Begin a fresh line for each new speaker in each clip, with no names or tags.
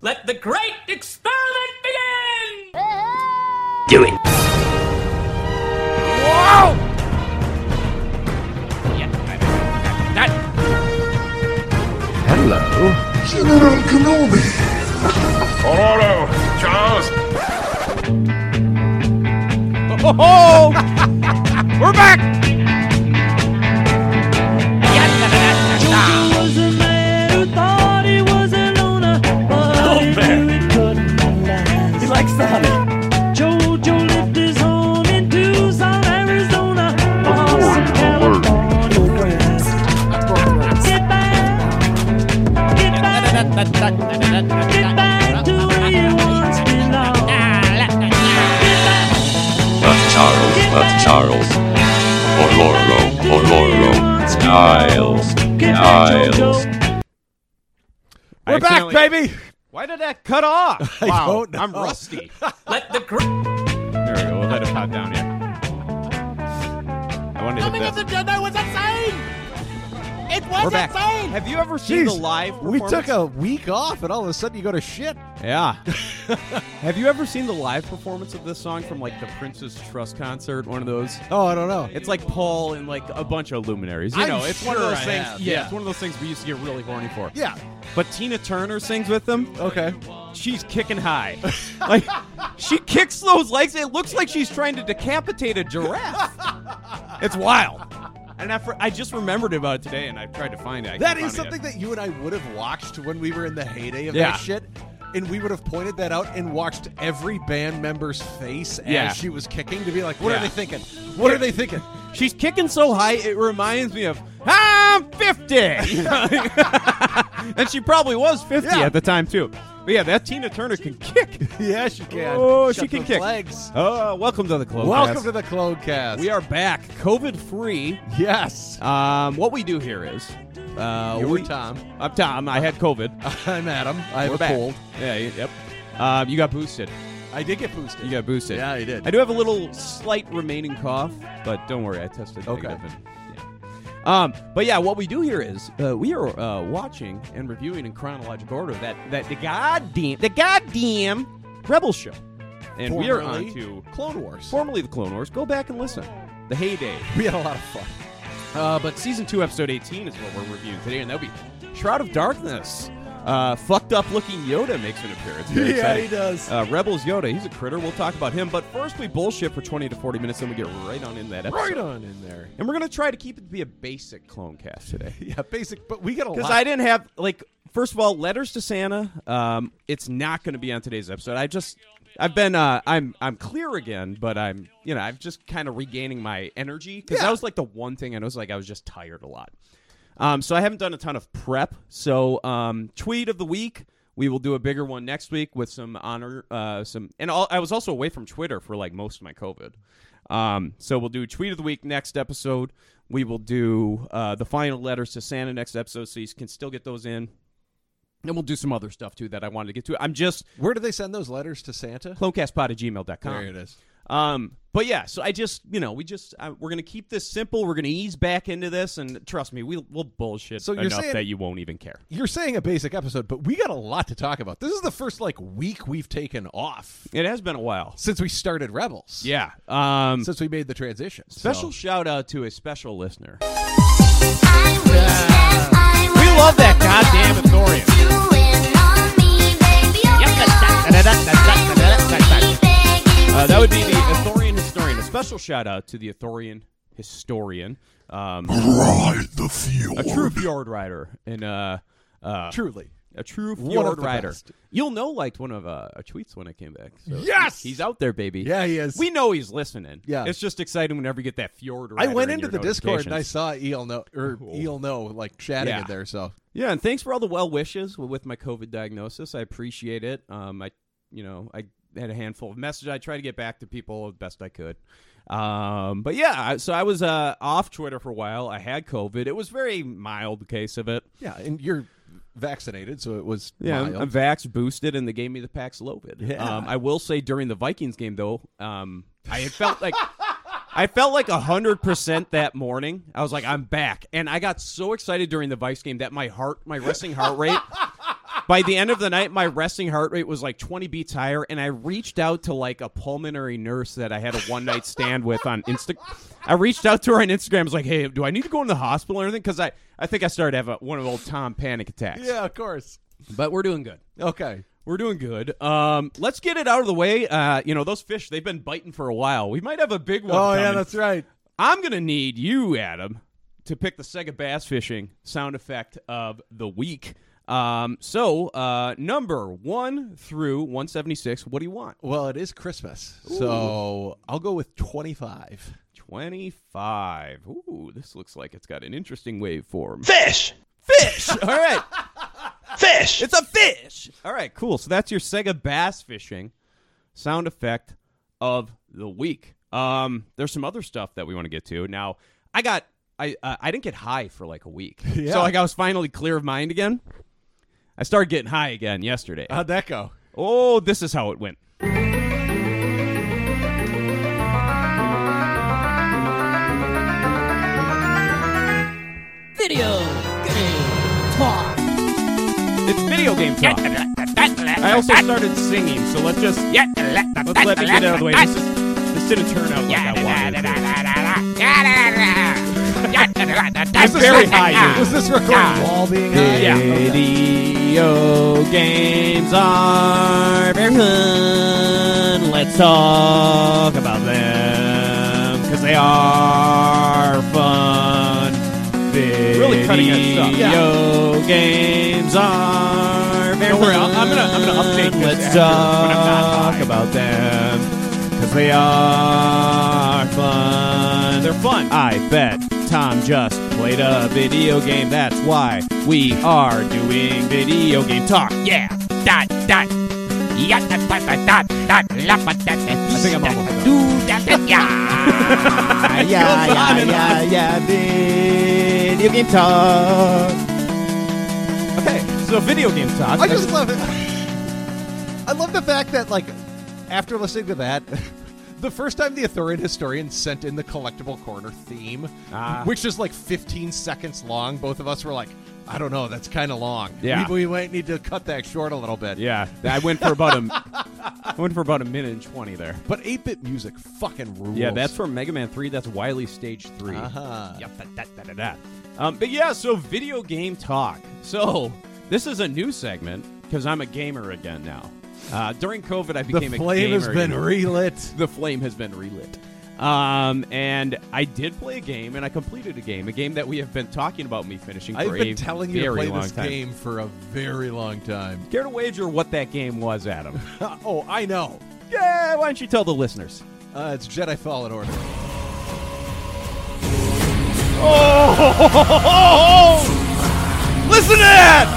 Let the great experiment begin!
Do it. Hello.
Hello, Charles.
was a man who thought he was a loner, but he knew it couldn't last. He likes the honey. Jojo left his home in Tucson, Arizona, for some California grass. Get back, get back, get back to where you once belonged. Get back,
But Charles, but Charles. Or Lorlo, or Lorlo. Niles,
get back, Jojo.
Niles.
We're back, baby.
Why did that cut off?
I
wow,
don't
I'm
know.
rusty.
Let the great.
there we go. We'll let it pop down here. I wanted to hit this.
That was insane! It was
We're back. Have you ever seen the live?
we took
performance?
a week off, and all of a sudden you go to shit.
Yeah. Have you ever seen the live performance of this song from like the Prince's Trust concert? One of those.
Oh, I don't know.
It's like Paul and like a bunch of luminaries. You
I'm
know, it's one of
sure
those
I
things.
have,
Yeah,
yeah.
it's one of those things we used to get really horny for.
yeah.
But Tina Turner sings with them.
Okay.
She's kicking high. like she kicks those legs. It looks like she's trying to decapitate a giraffe. it's wild. And I, for, I just remembered about it today, and I tried to find it. I
That
couldn't
is
find it
something
yet.
that you and I would have watched when we were in the heyday of
Yeah.
that shit. And we would have pointed that out and watched every band member's face
Yeah.
as she was kicking to be like, what
Yeah.
are they thinking? What are they thinking?
She's kicking so high, it reminds me of I'm 50. and she probably was 50
Yeah.
at the time too. But yeah, that Tina Turner can kick.
yeah, she can.
Oh,
Shut
she can
those
kick.
legs.
Uh, welcome to the club.
Welcome to the Clodecast.
We are back, COVID free.
Yes.
Um, what we do here is, uh,
You were
we,
Tom.
I'm Tom. I had COVID.
I'm Adam. I have
We're
a
back.
cold.
Yeah. y- Yep. Um, you got boosted.
I did get boosted.
You got boosted.
Yeah, I did.
I do have a little slight remaining cough, but don't worry, I tested
Okay.
negative and- yeah. Um, but yeah, what we do here is uh, we are uh, watching and reviewing in chronological order that that the goddamn the goddamn Rebel show, and we are
Formerly
on to
Clone Wars.
formerly the Clone Wars. Go back and listen, the heyday.
we had a lot of fun.
Uh, but season two, episode eighteen is what we're reviewing today, and that'll be Shroud of Darkness. Uh, fucked up looking Yoda makes an appearance. Very exciting.
does.
Uh, Rebels Yoda, he's a critter. We'll talk about him. But first, we bullshit for 20 to 40 minutes, then we get right on in that episode.
right on in there.
And we're going to try to keep it to be a basic clone cast today.
Yeah, basic, but we got a lot.
Because I didn't have, like, first of all, letters to Santa. Um, it's not going to be on today's episode. I just. I've been uh, I'm I'm clear again, but I'm you know I'm just kind of regaining my energy because
Yeah.
that was like the one thing I was like I was just tired a lot, um, so I haven't done a ton of prep. So um, tweet of the week, we will do a bigger one next week with some honor, uh, some, and all, I was also away from Twitter for like most of my COVID. Um, so we'll do tweet of the week next episode. We will do uh, the final letters to Santa next episode, so you can still get those in. And we'll do some other stuff too that I wanted to get to. I'm just
Where do they send those letters to Santa?
clonecastpod at gmail.com.
There it is.
Um, but yeah, so I just, you know, we just, I, we're going to keep this simple. We're going to ease back into this. And trust me, we'll, we'll bullshit
So you're
enough
saying-
that you won't even care.
You're saying a basic episode, but we got a lot to talk about. This is the first like week we've taken off
It has been a while.
since we started Rebels.
Yeah. Um,
Since we made the transition. So.
special shout out to a special listener.
We love that goddamn Ithorian.
Uh, that would be the Athorian historian. A special shout out to the Athorian historian. Um, A true fjord rider and uh, uh,
Truly.
a true
One
fjord
of the
rider.
best.
You'll know liked one of uh, our tweets when I came back. So
Yes!
he's out there, baby.
Yeah, he is.
We know he's listening.
Yeah.
it's just exciting whenever you get that fjord.
I
Rider
went
in
into
your
the Discord and I
notifications.
saw El no or El no like chatting
Yeah.
in there. So
Yeah, and thanks for all the well wishes w- with my COVID diagnosis. I appreciate it. Um, I, you know, I had a handful of messages. I tried to get back to people the best I could. Um, but yeah, I- so I was uh, off Twitter for a while. I had COVID. It was very mild case of it.
yeah, and you're vaccinated, so it was
Yeah, I'm,
mild.
I'm vax boosted, and they gave me the Paxlovid. Um, I will say during the Vikings game though, um, I had felt like I felt like hundred percent that morning. I was like, I'm back, and I got so excited during the Vice game that my heart, my resting heart rate, by the end of the night, my resting heart rate was like 20 beats higher, and I reached out to like a pulmonary nurse that I had a one night stand with on Insta. I reached out to her on Instagram. I was like, "Hey, do I need to go into the hospital or anything?" Because I, I think I started to have a, one of old Tom panic attacks.
yeah, of course.
but we're doing good.
Okay.
We're doing good. Um, let's get it out of the way. Uh, you know, those fish they've been biting for a while. We might have a big one.
Oh yeah,
coming.
that's right.
I'm gonna need you, Adam, to pick the Sega bass fishing sound effect of the week. Um, so uh, number one through 176. What do you want?
Well, it is Christmas, so I'll go with twenty-five.
25. Ooh, this looks like it's got an interesting wave form.
Fish!
Fish. All right,
Fish!
it's a fish. All right, cool. So that's your Sega bass fishing sound effect of the week. Um, there's some other stuff that we want to get to. Now, I got I uh, I didn't get high for like a week,
Yeah.
so like I was finally clear of mind again. I started getting high again yesterday.
How'd that go?
oh, this is how it went.
Video game talk.
It's video game talk. I also started singing, so let's just let's let me get out of the way. This, is, this didn't turn out like I wanted. it to.
This
I'm
is
very
like-
high.
Was
dude.
this recorded while being high?
Yeah. Video games are very fun. Let's talk about them because they are fun.
Really cutting edge stuff.
Video games are very
Don't worry,
fun.
I'll- I'm gonna- I'm gonna update this
Let's
after when I'm not
talk
high.
about them because they are fun. They're fun. I bet Tom just played a video game. That's why we are doing video game talk.
Yeah, dot, dot. Yeah, dot, dot, dot, dot, dot, la, ba, da, da,
I think I'm almost done.
do, da, da, yeah.
yeah, yeah, yeah, yeah, video game talk. Okay, so video game talk.
I just love it. I love the fact that, like, after listening to that, the first time the Authorian Historian sent in the collectible corner theme,
Ah.
which is like 15 seconds long, both of us were like, I don't know, that's kind of long.
Yeah.
We, we might need to cut that short a little bit.
yeah, I went for about a, I went for about a minute and twenty there.
But 8 bit music fucking rules.
Yeah, that's from Mega Man Three. That's Wily Stage 3
Uh-huh.
Yup, da, da, da, da, da. Um, but yeah, so video game talk. So this is a new segment because I'm a gamer again now. Uh, during COVID, I
The
became a
flame
gamer.
has been
again.
relit.
the flame has been relit. Um, and I did play a game, and I completed a game, a game that we have been talking about me finishing.
I've
for a
been telling you to
very
play
long
this
time.
game for a very long time.
Care to wager what that game was, Adam?
oh, I know.
yeah, why don't you tell the listeners?
Uh, it's Jedi Fallen Order.
Oh! Listen to that!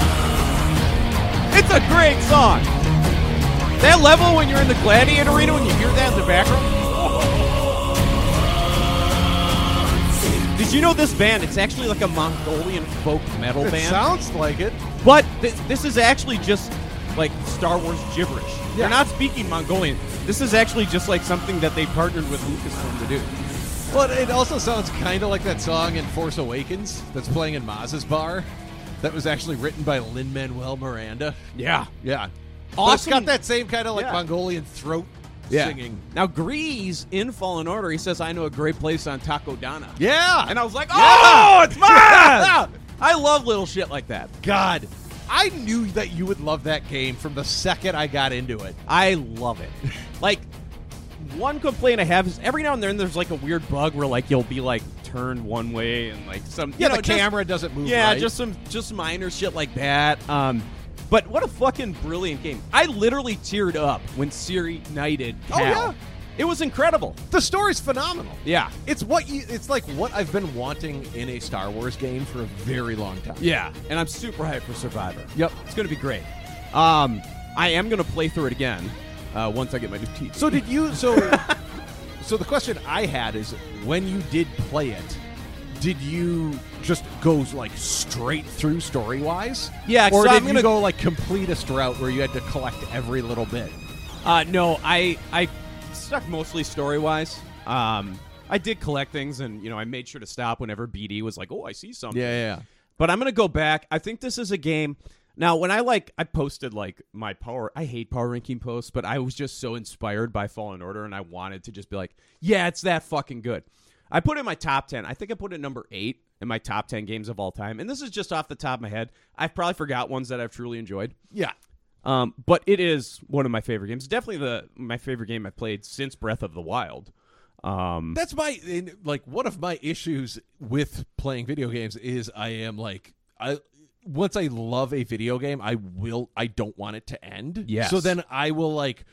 It's a great song. That level when you're in the Gladiator arena when you hear that in the background. Did you know this band? It's actually like a Mongolian folk metal
It
band.
sounds like it.
But th- this is actually just like Star Wars gibberish. They're not speaking Mongolian. This is actually just like something that they partnered with Lucasfilm to do.
But it also sounds kind of like that song in Force Awakens that's playing in Maz's bar that was actually written by Lin Manuel Miranda.
Yeah.
Yeah. But It's
Awesome.
got that same kind of like
Yeah.
Mongolian throat
Yeah.
singing.
Now Grease in Fallen Order, he says, "I know a great place on Taco Donna."
Yeah.
And I was like,
Yeah.
"Oh, it's mine!"
Yeah.
I love little shit like that.
God, I knew that you would love that game from the second I got into it.
I love it. like one complaint I have is every now and then there's like a weird bug where like you'll be like turned one way and like some you
Yeah,
know,
the
just-
camera doesn't move
Yeah,
right.
just some just minor shit like that. Um, but what a fucking brilliant game! I literally teared up when Siri knighted.
Oh,
Cal.
yeah.
it was incredible.
The story's phenomenal.
Yeah,
It's what you it's like what I've been wanting in a Star Wars game for a very long time.
yeah, and I'm super hyped for Survivor.
Yep.
it's gonna be great. Um, I am gonna play through it again uh, once I get my new TV.
So did you? So, so the question I had is, when you did play it, did you just go like straight through story wise?
Yeah,
or
so
did
I'm
you
gonna-
go like completist route where you had to collect every little bit?
Uh, no, I I stuck mostly story wise. Um, I did collect things, and you know, I made sure to stop whenever BD was like, "Oh, I see something."
yeah.
But I'm gonna go back. I think this is a game. Now, when I like, I posted like my power. I hate power ranking posts, but I was just so inspired by Fallen Order, and I wanted to just be like, yeah, it's that fucking good. I put in my top ten. I think I put it number eight in my top ten games of all time, and this is just off the top of my head. I've probably forgot ones that I've truly enjoyed.
Yeah.
Um, but it is one of my favorite games. Definitely the my favorite game I've played since Breath of the Wild. Um,
That's my and, like one of my issues with playing video games is I am like I once I love a video game I will I don't want it to end.
Yes.
So then I will like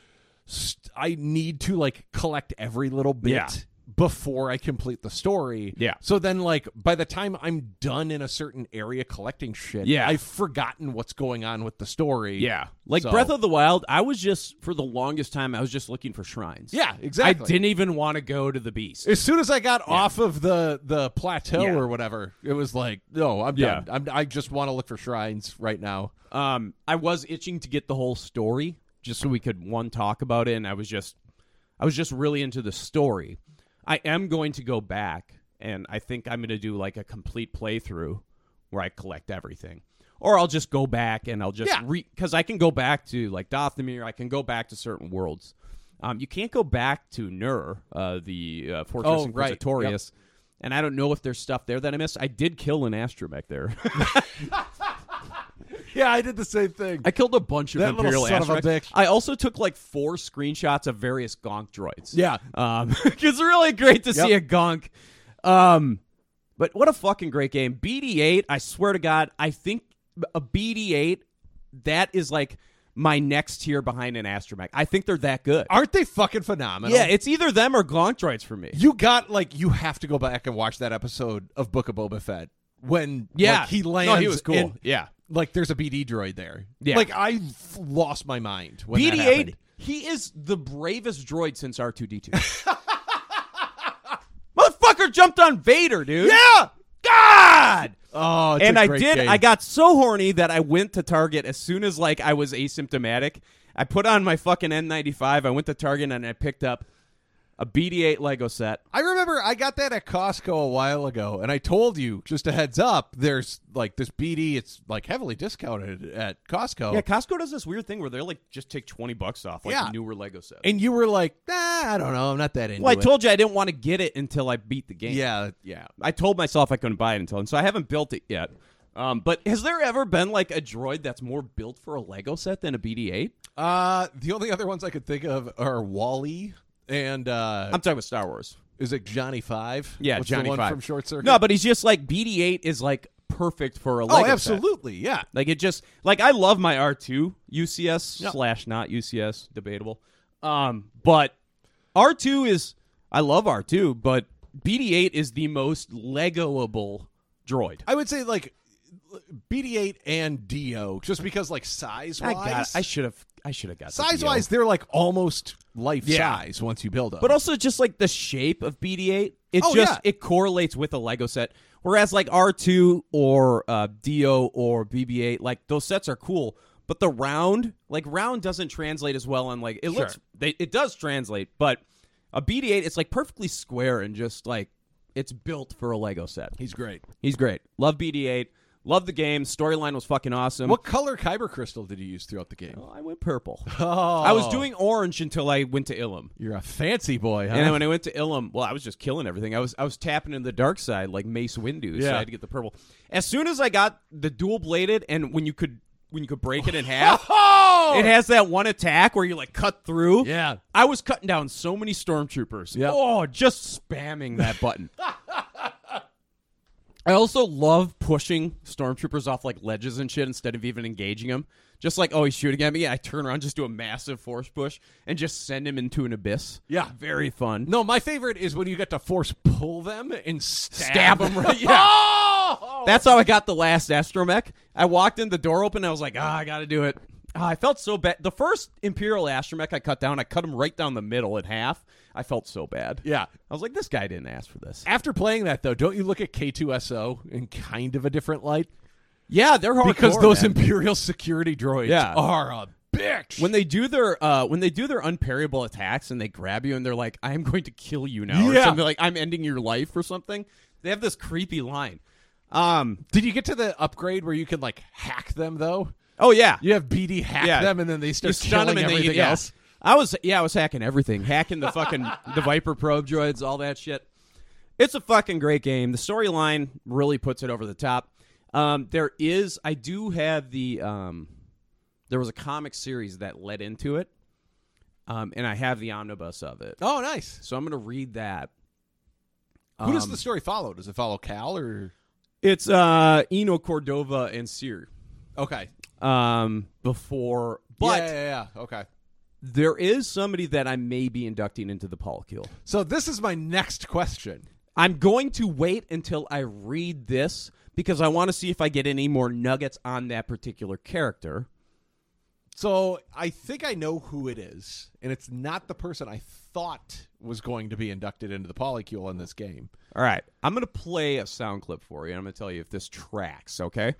st- I need to like collect every little bit
Yeah.
before I complete the story.
Yeah.
So then like by the time I'm done in a certain area collecting shit,
Yeah.
I've forgotten what's going on with the story.
yeah, like
So-
Breath of the Wild. I was just for the longest time I was just looking for shrines.
Yeah, exactly.
I didn't even want to go to the beast.
As soon as I got off of the the plateau
Yeah.
or whatever, it was like, no, I'm
Yeah.
done. I'm, I just want to look for shrines right now.
Um, I was itching to get the whole story just so we could one talk about it, and I was just, I was just really into the story. I am going to go back, and I think I'm going to do like a complete playthrough where I collect everything, or I'll just go back and I'll just
Yeah.
re because I can go back to like Dothamir, I can go back to certain worlds. Um, you can't go back to Nur, uh, the uh, fortress
Oh,
in
right. Yep.
Quisitorius, and I don't know if there's stuff there that I missed. I did kill an astromech there.
Yeah, I did the same thing.
I killed a bunch of
That little
Imperial
son of a
asteroids.
bitch.
I also took like four screenshots of various Gonk droids.
Yeah. Uh,
um, it's really great to see a
Yep.
Gonk. Um, but what a fucking great game, BD8. I swear to God, I think a BD8 that is like my next tier behind an astromech. I think they're that good.
Aren't they fucking phenomenal?
yeah, it's either them or Gonk droids for me.
you got like you have to go back and watch that episode of Book of Boba Fett when
yeah,
like, he lands.
No, he was cool.
in-
yeah,
like there's a BD droid there.
Yeah.
like I f- lost my mind when that
BD8,
happened.
he is the bravest droid since R2D2. Motherfucker jumped on Vader, dude.
Yeah,
God.
oh, it's
and
a
I
great
did.
game.
I got so horny that I went to Target as soon as like I was asymptomatic. I put on my fucking N95. I went to Target and I picked up a BD8 Lego set.
I remember I got that at Costco a while ago, and I told you just a heads up. There's like this BD. It's like heavily discounted at Costco.
Yeah, Costco does this weird thing where they're like just take twenty bucks off like
Yeah.
newer Lego sets.
and you were like, Nah, I don't know. I'm not that into
well, I
it."
told you I didn't want to get it until I beat the game.
Yeah, yeah.
I told myself I couldn't buy it until, and so I haven't built it yet. Um, but has there ever been like a droid that's more built for a Lego set than a BD-8?
Uh, the only other ones I could think of are Wally and uh,
I'm talking about Star Wars.
is it Johnny Five?
Yeah,
What's
Johnny
the one
Five
from Short Circuit.
No, but he's just like BD-8 is like perfect for a Lego.
oh,
set.
absolutely, yeah.
Like it just like I love my R2 UCS slash not UCS debatable. Um, but R2 is I love R2, but BD-8 is the most Legoable droid.
I would say like BD8 and Do, just because like size
I
wise,
got. I should have. I should have got the
size
deal.
wise, they're like almost life
Yeah.
size once you build them.
but also just like the shape of BD8, it
Oh,
just
yeah.
it correlates with a Lego set. Whereas like R2 or uh, Do or BB8, like those sets are cool, but the round, like round, doesn't translate as well. On like it looks, they, it does translate, but a BD8, it's like perfectly square and just like it's built for a Lego set.
he's great.
He's great. Love BD8. Love the game. Storyline was fucking awesome.
What color kyber crystal did you use throughout the game?
Well, I went purple.
Oh,
I was doing orange until I went to Ilum.
You're a fancy boy, huh?
And then when I went to Ilum, well, I was just killing everything. I was I was tapping into the dark side like Mace Windu, so I
Yeah.
had to get the purple. As soon as I got the dual bladed, and when you could when you could break it in half,
oh,
it has that one attack where you like cut through.
Yeah.
I was cutting down so many stormtroopers.
Yep.
Oh, just spamming that button. I also love pushing stormtroopers off like ledges and shit instead of even engaging them. Just like, oh, he's shooting at me. I turn around, just do a massive force push, and just send him into an abyss.
Yeah.
very fun.
No, my favorite is when you get to force pull them and stab,
Stab 'em right- yeah.
oh,
That's how I got the last astromech. I walked in, the door open, I was like, ah, I gotta do it. Ah, I felt so bad. The first Imperial astromech I cut down, I cut him right down the middle in half. I felt so bad.
yeah.
I was like, this guy didn't ask for this.
After playing that though, don't you look at K2SO in kind of a different light
Yeah, they're hard
because those Imperial security droids
Yeah.
are a bitch.
when they do their uh, when they do their unparryable attacks and they grab you and they're like, "I am going to kill you now," or
Yeah.
something like, "I'm ending your life" or something. They have this creepy line. Um,
Did you get to the upgrade where you can like hack them though?
Oh yeah,
You have BD hack
Yeah.
them, and then they
You
start
stun
killing
them and they-
everything
yeah.
else.
I was yeah, I was hacking everything, hacking the fucking the Viper probe droids, all that shit. It's a fucking great game. The storyline really puts it over the top. Um, there is, I do have the. Um, there was a comic series that led into it, um, and I have the omnibus of it.
Oh, nice.
So I'm gonna read that.
Who does
Um,
the story follow? Does it follow Cal or?
It's uh, Eno Cordova and Sear.
Okay.
Um, before, but
yeah, yeah, yeah. Okay.
there is somebody that I may be inducting into the Polkill.
So this is my next question.
I'm going to wait until I read this because I want to see if I get any more nuggets on that particular character.
So I think I know who it is, and it's not the person I thought was going to be inducted into the polycule in this game.
All right, I'm going to play a sound clip for you, and I'm going to tell you if this tracks, okay?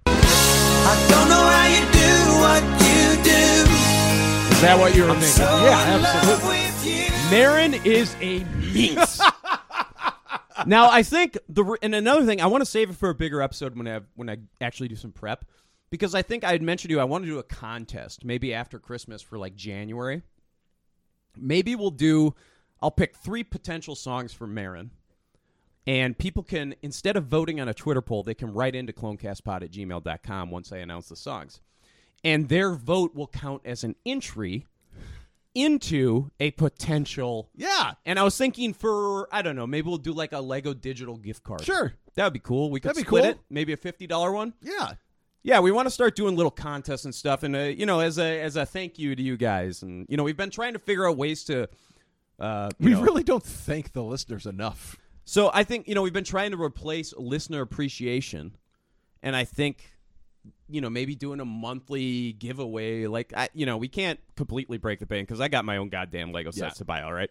Is that what you were thinking? yeah, absolutely.
Marin is a minx. now, I think the re- and another thing I want to save it for a bigger episode when I when I actually do some prep because I think I had mentioned to you I want to do a contest maybe after Christmas for like January. Maybe we'll do. I'll pick three potential songs for Marin. And people can, instead of voting on a Twitter poll, they can write into clonecastpod at gmail.com once I announce the songs. And their vote will count as an entry into a potential
Yeah,
and I was thinking for I don't know, maybe we'll do like a Lego digital gift card.
sure.
That would be cool. We could
That'd be
split
cool.
it, maybe a fifty dollar one.
Yeah.
Yeah, we want to start doing little contests and stuff, and uh, you know, as a as a thank you to you guys, and you know, we've been trying to figure out ways to. Uh, you
We
know-
really don't thank the listeners enough.
so I think you know we've been trying to replace listener appreciation, and I think you know maybe doing a monthly giveaway like I, you know we can't completely break the bank because I got my own goddamn Lego sets
Yeah.
to buy. All right,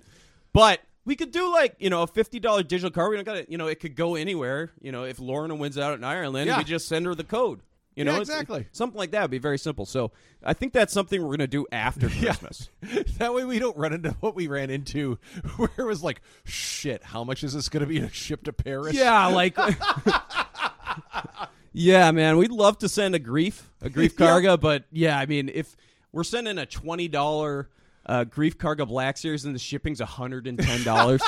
but we could do like you know a fifty dollar digital card. We don't got to you know it could go anywhere. You know if Lorna wins out in Ireland,
Yeah.
we just send her the code. You know
Yeah,
It's-
exactly.
something like that would be very simple. So I think that's something we're gonna do after Christmas.
That way we don't run into what we ran into, where it was like, shit, how much is this going to be to ship to Paris?
Yeah, like. yeah, man, we'd love to send a grief, a grief carga, but yeah, I mean, if we're sending a twenty dollar uh, grief carga black series and the shipping's hundred and ten dollars.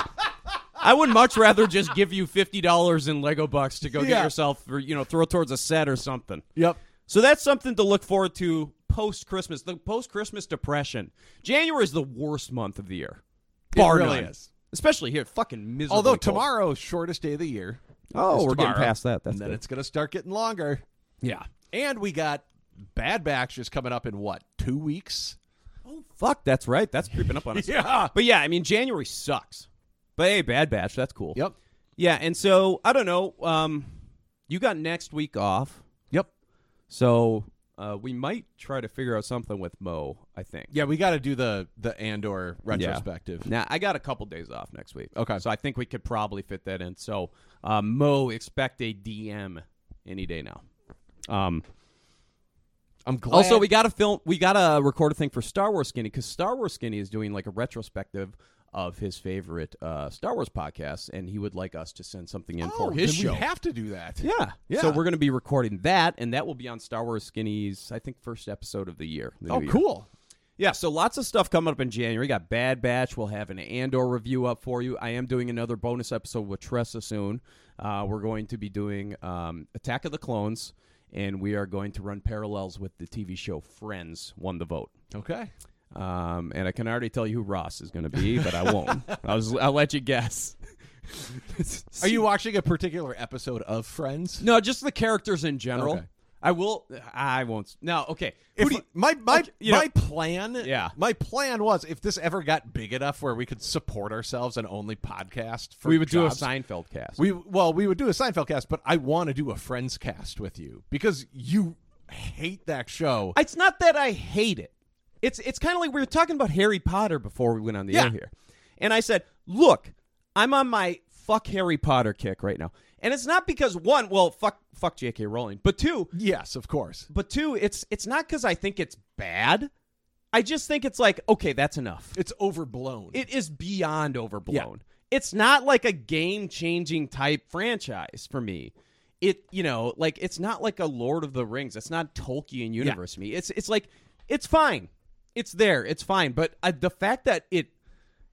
I would much rather just give you fifty dollars in Lego bucks to go
Yeah.
get yourself, or you know, throw towards a set or something.
Yep.
So that's something to look forward to post Christmas. The post Christmas depression. January is the worst month of the year, bar
really
none.
is.
Especially here, fucking miserable.
Although tomorrow's shortest day of the year.
Oh,
is
we're getting
tomorrow,
past that. That's
and then
good.
it's going to start getting longer.
Yeah.
And we got Bad Batch is coming up in what, two weeks?
Fuck, that's right. That's creeping up on us.
Yeah.
But yeah, I mean January sucks. But hey, Bad Batch, that's cool.
Yep.
Yeah, and so I don't know. Um, you got next week off,
Yep.
so uh, we might try to figure out something with Mo. I think.
Yeah, we got to do the the Andor retrospective.
Now I got a couple days off next week.
Okay.
So I think we could probably fit that in. So uh, Mo, expect a DM any day now. Um,
I'm glad.
Also, we gotta film. We gotta record a thing for Star Wars Skinny because Star Wars Skinny is doing like a retrospective of his favorite uh, Star Wars podcasts, and he would like us to send something in
oh,
for his
then
show.
we have to do that. Oh,
yeah.
Yeah.
So we're gonna be recording that, and that will be on Star Wars Skinny's, I think, first episode of the year. the
Oh,
new year.
cool.
Yeah. So lots of stuff coming up in January. Got Bad Batch. We'll have an Andor review up for you. I am doing another bonus episode with Tressa soon. Uh, we're going to be doing um, Attack of the Clones. And we are going to run parallels with the TV show Friends won the vote.
Okay.
Um, and I can already tell you who Ross is going to be, but I won't. I was, I'll let you guess.
Are you watching a particular episode of Friends?
No, just the characters in general.
Okay.
I will. I won't. No, okay. Who
If,
do you-
my my
Okay, you
my
know-
plan
Yeah.
my plan was if this ever got big enough where we could support ourselves and only podcast for
we would
jobs,
do a Seinfeld cast.
we well we would do a Seinfeld cast but I want to do a Friends cast with you because you hate that show
It's not that I hate it. It's it's kind of like we were talking about Harry Potter before we went on the
Yeah.
air here, and I said, "Look, I'm on my fuck Harry Potter kick right now, and it's not because one, well, fuck fuck J.K. Rowling, but two,
yes of course
but two, it's it's not because I think it's bad. I just think it's like okay, that's enough.
it's overblown
It is beyond overblown. It's not like a game changing type franchise for me. it you know like it's not like a Lord of the Rings. It's not Tolkien universe to me. It's it's like it's fine. It's there. It's fine. But uh, the fact that it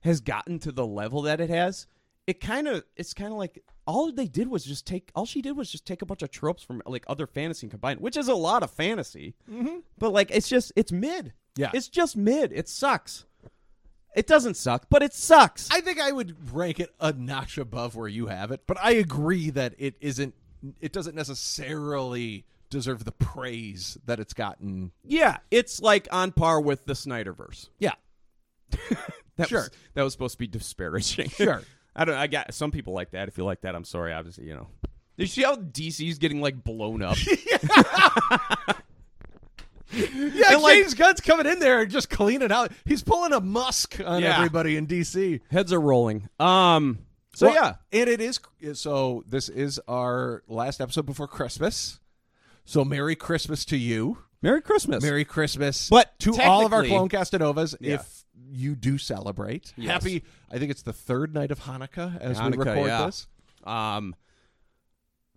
has gotten to the level that it has, it kind of it's kind of like all they did was just take all she did was just take a bunch of tropes from like other fantasy and combine, it, which is a lot of fantasy. Mm-hmm. But like it's just it's mid.
Yeah.
it's just mid. It sucks. It doesn't suck, but it sucks.
I think I would rank it a notch above where you have it, but I agree that it isn't. It doesn't necessarily deserve the praise that it's gotten.
yeah, it's like on par with the Snyderverse.
Yeah,
That
Sure.
was, that was supposed to be disparaging.
Sure.
I don't. I got some people like that. If you like that, I'm sorry. Obviously, you know. You see how DC's getting like blown up?
yeah.
And, like-
James Gunn's coming in there and just cleaning out. He's pulling a Musk on
Yeah.
everybody in DC.
Heads are rolling. Um. So
Well,
yeah,
and it is. So this is our last episode before Christmas. So Merry Christmas to you.
Merry Christmas.
Merry Christmas.
But
to all of our clone
technically-
castanovas,
Yeah.
if you do celebrate,
Yes.
happy. I think it's the third night of Hanukkah as we
Hanukkah,
record
yeah.
this.
Um.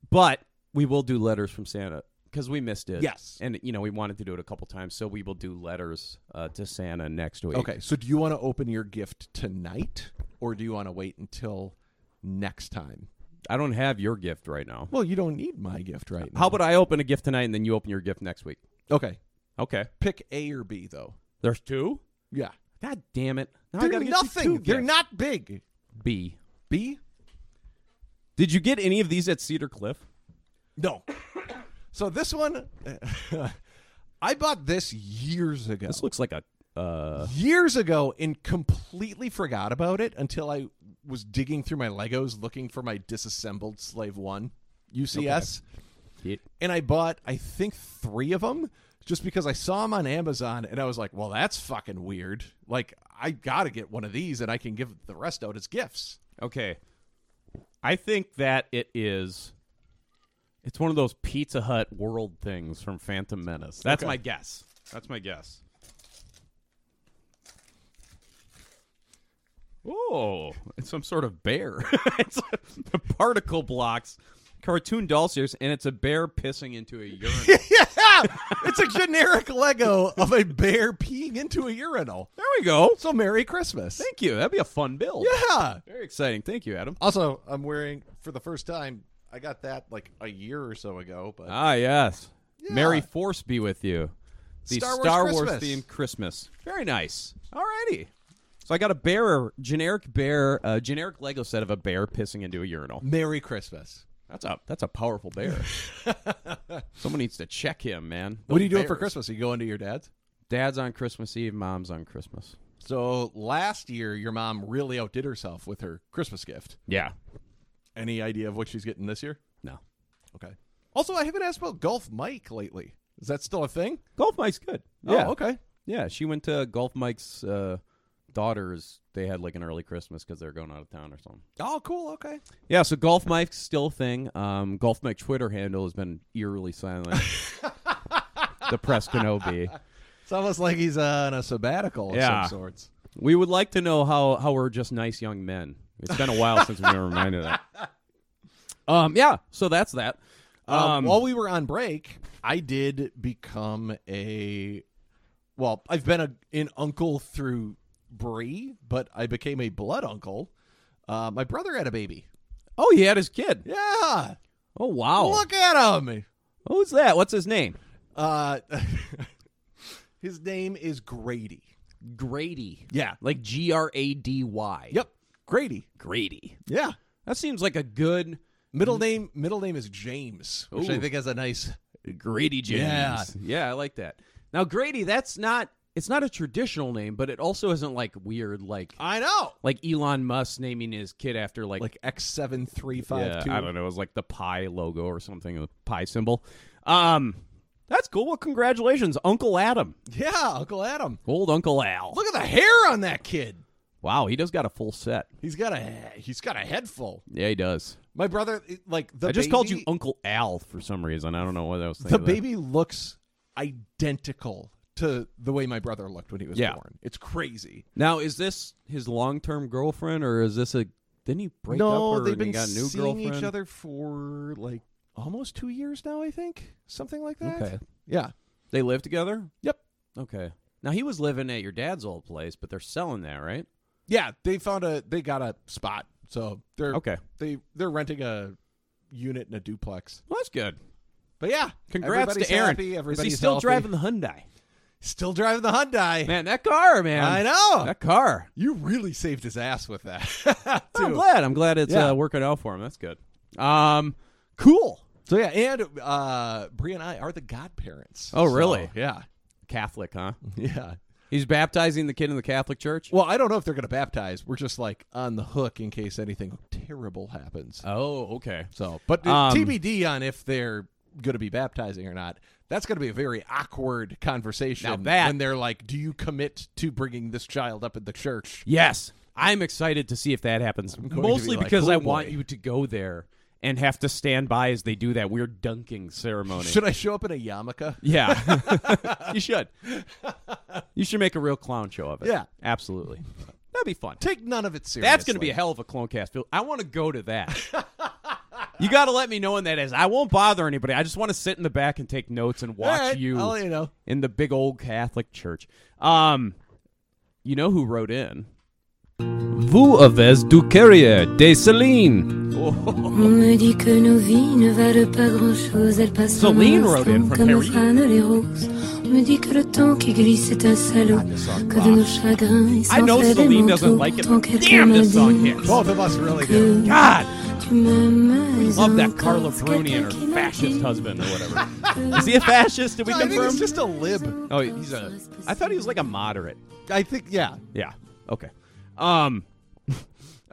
But we will do letters from Santa because we missed it.
Yes.
And you know we wanted to do it a couple times, so we will do letters uh, to Santa next week.
Okay, so do you want to open your gift tonight, or do you want to wait until next time?
I don't have your gift right now.
Well, you don't need my gift right now.
How about I open a gift tonight and then you open your gift next week?
okay?
Okay.
Pick A or B though.
There's two.
Yeah,
God damn it! Now I
they're
gotta get you
nothing.
two
They're
gifts.
not big.
B.
B?
Did you get any of these at Cedar Cliff?
No. so this one, I bought this years ago.
This looks like a. Uh,
years ago and completely forgot about it until I was digging through my Legos looking for my disassembled Slave One UCS.
Yeah.
And I bought, I think, three of them just because I saw them on Amazon and I was like, well, that's fucking weird. Like, I got to get one of these and I can give the rest out as gifts.
okay. I think that it is. It's one of those Pizza Hut world things from Phantom Menace. That's my guess. That's my guess. Oh, it's some sort of bear. it's the particle blocks, cartoon doll series, and it's a bear pissing into a urinal.
it's a generic Lego of a bear peeing into a urinal.
there we go.
So, Merry Christmas.
Thank you. That'd be a fun build.
yeah.
Very exciting. Thank you, Adam.
Also, I'm wearing for the first time. I got that like a year or so ago, but
Ah, yes. Mary
Yeah.
Force be with you. The
Star
Star
Wars
Wars,
Christmas.
themed Christmas. Very nice. Alrighty. So I got a bear, generic bear, uh, generic Lego set of a bear pissing into a urinal.
Merry Christmas.
That's a that's a powerful bear. Someone needs to check him, man.
What are you doing for
Bears.
Christmas? Are you going to your dad's?
Dad's on Christmas Eve, mom's on Christmas.
So last year, your mom really outdid herself with her Christmas gift.
Yeah.
Any idea of what she's getting this year?
No.
Okay. Also, I haven't asked about Golf Mike lately. Is that still a thing?
Golf Mike's good. Yeah.
Oh, okay.
Yeah, she went to Golf Mike's uh, daughters. They had like an early Christmas because they were going out of town or something.
Oh, cool. Okay.
Yeah, so Golf Mike's still a thing. Um, Golf Mike Twitter handle has been eerily silent. the press Kenobi.
It's almost like he's on a sabbatical of
Yeah.
some sorts.
We would like to know how, how we're just nice young men. It's been a while since we were reminded of that. Um, yeah, so that's that.
Um,
Um,
while we were on break, I did become a. Well, I've been a, an uncle through Bree, but I became a blood uncle. Uh, my brother had a baby.
oh, he had his kid.
Yeah.
Oh, wow.
Look at him.
Who's that? What's his name?
Uh, his name is Grady.
Grady.
Yeah.
Like G R A D Y.
Yep. Grady.
Grady.
Yeah.
That seems like a good
Middle name middle name is James, which I
Ooh.
think has a nice
Grady James.
Yeah.
yeah, I like that. Now Grady, that's not it's not a traditional name, but it also isn't like weird like
I know.
like Elon Musk naming his kid after like,
Uh, Like X seven three
yeah,
five two.
I don't know, it was like the pie logo or something, the pie symbol. Um, that's cool. Well, congratulations, Uncle Adam,
Yeah, Uncle Adam.
old Uncle Al.
Look at the hair on that kid.
Wow, he does got a full set.
He's got a he's got a head full.
Yeah, he does.
My brother, like the
I just called you
baby-
Uncle Al for some reason. I don't know what I was thinking.
the
of that.
baby looks identical to the way my brother looked when he was
Yeah.
born. It's crazy.
Now, is this his long term girlfriend or is this a? Didn't he break up?
no,
or
they've
and he
been
got a new
seeing
girlfriend?
each other for like almost two years now, I think, something like that.
Okay.
Yeah.
They live together?
Yep.
Okay. Now he was living at your dad's old place, but they're selling that, right?
Yeah, they found a they got a spot, so they're
Okay.
They they're renting a unit in a duplex.
Well, that's good.
But yeah,
Congrats
everybody's
to Aaron.
Happy,
Is he
everybody's
still
healthy.
driving the Hyundai?
Still driving the Hyundai.
Man, that car, man.
I know.
That car.
You really saved his ass with that.
I'm
Dude.
glad. I'm glad it's
Yeah.
uh, working out for him. That's good. Um,
Cool. So yeah, and uh Bree and I are the godparents.
Oh,
So,
really?
yeah.
Catholic, huh?
Yeah.
He's baptizing the kid in the Catholic Church?
Well, I don't know if they're going to baptize. We're just like on the hook in case anything terrible happens.
Oh, okay.
So, but
Um,
TBD on if they're going to be baptizing or not. That's going to be a very awkward conversation.
Now that-
when they're like, "Do you commit to bringing this child up in the church?"
Yes. I'm excited to see if that happens.
going to
Mostly
be like,
because
oh,
I
boy.
want you to go there and have to stand by as they do that weird dunking ceremony.
Should I show up in a yarmulke?
Yeah. you should. You should make a real clown show of it.
Yeah.
Absolutely. That'd be fun.
Take none of it seriously.
That's going to be a hell of a clone cast. Phil. I want to go to that. you got to let me know when that is. I won't bother anybody. I just want to sit in the back and take notes and watch
All right,
you
I'll let you know.
in the big old Catholic church. Um, you know who wrote in? Vous avez du carrière de Celine.
On me dit que nos vies ne valent pas grand chose, elles passent en
Celine
un
wrote in
instant
from
comme
Paris.
fanent les roses. On me dit que le temps qui glisse est un salaud, que de nos chagrins il
I
s'en
know
fait des
Celine doesn't
manteaux.
like it.
Tant
but
quelqu'un
Damn,
m'a
this song
dit
hits. Oh,
Both of us really do.
God,
tu m'aimes.
love that
encore.
Carla
C'est
Bruni and
quelqu'un qui
her
m'a
fascist
dit
husband or whatever.
que
Is he a fascist? Did we
No, I think
confirm?
it's just a lib.
Oh, he's a. I thought he was like a moderate.
I think yeah.
Yeah. Okay. Um.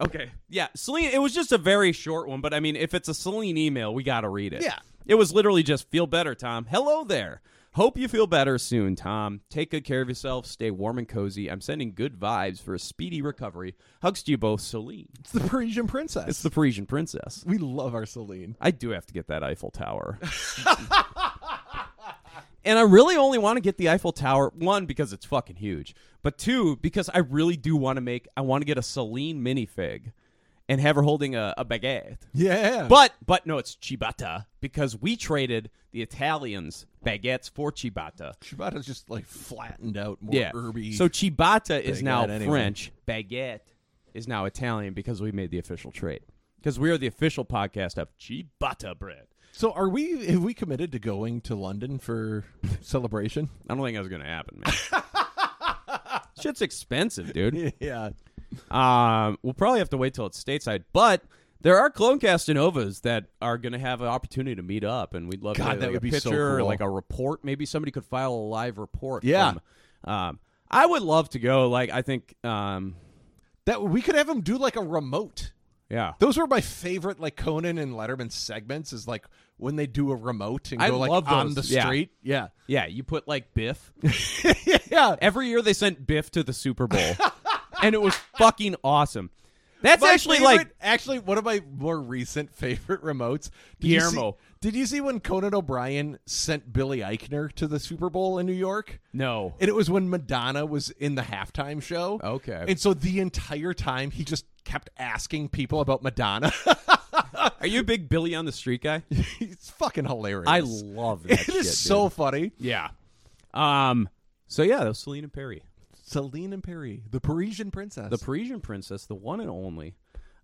Okay. Yeah, Celine. It was just a very short one, but I mean, if it's a Celine email, we got to read it.
Yeah.
It was literally just feel better, Tom. Hello there. Hope you feel better soon, Tom. Take good care of yourself. Stay warm and cozy. I'm sending good vibes for a speedy recovery. Hugs to you both, Celine.
It's the Parisian princess.
It's the Parisian princess.
we love our Celine.
I do have to get that Eiffel Tower. and I really only want to get the Eiffel Tower one because it's fucking huge, but two because I really do want to make I want to get a Celine minifig and have her holding a, a baguette.
Yeah.
But but no, it's ciabatta because we traded the Italians baguettes for ciabatta.
Shibata's just like flattened out, more
Yeah.
herby.
So ciabatta is
Baguette
now
anyway.
French. Baguette is now Italian because we made the official trade. Because we are the official podcast of ciabatta bread.
So are we have we committed to going to London for celebration?
I don't think that's gonna happen, man. Shit's expensive, dude.
yeah.
Um, we'll probably have to wait till it's stateside, but there are clone castanovas that are gonna have an opportunity to meet up, and we'd love
God,
to,
that
like, a
would be so
picture, or,
cool.
like a report. Maybe somebody could file a live report.
Yeah.
from- um, I would love to go. Like, I think, um,
That we could have him do like a remote.
yeah,
Those were my favorite like Conan and Letterman segments is like when they do a remote and
I
go like
love
on the
those. Yeah.
street. Yeah.
yeah. You put like Biff.
Yeah.
Every year they sent Biff to the Super Bowl, and it was fucking awesome. That's
My
actually
favorite-
like
actually one of my more recent favorite remotes. Did You
Guillermo.
see, did you see when Conan O'Brien sent Billy Eichner to the Super Bowl in New York?
no.
And it was when Madonna was in the halftime show.
Okay.
And so the entire time he just kept asking people about Madonna.
Are you a big Billy on the Street guy?
it's fucking hilarious.
I love that.
it
shit,
is so funny.
dude. yeah. Um. So yeah, that was Selena Perry,
Celine and Perry, the Parisian princess.
the Parisian princess, the one and only.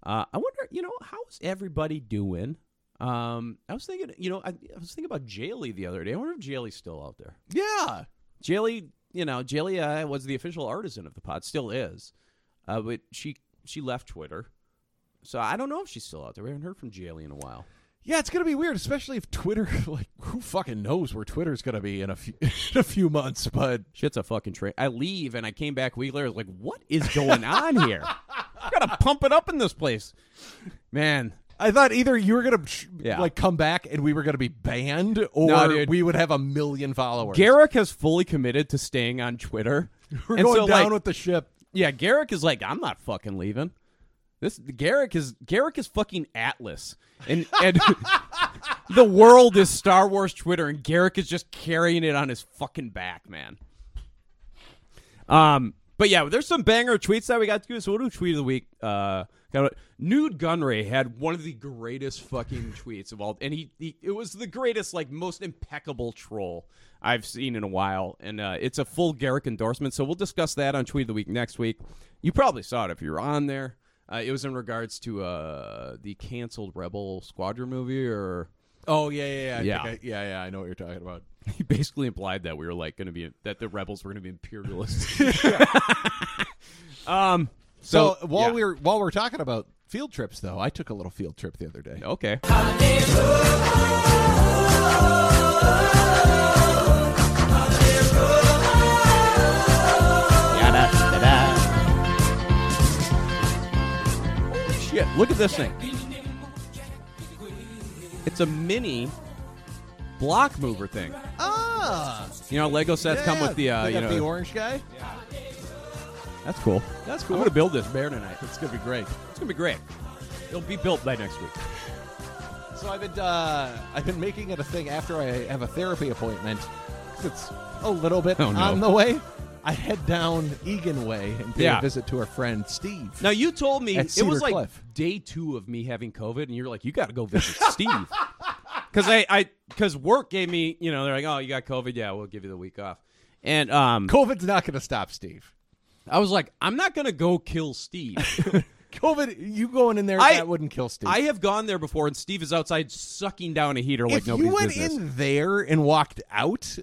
Uh, I wonder, you know, how's everybody doing? Um, I was thinking, you know, I, I was thinking about Jaylee the other day. I wonder if Jaylee's still out there.
yeah.
Jaylee, you know, Jaylee uh, was the official artisan of the pod, still is, uh, but she she left Twitter, so I don't know if she's still out there. We haven't heard from Jaylee in a while.
Yeah, it's gonna be weird, especially if Twitter. Like, who fucking knows where Twitter's gonna be in a few in a few months? But
Shit's a fucking train. I leave and I came back a week later. I was like, what is going on here? I gotta pump it up in this place, man.
I thought either you were gonna
Yeah.
like come back and we were gonna be banned, or
Nah, dude.
we would have a million followers.
Garrick has fully committed to staying on Twitter.
we're
And
going
so,
down
like,
with the ship.
yeah. Garrick is like, I'm not fucking leaving. This Garrick is Garrick is fucking Atlas, and and the world is Star Wars Twitter, and Garrick is just carrying it on his fucking back, man. Um, but yeah, there's some banger tweets that we got to do. So we'll do tweet of the week uh, Got it. Nude Gunray had one of the greatest fucking tweets of all, and he, he it was the greatest, like most impeccable troll I've seen in a while, and uh, it's a full Garrick endorsement. So we'll discuss that on Tweet of the Week next week. You probably saw it if you were on there. Uh, it was in regards to uh, the canceled Rebel Squadron movie, or
Oh yeah, yeah, yeah, I
Yeah.
think I- yeah, yeah. I know what you're talking about.
he basically implied that we were like going to be that the rebels were going to be imperialists. um.
So,
So,
while
yeah.
we're while we're talking about field trips, though, I took a little field trip the other day.
okay. Shit! Look at this thing. It's a mini block mover thing.
Ah,
You know, Lego sets come with the uh,
they
you
got
know
the orange guy.
That's cool. That's cool. I'm gonna build this bear tonight.
It's gonna be great.
It's gonna be great. It'll be built by next week.
So I've been uh, I've been making it a thing after I have a therapy appointment. 'cause It's a little bit
Oh, no.
on the way. I head down Egan Way and pay
Yeah.
a visit to our friend Steve.
Now you told me
At
it
Cedar
was like
Cliff.
day two of me having COVID, and you're like, you got to go visit Steve because I I because work gave me you know they're like oh you got COVID yeah we'll give you the week off and um
COVID's not going to stop Steve.
I was like I'm not gonna go kill Steve.
COVID, you going in there
I-
that wouldn't kill Steve.
I have gone there before, and Steve is outside sucking down a heater like
if
nobody's
you went
business.
in there and walked out,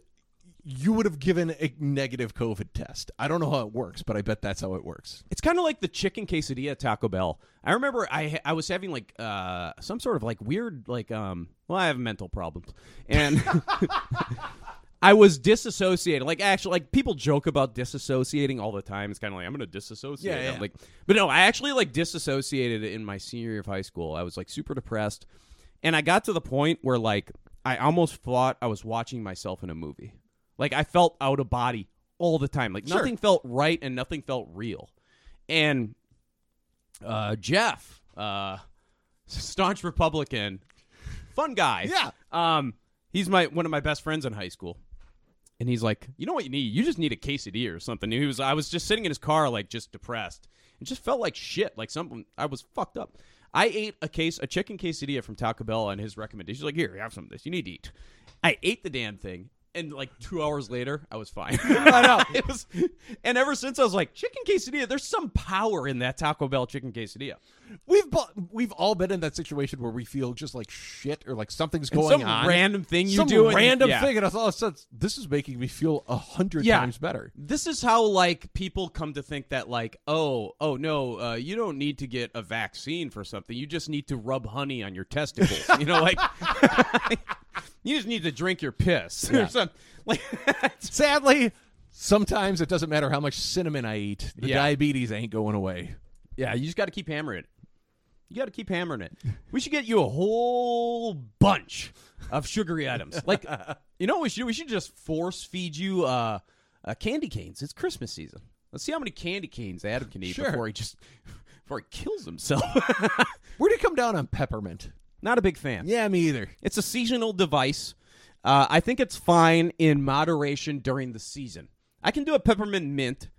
you would have given a negative COVID test. I don't know how it works, but I bet that's how it works.
It's kind of like the chicken quesadilla at Taco Bell. I remember I I was having like uh some sort of like weird like um well I have mental problems and I was disassociated. Like actually like people joke about disassociating all the time. It's kind of like I'm going to disassociate.
Yeah, yeah.
I'm Like but no, I actually like disassociated in my senior year of high school. I was like super depressed and I got to the point where like I almost thought I was watching myself in a movie. Like I felt out of body all the time. Like
Sure.
nothing felt right and nothing felt real. And uh, Jeff, uh, staunch Republican, fun guy.
Yeah.
Um, he's my one of my best friends in high school. And he's like, you know what you need? You just need a quesadilla or something. And he was, I was just sitting in his car, like just depressed, and just felt like shit. Like something, I was fucked up. I ate a case, a chicken quesadilla from Taco Bell, and his recommendation. He's like, here, have some of this. You need to eat. I ate the damn thing, and like two hours later, I was fine. I know. it was, and ever since I was like, chicken quesadilla. There's some power in that Taco Bell chicken quesadilla.
We've bu- we've all been in that situation where we feel just like shit or like something's
And
going
some
on.
random thing you
Some
do, and-
random
yeah.
thing, and I thought, "Oh, so this is making me feel a hundred
Yeah.
times better.
This is how like people come to think that like oh oh no uh, you don't need to get a vaccine for something you just need to rub honey on your testicles you know like you just need to drink your piss or something like
Sadly, sometimes it doesn't matter how much cinnamon I eat. The
Yeah.
diabetes ain't going away.
yeah you just got to keep hammering it you got to keep hammering it we should get you a whole bunch of sugary items like you know what we should do? we should just force feed you uh, uh candy canes it's Christmas season let's see how many candy canes Adam can eat
Sure.
before he just before he kills himself.
Where do you come down on peppermint?
Not a big fan.
Yeah, me either.
It's a seasonal device. Uh, I think it's fine in moderation during the season. I can do a peppermint mint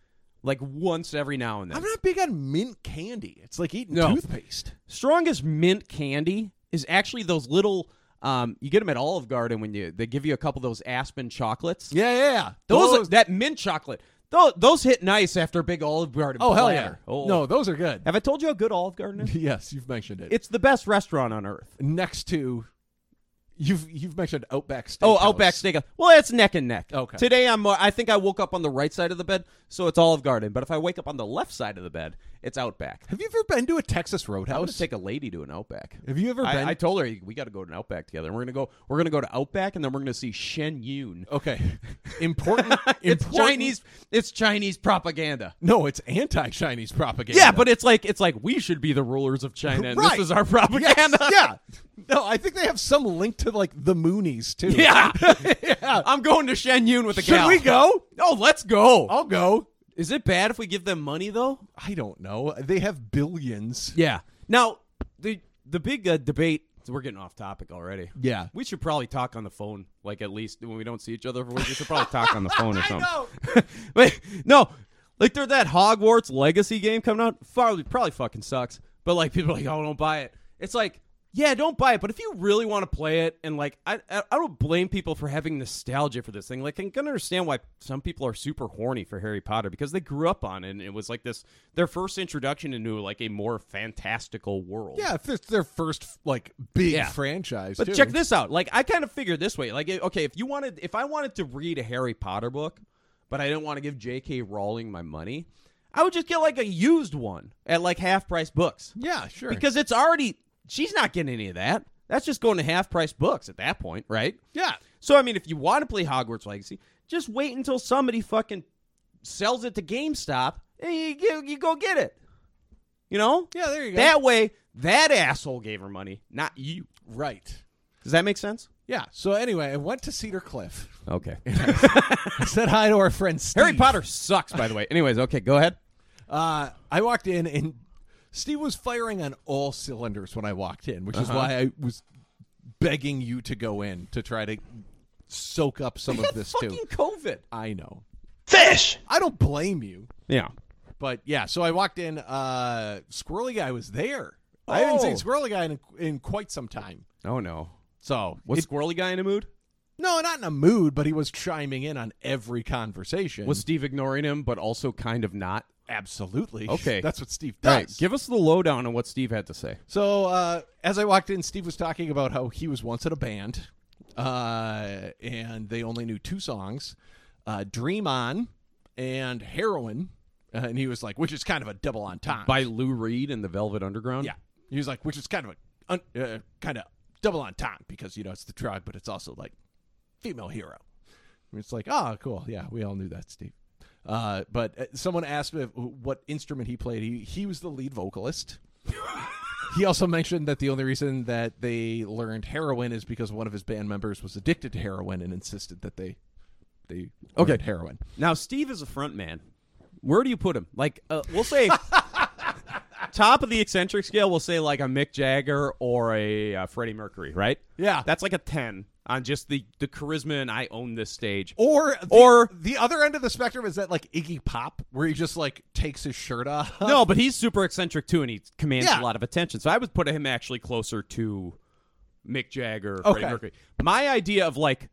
like once every now and then.
I'm not big on mint candy. It's like eating
No.
toothpaste.
Strongest mint candy is actually those little. Um, you get them at Olive Garden when you they give you a couple of those Aspen chocolates.
Yeah, yeah, yeah.
those, that mint chocolate. Those, those hit nice after a big Olive Garden.
oh hell yeah!
platter. Oh.
No, those are good.
have I told you how good Olive Garden is?
Yes, you've mentioned it.
it's the best restaurant on earth.
next to you've you've mentioned Outback Steakhouse.
Oh, Outback Steakhouse. Well, it's neck and neck.
Okay.
Today I'm. uh, I think I woke up on the right side of the bed, so it's Olive Garden. But if I wake up on the left side of the bed, it's Outback.
Have you ever been to a Texas
I would
Roadhouse?
take a lady to an Outback.
Have you ever
I,
been?
I told her we got to go to an Outback together. We're gonna go. We're gonna go to Outback, and then we're gonna see Shen Yun.
okay, important.
It's
important-
Chinese. It's Chinese propaganda.
No, it's anti-Chinese propaganda.
Yeah, but it's like it's like we should be the rulers of China, and
Right.
this is our
Yes,
propaganda.
yeah. No, I think they have some link to like the Moonies too.
yeah, I'm going to Shen Yun with the
Should
gal.
we go?
Oh, let's go.
I'll go.
Is it bad if we give them money though?
I don't know. They have billions.
Yeah. Now the the big uh, debate. We're getting off topic already.
Yeah.
We should probably talk on the phone, like at least when we don't see each other. We should probably talk on the phone or something. Wait, no, like they're that Hogwarts Legacy game coming out. Probably, probably fucking sucks. But like people are like, oh, don't buy it. It's like, yeah, don't buy it. But if you really want to play it, and like, I I I don't blame people for having nostalgia for this thing. Like, I can understand why some people are super horny for Harry Potter because they grew up on it, and it was like this their first introduction into like a more fantastical world.
Yeah, if it's their first like big
Yeah.
franchise.
But
too.
check this out. Like I kind of figured this way. Like it- okay, if you wanted, if I wanted to read a Harry Potter book, but I didn't want to give J.K. Rowling my money, I would just get like a used one at like half price books.
Yeah, sure.
Because it's already she's not getting any of that. That's just going to half price books at that point, right?
yeah,
So I mean, if you want to play Hogwarts Legacy, just wait until somebody fucking sells it to GameStop and you go, you go get it. You know?
yeah, there you go.
That way, that asshole gave her money, not you.
right.
Does that make sense?
Yeah. So anyway, I went to Cedar Cliff.
Okay.
I said hi to our friend Steve.
Harry Potter sucks, by the way. Anyways, okay, go ahead.
Uh, I walked in and Steve was firing on all cylinders when I walked in, which is why I was begging you to go in to try to soak up some of this too.
Fucking COVID.
I know.
Fish!
I don't blame you,
Yeah.
but yeah. So I walked in. Uh, Squirrely guy was there. I haven't seen
Oh.
Squirrely guy in, in quite some time.
Oh no.
So
Was
it-
Squirrely guy in a mood?
no, not in a mood, but he was chiming in on every conversation.
Was Steve ignoring him, but also kind of not?
absolutely
Okay.
That's what Steve
All
does.
right, give us the lowdown on what Steve had to say.
So uh, as I walked in, Steve was talking about how he was once in a band, uh, and they only knew two songs, uh, "Dream On" and "Heroin," uh, and he was like, which is kind of a double entendre.
By Lou Reed and the Velvet Underground.
yeah, he was like, which is kind of a un- uh, kind of double entendre because you know it's the drug, but it's also like female hero. And it's like, oh, cool, yeah, we all knew that, Steve. Uh, but uh, someone asked me if- what instrument he played. He he was the lead vocalist. He also mentioned that the only reason that they learned heroin is because one of his band members was addicted to heroin and insisted that they they
Okay.
learned heroin.
Now Steve is a front man. Where do you put him? Like uh, we'll say top of the eccentric scale, we'll say like a Mick Jagger or a uh, Freddie Mercury, right?
Yeah.
That's like a 10 on just the the charisma and I own this stage.
Or the,
Or-
the other end of the spectrum is that like Iggy Pop, where he just like takes his shirt off.
No, but he's super eccentric too, and he commands
Yeah.
a lot of attention. So I would put him actually closer to Mick Jagger, Freddie
Okay.
Mercury. My idea of like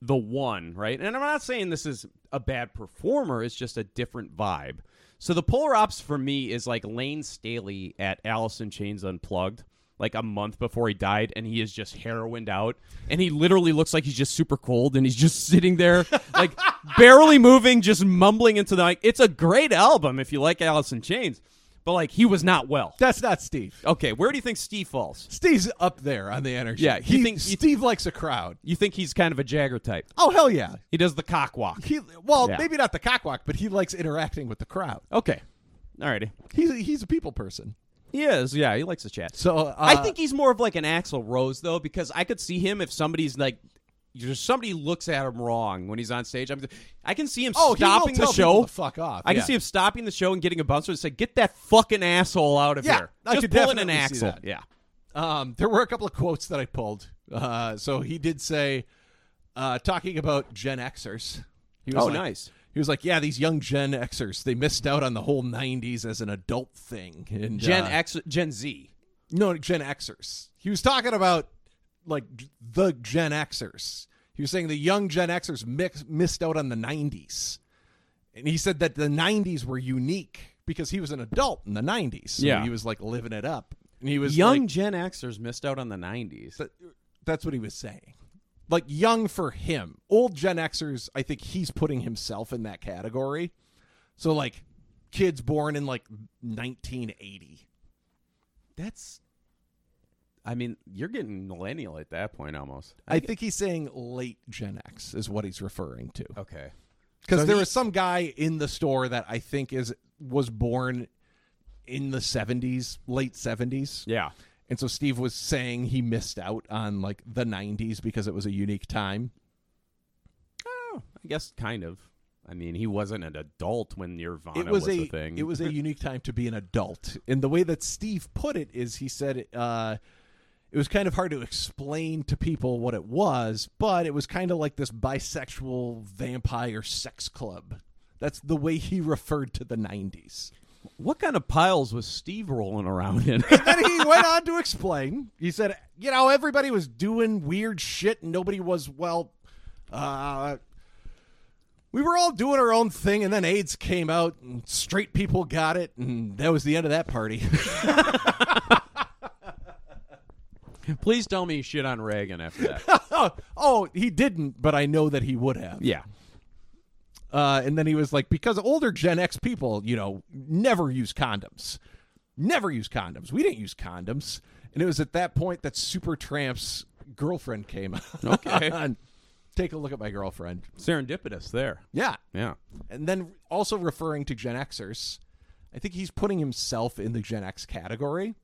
the one, right? And I'm not saying this is a bad performer; it's just a different vibe. So the polar ops for me is like Lane Staley at Alice in Chains Unplugged, like a month before he died, and he is just heroined out, and he literally looks like he's just super cold, and he's just sitting there, like barely moving, just mumbling into the mic. It's a great album if you like Alice in Chains, but like he was not well.
That's not Steve.
Okay, where do you think Steve falls?
Steve's up there on the energy.
Yeah, you
he
think- you-
Steve likes a crowd.
You think he's kind of a Jagger type?
Oh hell yeah.
He does the cock walk.
He well,
Yeah. Oh.
maybe not the cockwalk, but he likes interacting with the crowd.
Okay, alrighty.
He's he's a people person.
He is. Yeah, he likes to chat.
So uh,
I think he's more of like an Axl Rose though, because I could see him if somebody's like, just somebody looks at him wrong when he's on stage. I'm, I can see him
oh, he will
stopping
tell people
the show.
to fuck off.
I can
yeah.
see him stopping the show and getting a bouncer and say, "Get that fucking asshole out of
Yeah,
here."
I
just
could
pulling an
definitely see
Axl.
that.
Yeah.
Um, there were a couple of quotes that I pulled. Uh, so he did say, uh, talking about Gen Xers. He was
Oh,
like-
nice.
He was like, "Yeah, these young Gen Xers, they missed out on the whole '90s as an adult thing." And
Gen
uh,
X, Gen Z.
No, Gen Xers. He was talking about like g- the Gen Xers. He was saying the young Gen Xers mix, missed out on the 90s. And he said that the 90s were unique because he was an adult in the 90s. So
Yeah.
He was like living it up. And he was
Young
like-
Gen Xers missed out on the '90s.
that- that's what he was saying. Like young for him. Old Gen Xers, I think he's putting himself in that category. So like kids born in like 1980.
That's. I mean, you're getting millennial at that point almost.
I think he's saying late Gen X is what he's referring to.
Okay.
Because
So
there
he-
was some guy in the store that I think is was born in the seventies, late seventies.
Yeah.
And so Steve was saying he missed out on like the nineties because it was a unique time.
Oh, I guess kind of. I mean, he wasn't an adult when Nirvana
It was,
a,
a
thing.
it was a unique time to be an adult. And the way that Steve put it is he said uh it was kind of hard to explain to people what it was, but it was kind of like this bisexual vampire sex club. That's the way he referred to the 90s.
what kind of piles was Steve rolling around in?
then he went on to explain. He said, "You know, everybody was doing weird shit, and nobody was well. Uh, we were all doing our own thing, and then AIDS came out, and straight people got it, and that was the end of that party."
Please tell me he shit on Reagan after that.
oh, he didn't, but I know that he would have.
yeah.
Uh, and then he was like, because older Gen X people, you know, never use condoms. Never use condoms. We didn't use condoms. And it was at that point that Super Tramp's girlfriend came on.
Okay.
Take a look at my girlfriend.
Serendipitous there.
Yeah.
Yeah.
And then also referring to Gen Xers, I think he's putting himself in the Gen X category.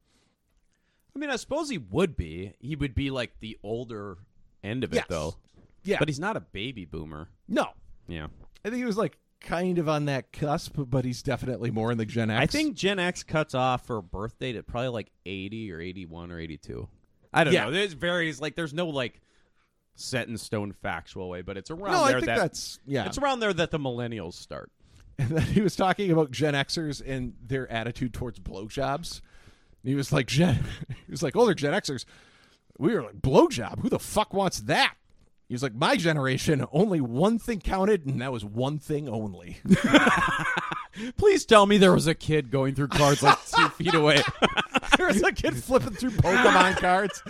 I mean, I suppose he would be. He would be like the older end of it,
Yes.
though.
Yeah.
But he's not a baby boomer.
No.
Yeah.
I think he was like kind of on that cusp, but he's definitely more in the Gen X.
I think Gen X cuts off for a birth date at probably like 80 or 81 or 82. I don't
Yeah.
know. It varies. Like, there's no like set in stone factual way, but it's around
No, I
there
think
that-
that's yeah.
it's around there that the millennials start.
and then he was talking about Gen Xers and their attitude towards blowjobs. And he was like, Gen, he was like, older Gen Xers, we were like, blowjob? Who the fuck wants that? He was like, my generation, only one thing counted, and that was one thing only.
Please tell me there was a kid going through cards like two feet away.
there was a kid flipping through Pokemon cards.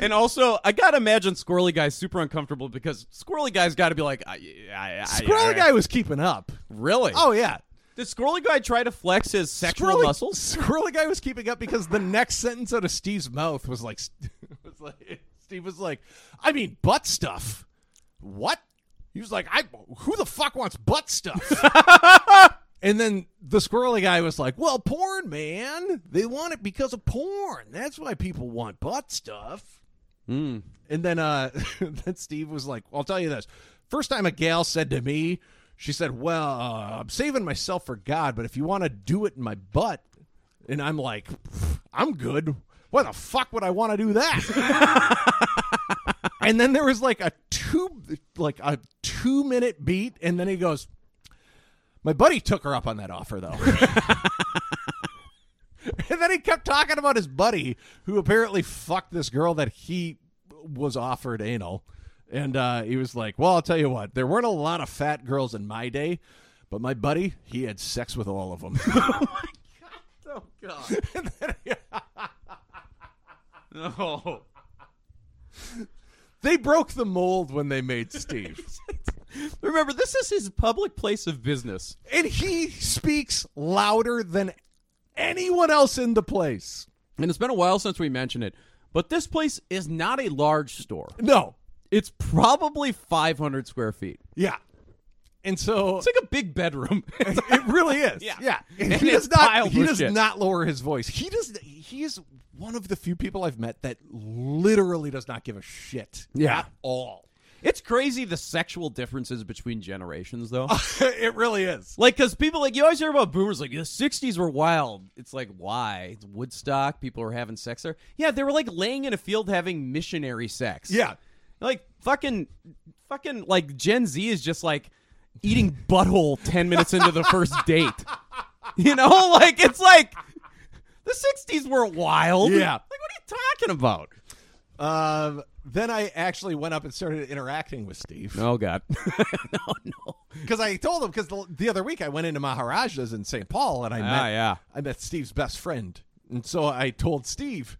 And also, I gotta imagine Squirrely Guy's super uncomfortable because Squirrely Guy's got to be like, I, I, I,
Squirrely guy was keeping up.
really?
Oh yeah,
did Squirrely Guy try to flex his sexual
Squirrely,
muscles?
Squirrely guy was keeping up because the next sentence out of Steve's mouth was like, was like Steve was like, I mean butt stuff. What? He was like, I who the fuck wants butt stuff? and then the squirrely guy was like, Well, porn, man. They want it because of porn. That's why people want butt stuff. And then uh then Steve was like, I'll tell you this. First time a gal said to me, she said, Well, uh, I'm saving myself for God, but if you want to do it in my butt, and I'm like, I'm good. Why the fuck would I want to do that? and then there was like a two like a two minute beat, and then he goes, My buddy took her up on that offer though. and then he kept talking about his buddy who apparently fucked this girl that he was offered anal and uh, he was like well i'll tell you what there weren't a lot of fat girls in my day but my buddy he had sex with all of them
No.
they broke the mold when they made steve
Remember, this is his public place of business.
and he speaks louder than anyone else in the place
And it's been a while since we mentioned it, but this place is not a large store.
no
It's probably 500 square feet.
yeah and so
It's like a big bedroom.
it really is.
Yeah.
yeah.
And
he
it's
does not.
piled
He
with
does
shit.
not lower his voice. He does. He is one of the few people I've met that literally does not give a shit.
Yeah.
at all.
it's crazy the sexual differences between generations, though.
it really is.
Like, because people, like, you always hear about boomers, like, the 60s were wild. It's like, why? It's Woodstock. People were having sex there. Yeah, they were, like, laying in a field having missionary sex.
Yeah.
Like, fucking, fucking, like, Gen Z is just, like, eating butthole 10 minutes into the first date. You know? Like, it's like, the 60s were wild.
Yeah.
Like, what are you talking about?
Um. Then I actually went up and started interacting with Steve
Oh, God. no, no.
because I told him because the, the other week I went into Maharaja's in St. Paul and I
Ah,
met
yeah.
I met Steve's best friend and so I told Steve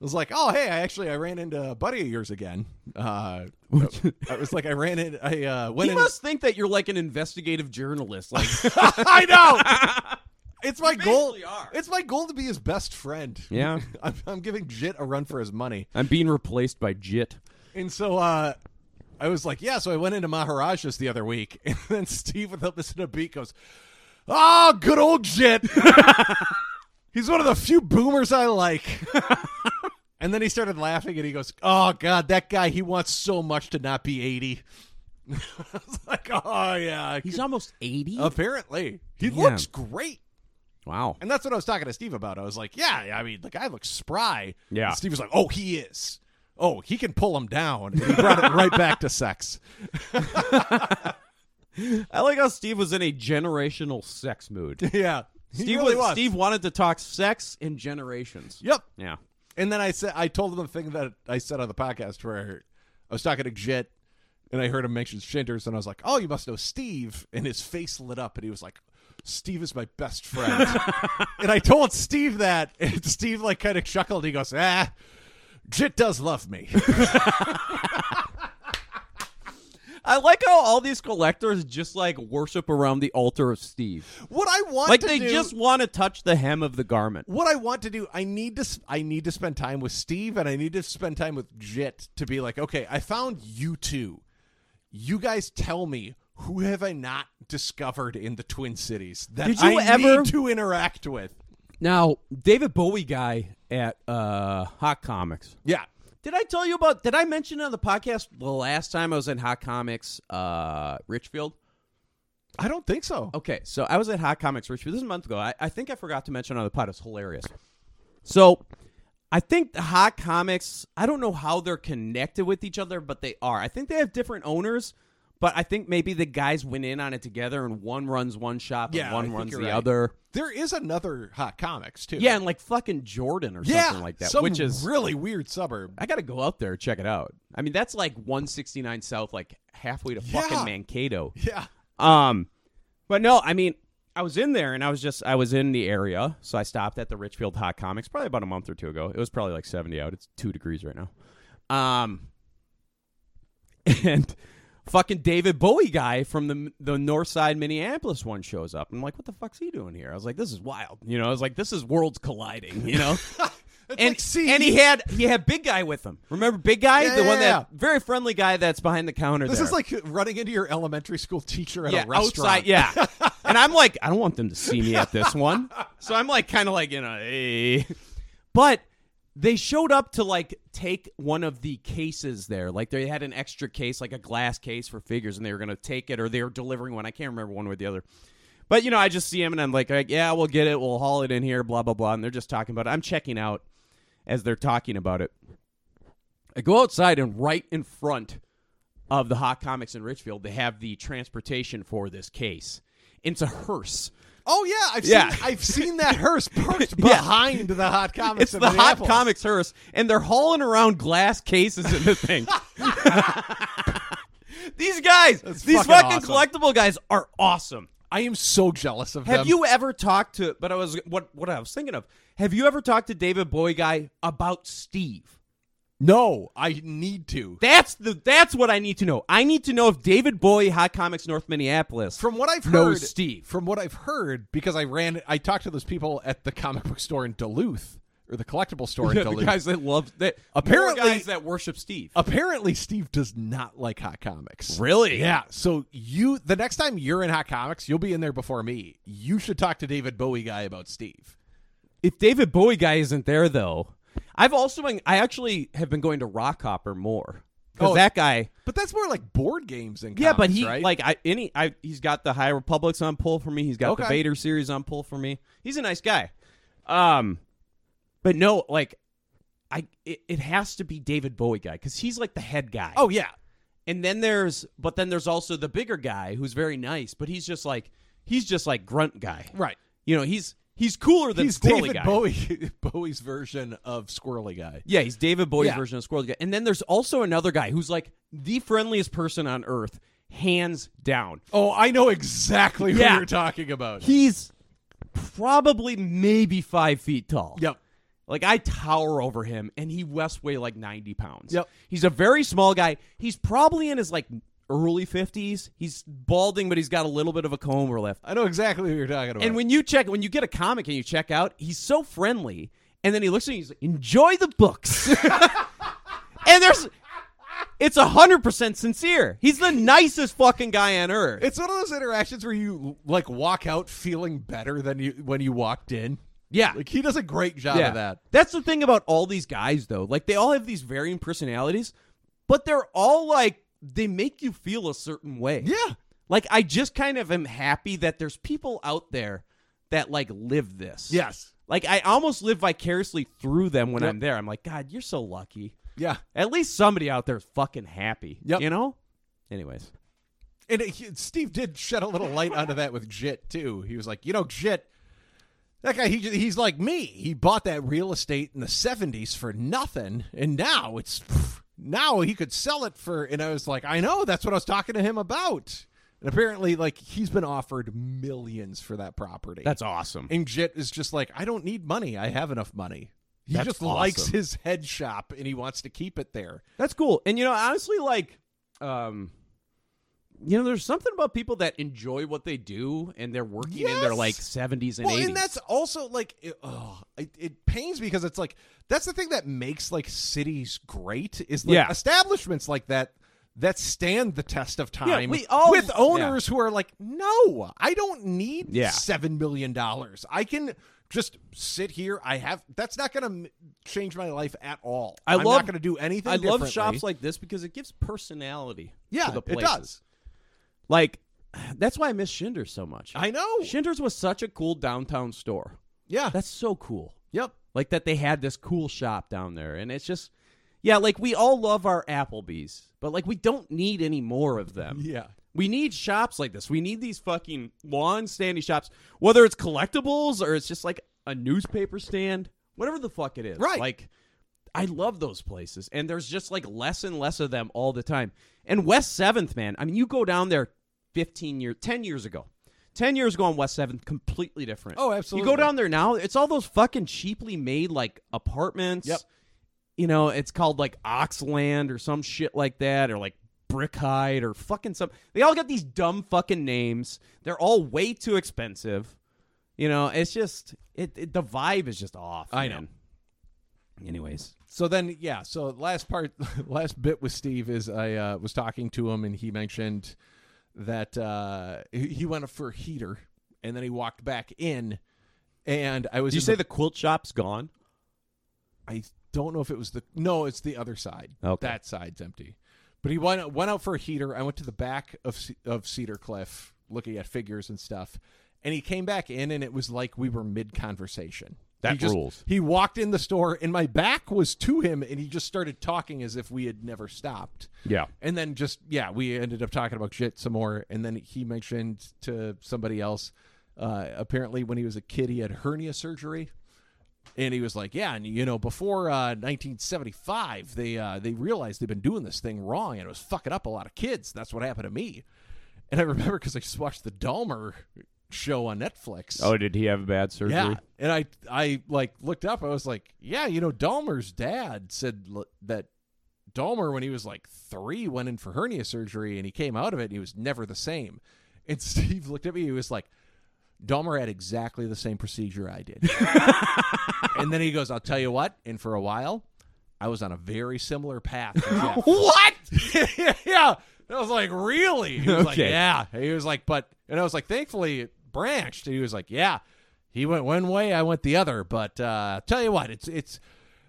I was like oh hey I actually I ran into a buddy of yours again uh, I was like I ran in I uh, went
He
in
must think that you're, like, an investigative journalist. Like,
I know. It's my goal.
basically are.
It's my goal to be his best friend.
Yeah.
I'm, I'm giving Jit a run for his money.
I'm being replaced by JIT.
And so uh, I was like, yeah, so I went into Maharaja's the other week, and then Steve, without missing a beat, goes, ah, good old Jit. He's one of the few boomers I like. and then he started laughing, and he goes, oh, God, that guy, he wants so much to not be 80. I was like, oh, yeah. I
He's
could-
almost 80?
Apparently. He
Damn.
looks great.
Wow.
And that's what I was talking to Steve about. I was like, yeah, I mean, the guy looks spry.
Yeah.
And Steve was like, oh, he is. Oh, he can pull him down. And he brought it right back to sex.
I like how Steve was in a generational sex mood.
yeah. He
Steve
really
was, Steve wanted to talk sex and generations.
Yep.
Yeah.
And then I said I told him the thing that I said on the podcast where I was talking to Jit and I heard him mention Shinters and I was like, Oh, you must know Steve and his face lit up and he was like Steve is my best friend. and I told Steve that and Steve like kind of chuckled. He goes, Ah, Jit does love me.
I like how all these collectors just like worship around the altar of Steve.
what I want
Like
to
they
do-
just want to touch the hem of the garment.
what I want to do, I need to s- I need to spend time with Steve and I need to spend time with Jit to be like, okay, I found you two. You guys tell me who have I not discovered in the Twin Cities that
Did you
I
ever-
need to interact with?
Now, David Bowie guy at uh Hot Comics.
Yeah.
Did I tell you about did I mention on the podcast the last time I was in Hot Comics uh Richfield?
I don't think so.
Okay, so I was at Hot Comics Richfield. This is a month ago. I, I think I forgot to mention on the pod. It's hilarious. So I think the Hot Comics, I don't know how they're connected with each other, but they are. I think they have different owners, but I think maybe the guys went in on it together and one runs one shop
Yeah,
and
I
one
think
runs the
you're right.
other.
There is another hot comics too.
Yeah, and like fucking Jordan or
yeah,
something like that,
some
which is
really weird suburb.
I gotta go out there and check it out. I mean, that's like 169 South, like halfway to fucking
Yeah.
Mankato.
Yeah.
Um, but no, I mean, I was in there and I was just I was in the area, so I stopped at the Richfield Hot Comics probably about a month or two ago. It was probably like 70 out. It's two degrees right now. Um, and fucking David Bowie guy from the the North Side Minneapolis one shows up. I'm like, what the fuck's he doing here? I was like, this is wild. You know, I was like, this is worlds colliding. You know.
It's
and
like, see,
and he had he had big guy with him. Remember big guy,
Yeah,
the one
yeah,
that very friendly guy that's behind the counter.
this
there.
is like running into your elementary school teacher at
yeah
a restaurant.
outside, yeah. and I'm like, I don't want them to see me at this one, so I'm like, kind of like you know, hey. but they showed up to like take one of the cases there. Like they had an extra case, like a glass case for figures, and they were gonna take it, or they were delivering one. I can't remember one or the other. But you know, I just see him and I'm like, like, yeah, we'll get it, we'll haul it in here, blah blah blah. And they're just talking about it. I'm checking out as they're talking about it. I go outside and right in front of the Hot Comics in Richfield, they have the transportation for this case. It's a hearse.
Oh yeah, I've
Yeah.
seen I've seen that hearse parked
Yeah.
behind the hot comics.
It's
in
the Hot
Minneapolis.
Comics hearse, and they're hauling around glass cases in the thing. these guys, these
fucking awesome.
fucking, collectible guys are awesome.
I am so jealous of
Have
them.
you ever talked to? But I was what what I was thinking of. Have you ever talked to David Boy guy about Steve?
No, I need to.
That's the that's what I need to know. I need to know if David Boy Hot Comics North Minneapolis
From what I've heard,
knows Steve.
From what I've heard, because I ran, I talked to those people at the comic book store in Duluth or the collectible store in
Yeah,
Duluth.
the guys that love that
Apparently-
more guys that worship Steve.
Apparently, Steve does not like hot comics.
Really?
Yeah. So you, the next time you're in hot comics, you'll be in there before me. You should talk to David Bowie guy about Steve.
If David Bowie guy isn't there though, I've also been I actually have been going to Rock Hopper more. Cuz
Oh,
that guy
But that's more like board games and
Yeah, but he
right?
like I any I he's got the High Republics on pull for me. He's got the
Okay.
Vader series on pull for me. He's a nice guy. Um but no, like I it, it has to be David Bowie guy cuz he's like the head guy.
oh yeah,
And then there's but then there's also the bigger guy who's very nice, but he's just like he's just like grunt guy.
right.
You know, he's he's cooler than
He's
Squirrely
David
guy.
Bowie Bowie's version of Squirrely guy.
Yeah, he's David Bowie's
Yeah.
version of Squirrel Guy. And then there's also another guy who's like the friendliest person on earth, hands down.
Oh, I know exactly who
Yeah.
you're talking about.
He's probably maybe five feet tall.
yep.
Like I tower over him, and he West weigh like ninety pounds.
Yep.
He's a very small guy. He's probably in his like early fifties. He's balding, but he's got a little bit of a comb or left.
I know exactly who you're talking about.
And when you check, when you get a comic and you check out, he's so friendly. And then he looks at you, he's like, enjoy the books. and there's, it's 100% sincere. He's the nicest fucking guy on earth.
it's one of those interactions where you like walk out feeling better than you when you walked in.
yeah.
Like he does a great job
yeah.
of that.
That's the thing about all these guys, though. Like, they all have these varying personalities, but they're all like, they make you feel a certain way.
Yeah.
Like, I just kind of am happy that there's people out there that like live this.
Yes.
Like I almost live vicariously through them when
Yep.
I'm there. I'm like, God, you're so lucky.
Yeah.
At least somebody out there's fucking happy.
Yep.
You know? Anyways.
And it, he- Steve did shed a little light onto that with Jit too. He was like, you know, Jit, that guy, he ju- he's like me. He bought that real estate in the '70s for nothing, and now it's pff, now he could sell it for. And I was like, I know, that's what I was talking to him about. And apparently, like he's been offered millions for that property.
That's awesome.
And Jit is just like, I don't need money. I have enough money. He
That's
just likes
awesome.
his head shop and he wants to keep it there.
That's cool. And you know, honestly, like, um, you know, there's something about people that enjoy what they do and they're working in their
Yes.
like 70s and
well,
80s.
and that's also like, it, oh, it, it pains me because it's like that's the thing that makes like cities great is like
Yeah.
establishments like that that stand the test of time
we all-
with owners who are like, no, I don't need
Yeah.
seven million dollars. I can just sit here. I have that's not going to change my life at all.
I
am
love-
not going to do anything.
I love
differently.
shops like this because it gives personality
yeah,
to the
it
places.
does.
Like, that's why I miss Shinder's so much.
I know.
Shinder's was such a cool downtown store.
Yeah.
That's so cool.
Yep.
Like that they had this cool shop down there. And it's just, yeah, like we all love our Applebee's, but like we don't need any more of them.
Yeah.
We need shops like this. We need these fucking lawn standy shops, whether it's collectibles or it's just like a newspaper stand, whatever the fuck it is.
Right.
Like, I love those places, and there's just like less and less of them all the time. And West Seventh, man, I mean, you go down there, fifteen years, ten years ago, ten years ago on West Seventh, completely different.
Oh,
You
absolutely.
go down there now, it's all those fucking cheaply made like apartments.
Yep.
You know, it's called like Oxland or some shit like that, or like Brickhide or fucking some. They all got these dumb fucking names. They're all way too expensive. You know, it's just it. it the vibe is just off.
I know.
man. Anyways,
So then, yeah. So last part, last bit with Steve is I uh, was talking to him and he mentioned that uh, he he went up for a heater and then he walked back in, and I was.
Did you
in
say the quilt shop's gone?
I don't know if it was the no, it's the other side.
Okay.
that side's empty. But he went went out for a heater. I went to the back of Ce- of Cedar Cliff, looking at figures and stuff. And he came back in, and it was like we were mid conversation.
That
he just-
rules.
He walked in the store, and my back was to him, and he just started talking as if we had never stopped.
Yeah.
And then just yeah, we ended up talking about shit some more, and then he mentioned to somebody else. Uh, apparently, when he was a kid, he had hernia surgery, and he was like, "Yeah, and you know, before uh, 1975, they uh, they realized they've been doing this thing wrong, and it was fucking up a lot of kids. That's what happened to me." And I remember because I just watched the Dahmer show on Netflix.
Oh, did he have bad surgery?
Yeah, and I I like looked up. I was like, yeah, you know, Dahmer's dad said l- that Dahmer, when he was like three, went in for hernia surgery, and he came out of it. and He was never the same. And Steve looked at me. He was like, Dahmer had exactly the same procedure I did. and then he goes, I'll tell you what. And for a while, I was on a very similar path. to Jeff."
What?
yeah. And I was like, really? He was like,
Okay.
yeah. He was like, but, and I was like, thankfully it branched. And he was like, yeah. He went one way, I went the other. But uh, tell you what, it's it's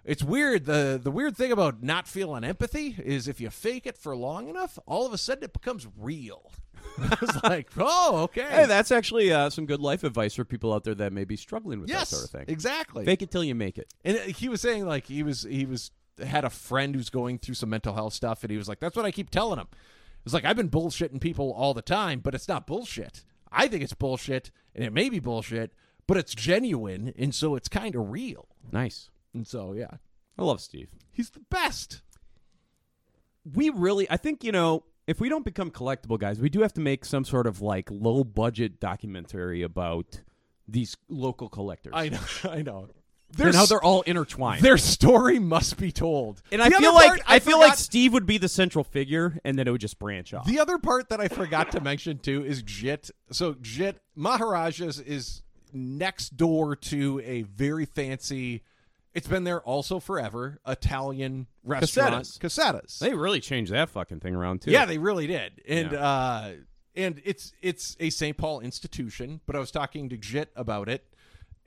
it's weird. the The weird thing about not feeling empathy is if you fake it for long enough, all of a sudden it becomes real. I was like, oh, okay.
Hey, that's actually uh, some good life advice for people out there that may be struggling with
yes,
that sort of thing.
exactly.
Fake it till you make it.
And uh, he was saying like he was he was had a friend who's going through some mental health stuff, and he was like, "That's what I keep telling him." It's like I've been bullshitting people all the time, but it's not bullshit. I think it's bullshit, and it may be bullshit, but it's genuine, and so it's kind of real.
Nice.
And so, yeah,
I love Steve.
he's the best.
We really, I think you know, if we don't become collectible guys, we do have to make some sort of like low budget documentary about these local collectors
I know, I know.
and
There's
how they're all intertwined.
Their story must be told.
and I
The
feel
other
like
part
I, feel like
forgot-
Steve would be the central figure, and then it would just branch off.
The other part that I forgot to mention too is Jit. So Jit Maharajas is next door to a very fancy. It's been there also forever. Italian restaurant,
Casetas.
Casetas.
they really changed that fucking thing around too.
Yeah, they really did. And
Yeah.
uh and it's it's a St. Paul institution, but I was talking to Jit about it.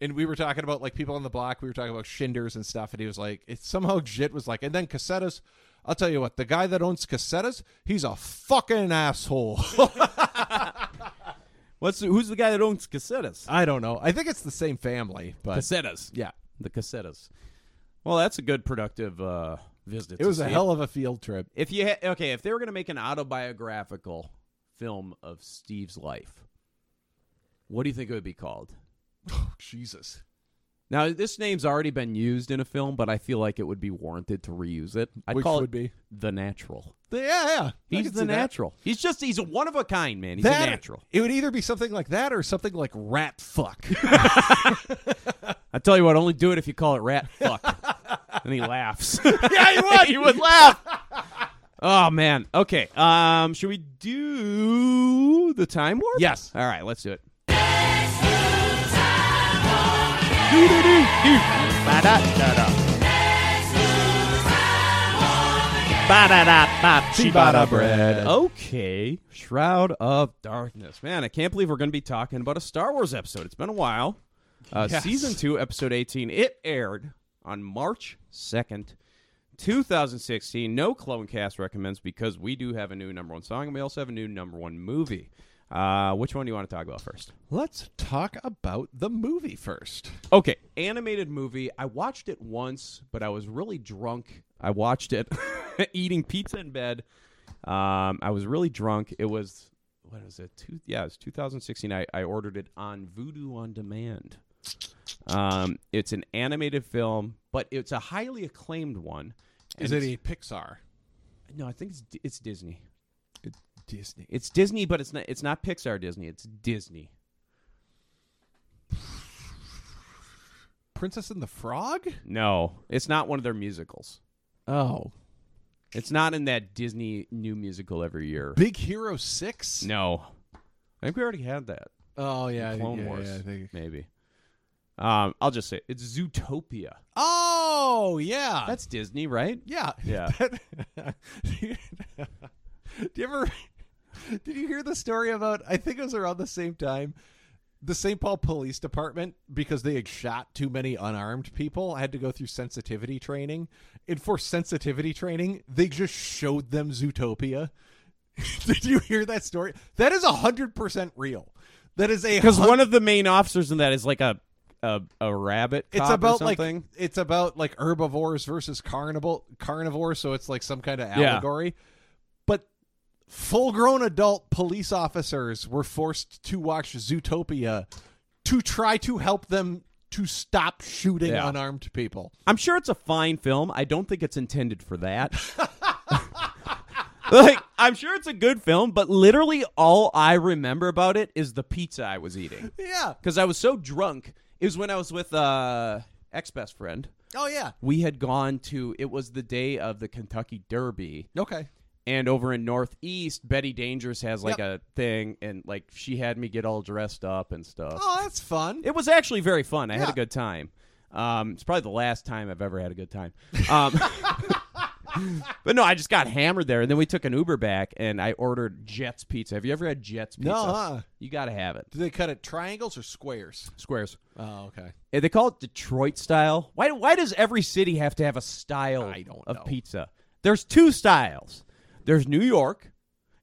And we were talking about like people on the block, we were talking about shinders and stuff, and he was like, it's somehow Jit was like, and then Casetas, I'll tell you what, the guy that owns Casetas, he's a fucking asshole.
What's who's the guy that owns cassettes?
I don't know. I think it's the same family, but
Cassettes.
yeah.
the cassettes. Well, that's a good productive uh, visit.
It was a hell of a field trip.
If you ha- okay, if they were going to make an autobiographical film of Steve's life, what do you think it would be called?
Oh, Jesus.
Now, this name's already been used in a film, but I feel like it would be warranted to reuse it. I'd
Which
call
would
it
be?
The Natural.
Yeah, yeah. I
He's
can
the
see that.
natural. He's just he's a one of a kind man. He's
That-
a natural.
It would either be something like that or something like rat fuck.
I tell you what, only do it if you call it rat fuck. and he laughs.
yeah, you would.
he would laugh. Oh man. Okay. Um should we do the time warp?
Yes.
All right, let's do it.
Ciabatta
Oh.
bread.
Okay. Shroud of Darkness. Man, I can't believe we're going to be talking about a Star Wars episode. It's been a while. Uh,
Yes.
Season 2, Episode 18. It aired on March 2nd, 2016. No Clone Cast recommends because we do have a new number one song and we also have a new number one movie. Uh, which one do you want to talk about first?
Let's talk about the movie first.
Okay, animated movie. I watched it once, but I was really drunk. I watched it eating pizza in bed. Um, I was really drunk. It was what was it? Two, yeah, it was 2016. I, I ordered it on Voodoo on Demand. Um, it's an animated film, but it's a highly acclaimed one.
Is
And
it E- a Pixar?
it's- No, I think it's Di- it's Disney.
Disney.
It's Disney, but it's not it's not Pixar Disney. It's Disney.
Princess and the Frog?
No, it's not one of their musicals.
Oh.
It's not in that Disney new musical every year.
Big Hero 6?
No. I think we already had that.
Oh, yeah. I-
Clone
yeah,
Wars.
yeah, I think-
Maybe. Um, I'll just say it. it's Zootopia.
Oh, yeah.
That's Disney, right?
Yeah.
Yeah.
Do you ever did you hear the story about I think it was around the same time the St. Paul Police Department because they had shot too many unarmed people had to go through sensitivity training. And for sensitivity training, they just showed them Zootopia. did you hear that story? That is 100% real. That is a
Because
hun-
one of the main officers in that is like a a, a rabbit.
it's
cop or
about like
something.
it's about like herbivores versus carnivore carnivores so it's like some kind of
Yeah.
allegory but full grown adult police officers were forced to watch zootopia to try to help them to stop shooting
Yeah.
unarmed people
I'm sure it's a fine film. I don't think it's intended for that. like I'm sure it's a good film, but literally all I remember about it is the pizza I was eating.
yeah
Because I was so drunk. It was when I was with uh ex best friend.
oh yeah
we had gone to it was the day of the Kentucky Derby
okay
and over in Northeast Betty Dangerous has like a thing and like she had me get all dressed up and stuff.
oh that's fun
It was actually very fun. I had
Yeah.
a good time. Um, it's probably the last time I've ever had a good time. Um, but no, I just got hammered there and then we took an Uber back and I ordered Jets pizza. Have you ever had Jets pizza?
no uh-uh. huh?
You got to have it.
do they cut it triangles or squares
Squares.
oh okay
And they call it Detroit style. Why? Why does every city have to have a style
I don't
of
know.
pizza? There's two styles. There's New York,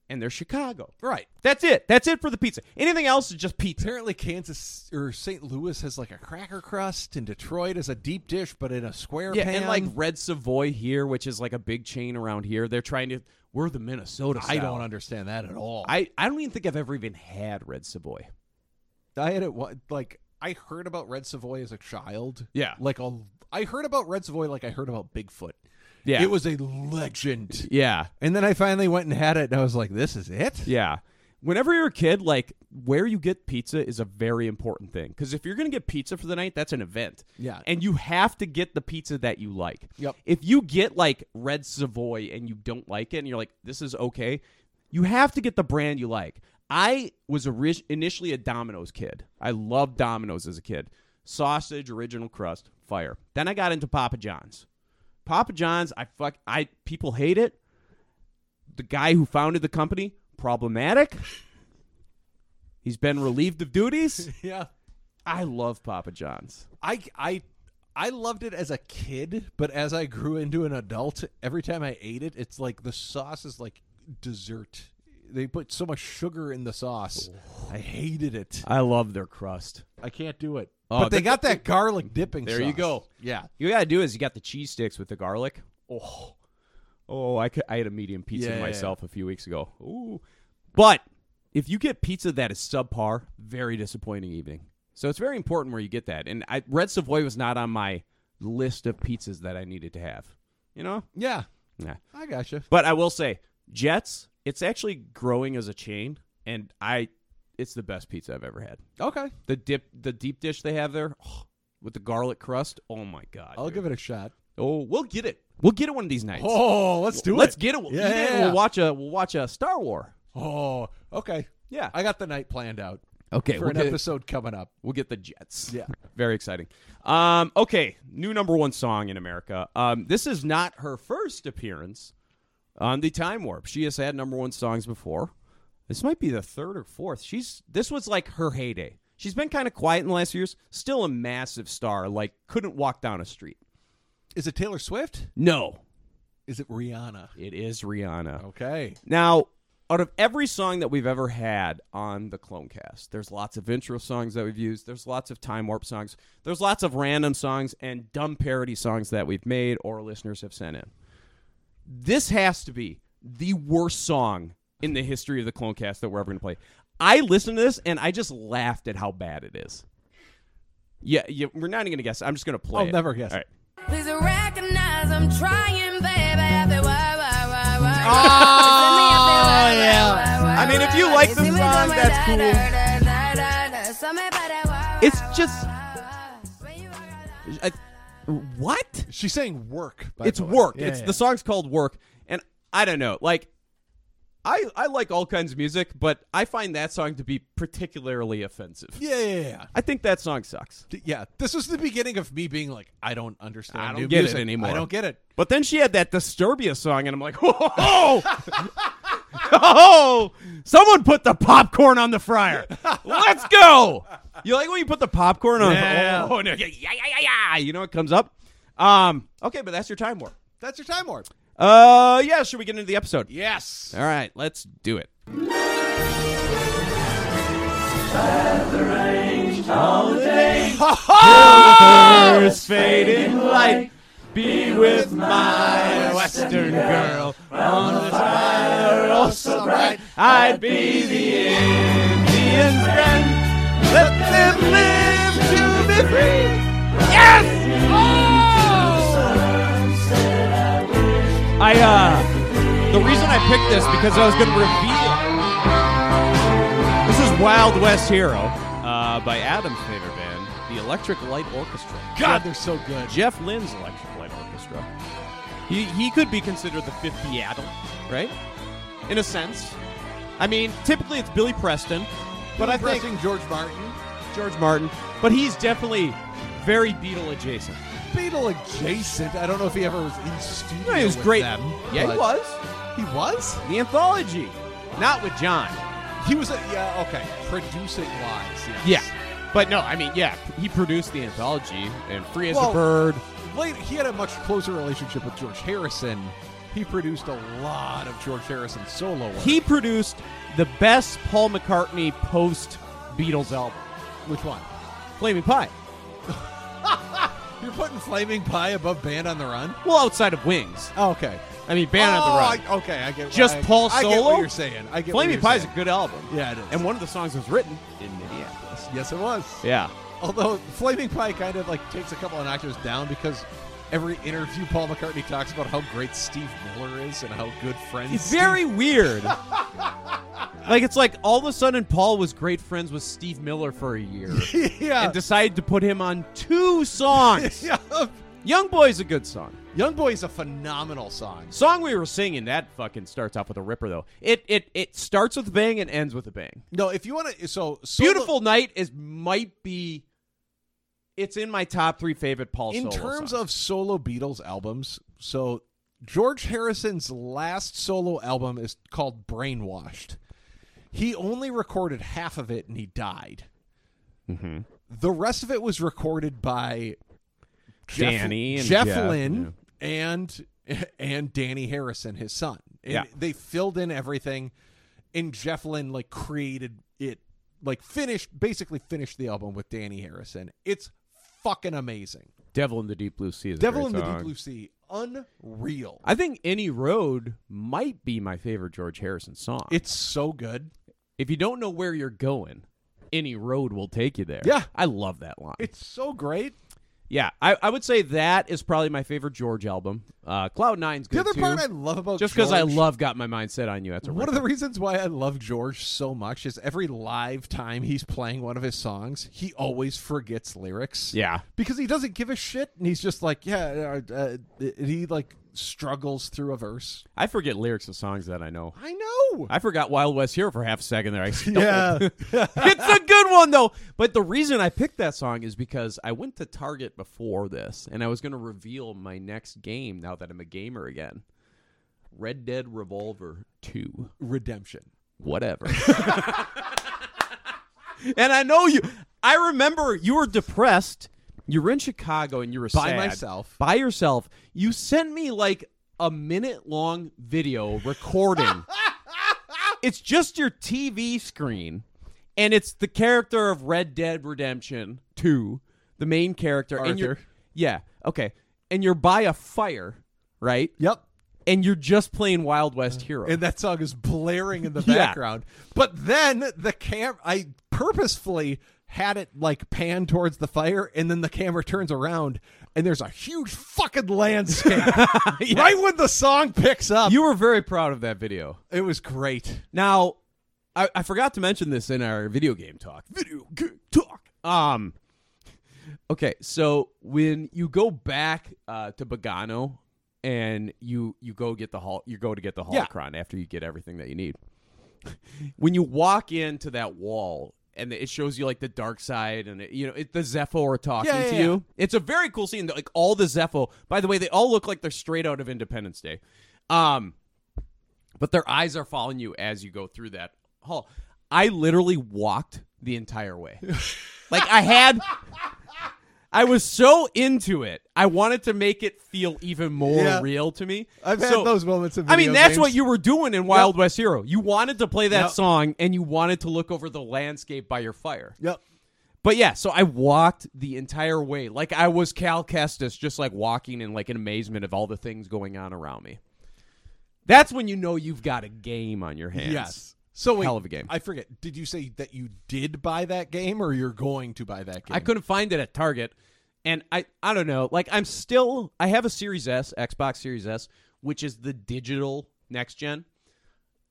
and there's Chicago.
right
That's it. That's it for the pizza. Anything else is just pizza.
Apparently, Kansas or St. Louis has like a cracker crust, and Detroit is a deep dish, but in a square
Yeah,
pan.
and like Red Savoy here, which is like a big chain around here. They're trying to. We're the Minnesota.
I
style.
don't understand that at all.
I I don't even think I've ever even had Red Savoy.
I had it wa- like I heard about Red Savoy as a child.
Yeah.
like a, I heard about Red Savoy like I heard about Bigfoot.
Yeah.
it was a legend.
Yeah.
And then I finally went and had it, and I was like, "This is it."
Yeah. Whenever you're a kid, like where you get pizza is a very important thing because if you're gonna get pizza for the night, that's an event.
Yeah.
and you have to get the pizza that you like.
Yep.
If you get like Red Savoy and you don't like it, and you're like, "This is okay," you have to get the brand you like. I was ori- initially a Domino's kid. I loved Domino's as a kid. Sausage, original crust, fire. Then I got into Papa John's. Papa John's, I fuck, I people hate it the guy who founded the company problematic. He's been relieved of duties.
yeah.
I love Papa John's.
I I I loved it as a kid, but as I grew into an adult, every time I ate it, it's like the sauce is like dessert. They put so much sugar in the sauce. I hated it.
I love their crust.
Oh. I can't do it.
Oh,
but they
the-
got that garlic dipping
There you
sauce.
go.
Yeah.
You gotta do is you got the cheese sticks with the garlic. Oh, oh, I could, I had a medium pizza
Yeah, yeah,
myself a few weeks ago. Ooh, but If you get pizza that is subpar, very disappointing evening. So it's very important where you get that. And I, Red Savoy was not on my list of pizzas that I needed to have. You know?
Yeah,
Yeah.
I gotcha.
But I will say, Jets, it's actually growing as a chain, and I, it's the best pizza I've ever had.
Okay,
The dip, the deep dish they have there, oh, with the garlic crust. Oh my god!
I'll
dude.
give it a shot.
Oh, we'll get it. We'll get it one of these nights.
Oh, let's do
Let's
it.
get it. We'll
Yeah,
eat it,
yeah,
and
yeah.
We'll watch a. We'll watch a Star War.
Oh, okay.
Yeah.
I got the night planned out
Okay,
for
we'll
an
get,
episode coming up.
We'll get the Jets.
Yeah.
very exciting. Um, okay, new number one song in America. Um, this is not her first appearance on the Time Warp. She has had number one songs before. This might be the third or fourth. She's this was like her heyday. She's been kind of quiet in the last few years. Still a massive star. Like couldn't walk down a street.
Is it Taylor Swift?
No,
Is it Rihanna?
it is Rihanna.
Okay.
Now, out of every song that we've ever had on the Clonecast, there's lots of intro songs that we've used. There's lots of time warp songs. There's lots of random songs and dumb parody songs that we've made or listeners have sent in. This has to be the worst song in the history of the Clonecast that we're ever going to play. I listened to this and I just laughed at how bad it is. Yeah, yeah we're not even going to guess. I'm just going to play.
I'll
it.
never guess.
All right.
Please recognize I'm trying, baby. I feel why, why, why, why.
I mean, if you like the song, that's cool.
cool.
It's just- I, what?
She's saying work. By
it's
the way.
work.
Yeah,
it's
yeah.
the song's called work, and I don't know. Like, I I like all kinds of music, but I find that song to be particularly offensive.
Yeah, yeah, yeah.
I think that song sucks.
D- Yeah, this was the beginning of me being like, I don't understand.
I don't
new
get it
music.
anymore.
I don't get it.
But then she had that Disturbia song, and I'm like, whoa. Oh, someone put the popcorn on the fryer. Let's go. You like when you put the popcorn on?
Yeah.
Oh, no. yeah, yeah, yeah, yeah. You know it comes up. Um, okay, but that's your time warp.
That's your time warp.
Uh, yeah. Should we get into the episode?
Yes.
All right, let's do it. First fading light, be with my western girl. On the fire, oh so bright, I'd be the Indian's friend. Let them live to be free. Yes! Oh! I, uh, the reason I picked this because I was going to reveal. This is Wild West Hero uh, by Adam's favorite band, the Electric Light Orchestra.
God, they're so good.
Jeff Lynne's Electric Light Orchestra. He he could be considered the fifth Beatle, right? In a sense. I mean, typically it's Billy Preston, but I
Preston,
think
George Martin,
George Martin. But he's definitely very Beatle adjacent.
Beatle adjacent. I don't know if he ever was in studio.
No, he was
with
great.
them,
yeah, he
but-
was.
He was.
The anthology, not with John.
He was. A, yeah. Okay. Producing wise. Yes.
Yeah, but no, I mean, yeah, he produced the anthology and Free as
Well,
a Bird.
Later, he had a much closer relationship with George Harrison. He produced a lot of George Harrison solo work.
He produced the best Paul McCartney post Beatles album,
Which one?
Flaming Pie.
You're putting Flaming Pie above Band on the Run?
Well, outside of Wings.
Oh, okay.
I mean, Band on the Run.
Oh, I- okay, I get
Just
I,
Paul
I get
solo?
what you're saying. I get what
Flaming
you're
Pie is a
saying.
good album.
Yeah, it is.
And one of the songs was written in Minneapolis.
Yes, it was.
Yeah.
Although Flaming Pie kind of like takes a couple of octaves down because every interview Paul McCartney talks about how great Steve Miller is and how good friends.
It's
Steve-
very weird. like, it's like all of a sudden Paul was great friends with Steve Miller for a year
yeah.
and decided to put him on two songs.
yeah.
Young Boy's a good song.
Young Boy is a phenomenal song.
Song we were singing, that fucking starts off with a ripper, though. It it, it starts with a bang and ends with a bang.
No, if you want to, so solo-
Beautiful Night is might be. It's in my top three favorite Paul
in
solo
terms
songs.
of solo Beatles albums, so George Harrison's last solo album is called Brainwashed. He only recorded half of it and he died.
Mm-hmm.
The rest of it was recorded by Jeff,
Danny and
Jeff,
Jeff,
Lynne and and Danny Harrison, his son. And
Yeah.
they filled in everything, and Jeff Lynne like created it, like finished basically finished the album with Danny Harrison. It's fucking amazing.
Devil in the Deep Blue Sea is a
Devil
great
in the Deep
song.
Blue Sea, unreal.
I think Any Road might be my favorite George Harrison song.
It's so good.
If you don't know where you're going, any road will take you there.
Yeah.
I love that line.
It's so great.
Yeah, I, I would say that is probably my favorite George album. Uh, Cloud Nine's good
The other
too.
part I love about
just because I
George-
love got my mind set on you. That's a
One of
ripper.
the reasons why I love George so much is every live time he's playing one of his songs, he always forgets lyrics.
Yeah.
Because he doesn't give a shit and he's just like, yeah, uh, uh, and he like struggles through a verse.
I forget lyrics of songs that I know.
I know.
I forgot Wild West Hero for half a second there. I stumbled.
Yeah.
it's a good one though. But the reason I picked that song is because I went to Target before this, and I was going to reveal my next game. Now that I'm a gamer again, Red Dead Revolver Two,
Redemption.
whatever. and I know you. I remember you were depressed. You were in Chicago, and you were
By
sad.
myself.
By yourself. You sent me like a minute long video recording. it's just your TV screen, and it's the character of Red Dead Redemption 2, the main character. And you're,
Arthur.
yeah, okay. And you're by a fire, right?
Yep.
And you're just playing Wild West Hero.
And that song is blaring in the
Yeah.
background. But then the cam I purposefully had it like pan towards the fire and then the camera turns around and there's a huge fucking landscape right when the song picks up.
you were very proud of that video.
It was great.
Now, I, I forgot to mention this in our video game talk. Video game talk. Um. Okay, so when you go back uh, to Bogano and you you go get the hall you go to get the
Yeah.
holocron after you get everything that you need. when you walk into that wall and it shows you like the dark side and it, you know it, the Zepho are talking
Yeah, yeah,
to
yeah.
you. It's a very cool scene. Like all the Zepho. By the way, they all look like they're straight out of Independence Day. Um, but their eyes are following you as you go through that hall. I literally walked the entire way. like I had I was so into it. I wanted to make it feel even more
Yeah.
real to me.
I've had
So-
those moments in
I mean,
video
that's
games.
what you were doing in Wild
Yep.
West Hero. You wanted to play that
Yep.
song and you wanted to look over the landscape by your fire.
Yep.
But yeah, so I walked the entire way. Like I was Cal Kestis, just like walking in like an amazement of all the things going on around me. That's when you know you've got a game on your hands.
Yes. So wait,
Hell of a game.
I forget. Did you say that you did buy that game or you're going to buy that game?
I couldn't find it at Target, and I I don't know. Like I'm still I have a Series S, Xbox Series S, which is the digital next gen.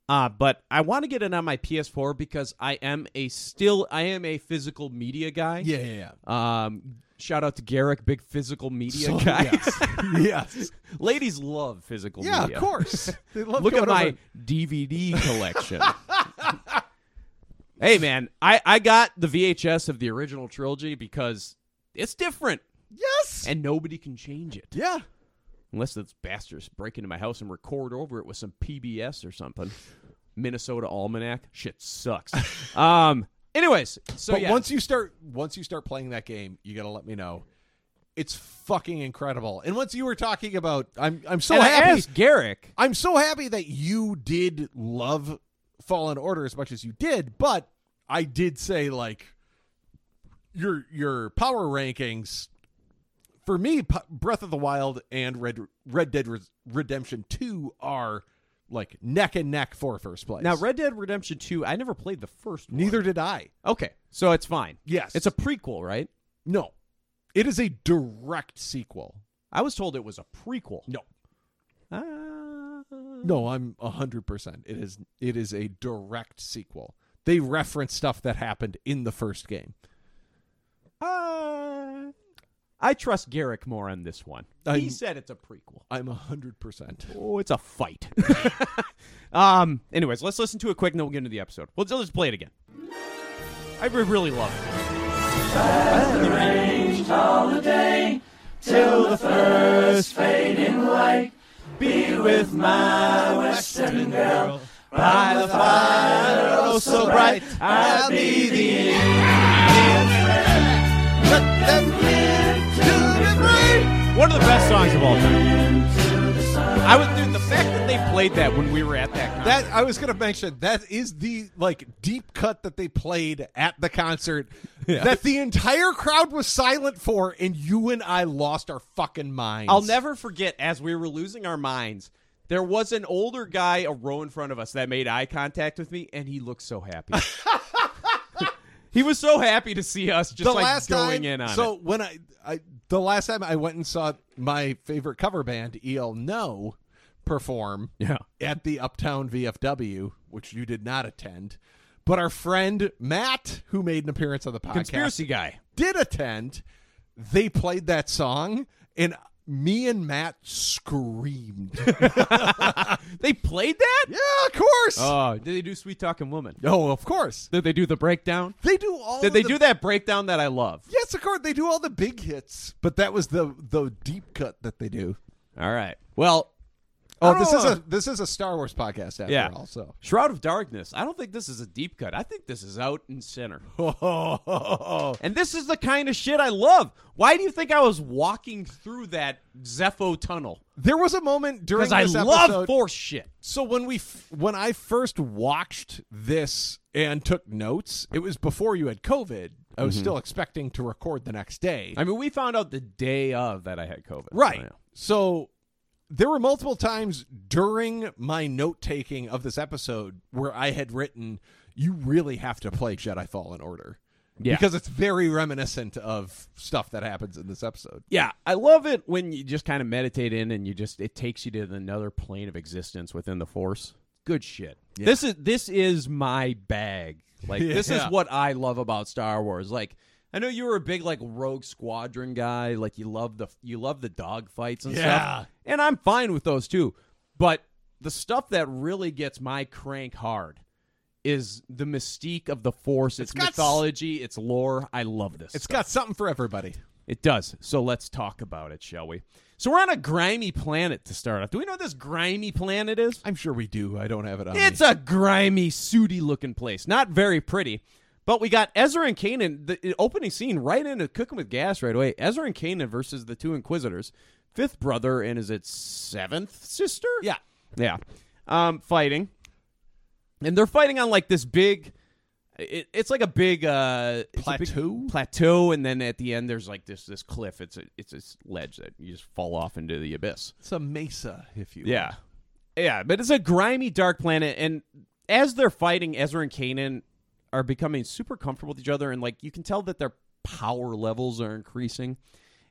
Uh, but I want to get it on my PS4 because I am a still I am a physical media guy.
Yeah, yeah,
Um, shout out to Garrick, big physical media
So-
guy.
yes. yeah. yes.
Ladies love physical
Yeah,
media.
of course. They love
Oh, Look at
going
my
over-
DVD collection. hey man, I I got the VHS of the original trilogy because it's different
Yes.
and nobody can change it
yeah.
unless those bastards break into my house and record over it with some PBS or something. Minnesota Almanac shit sucks. um. Anyways, so
but
yeah.
once you start once you start playing that game, you gotta let me know. It's fucking incredible. And once you were talking about I'm I'm so
and I
happy
asked Garrick.
I'm so happy that you did love Fallen Order as much as you did, but I did say like your your power rankings for me P- Breath of the Wild and Red Red Dead Res- Redemption 2 are like neck and neck for first place.
Now, Red Dead Redemption Two. I never played the first. one.
neither did I.
Okay, so it's fine.
Yes.
It's a prequel, right?
No. It is a direct sequel.
I was told it was a prequel.
No.
Ah.
No, I'm 100%. It is it is a direct sequel. They reference stuff that happened in the first game.
Ah. I trust Garrick more on this one. he
I'm-
said it's a prequel.
I'm 100%.
Oh, it's a fight. um. Anyways, let's listen to it quick, and then we'll get into the episode. We'll just play it again. I re- really love it. Uh, One of the best songs of all time. I was dude, the fact that they played that when we were at that. Concert,
That I was going to mention that is the like deep cut that they played at the concert that the entire crowd was silent for and you and I lost our fucking minds.
I'll never forget as we were losing our minds. There was an older guy a row in front of us that made eye contact with me, and he looked so happy. he was so happy to see us, just
the
like
last
going
time,
in on
so
it.
when I, I the last time I went and saw my favorite cover band E El No perform
Yeah.
at the Uptown VFW, which you did not attend, but our friend Matt, who made an appearance on the podcast,
Conspiracy guy.
did attend. They played that song, and me and Matt screamed.
They played that?
yeah, of course.
Oh, did they do Sweet Talking Woman?
oh, of course.
Did they do the breakdown?
They do all.
Did they
Oh, the
do that breakdown that I love?
Yes, of course. They do all the big hits, but that was the the deep cut that they do.
All right. Well,
Oh,
I
this
don't
is
know.
a this is a Star Wars podcast after
Yeah.
all. So
Shroud of Darkness. I don't think this is a deep cut. I think this is out and center. and this is the kind of shit I love. Why do you think I was walking through that Zepho tunnel?
there was a moment during
Because
this
I
episode.
love force shit.
so when we f- when I first watched this and took notes, it was before you had COVID. I was still expecting to record the next day.
Mm-hmm. I mean, we found out the day of that I had COVID.
Right. So there were multiple times during my note taking of this episode where I had written, "You really have to play Jedi Fallen Order."
Yeah.
Because it's very reminiscent of stuff that happens in this episode.
Yeah, I love it when you just kind of meditate in and you just it takes you to another plane of existence within the force. Good shit. This is this is my bag. Like this is
Yeah.
what I love about Star Wars. Like I know you were a big like Rogue Squadron guy. Like you love the you love the dog fights and
Yeah.
stuff. And I'm fine with those too. But the stuff that really gets my crank hard is the mystique of the force, its,
got s-
mythology, its lore. I love this.
It's
stuff.
got something for everybody.
It does. So let's talk about it, shall we? So we're on a grimy planet to start off. Do we know what this grimy planet is?
I'm sure we do. I don't have it on.
It's a grimy, sooty looking place. Not very pretty. But we got Ezra and Kanan, the uh, opening scene right into Cooking with Gas right away. Ezra and Kanan versus the two Inquisitors, fifth brother and is it seventh sister?
Yeah.
Yeah. Um, fighting. And they're fighting on like this big it, it's like a big uh it's a big
Plateau?
plateau and then at the end there's like this this cliff. It's a it's this ledge that you just fall off into the abyss.
It's a mesa, if you.
Yeah. Yeah, but it's a grimy, dark planet. And as they're fighting, Ezra and Kanan are becoming super comfortable with each other. And, like, you can tell that their power levels are increasing.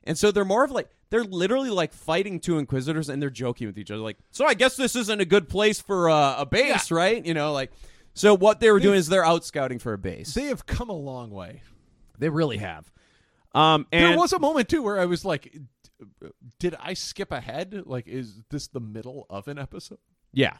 And so they're more of like, they're literally like fighting two Inquisitors and they're joking with each other. Like, so I guess this isn't a good place for uh, a base, right? You know, like, so what they were doing is they're out scouting for a base.
will. They have come a long way.
They really have. Um, and
there was a moment too where I was like, "Did I skip ahead? Like, is this the middle of an episode?"
yeah.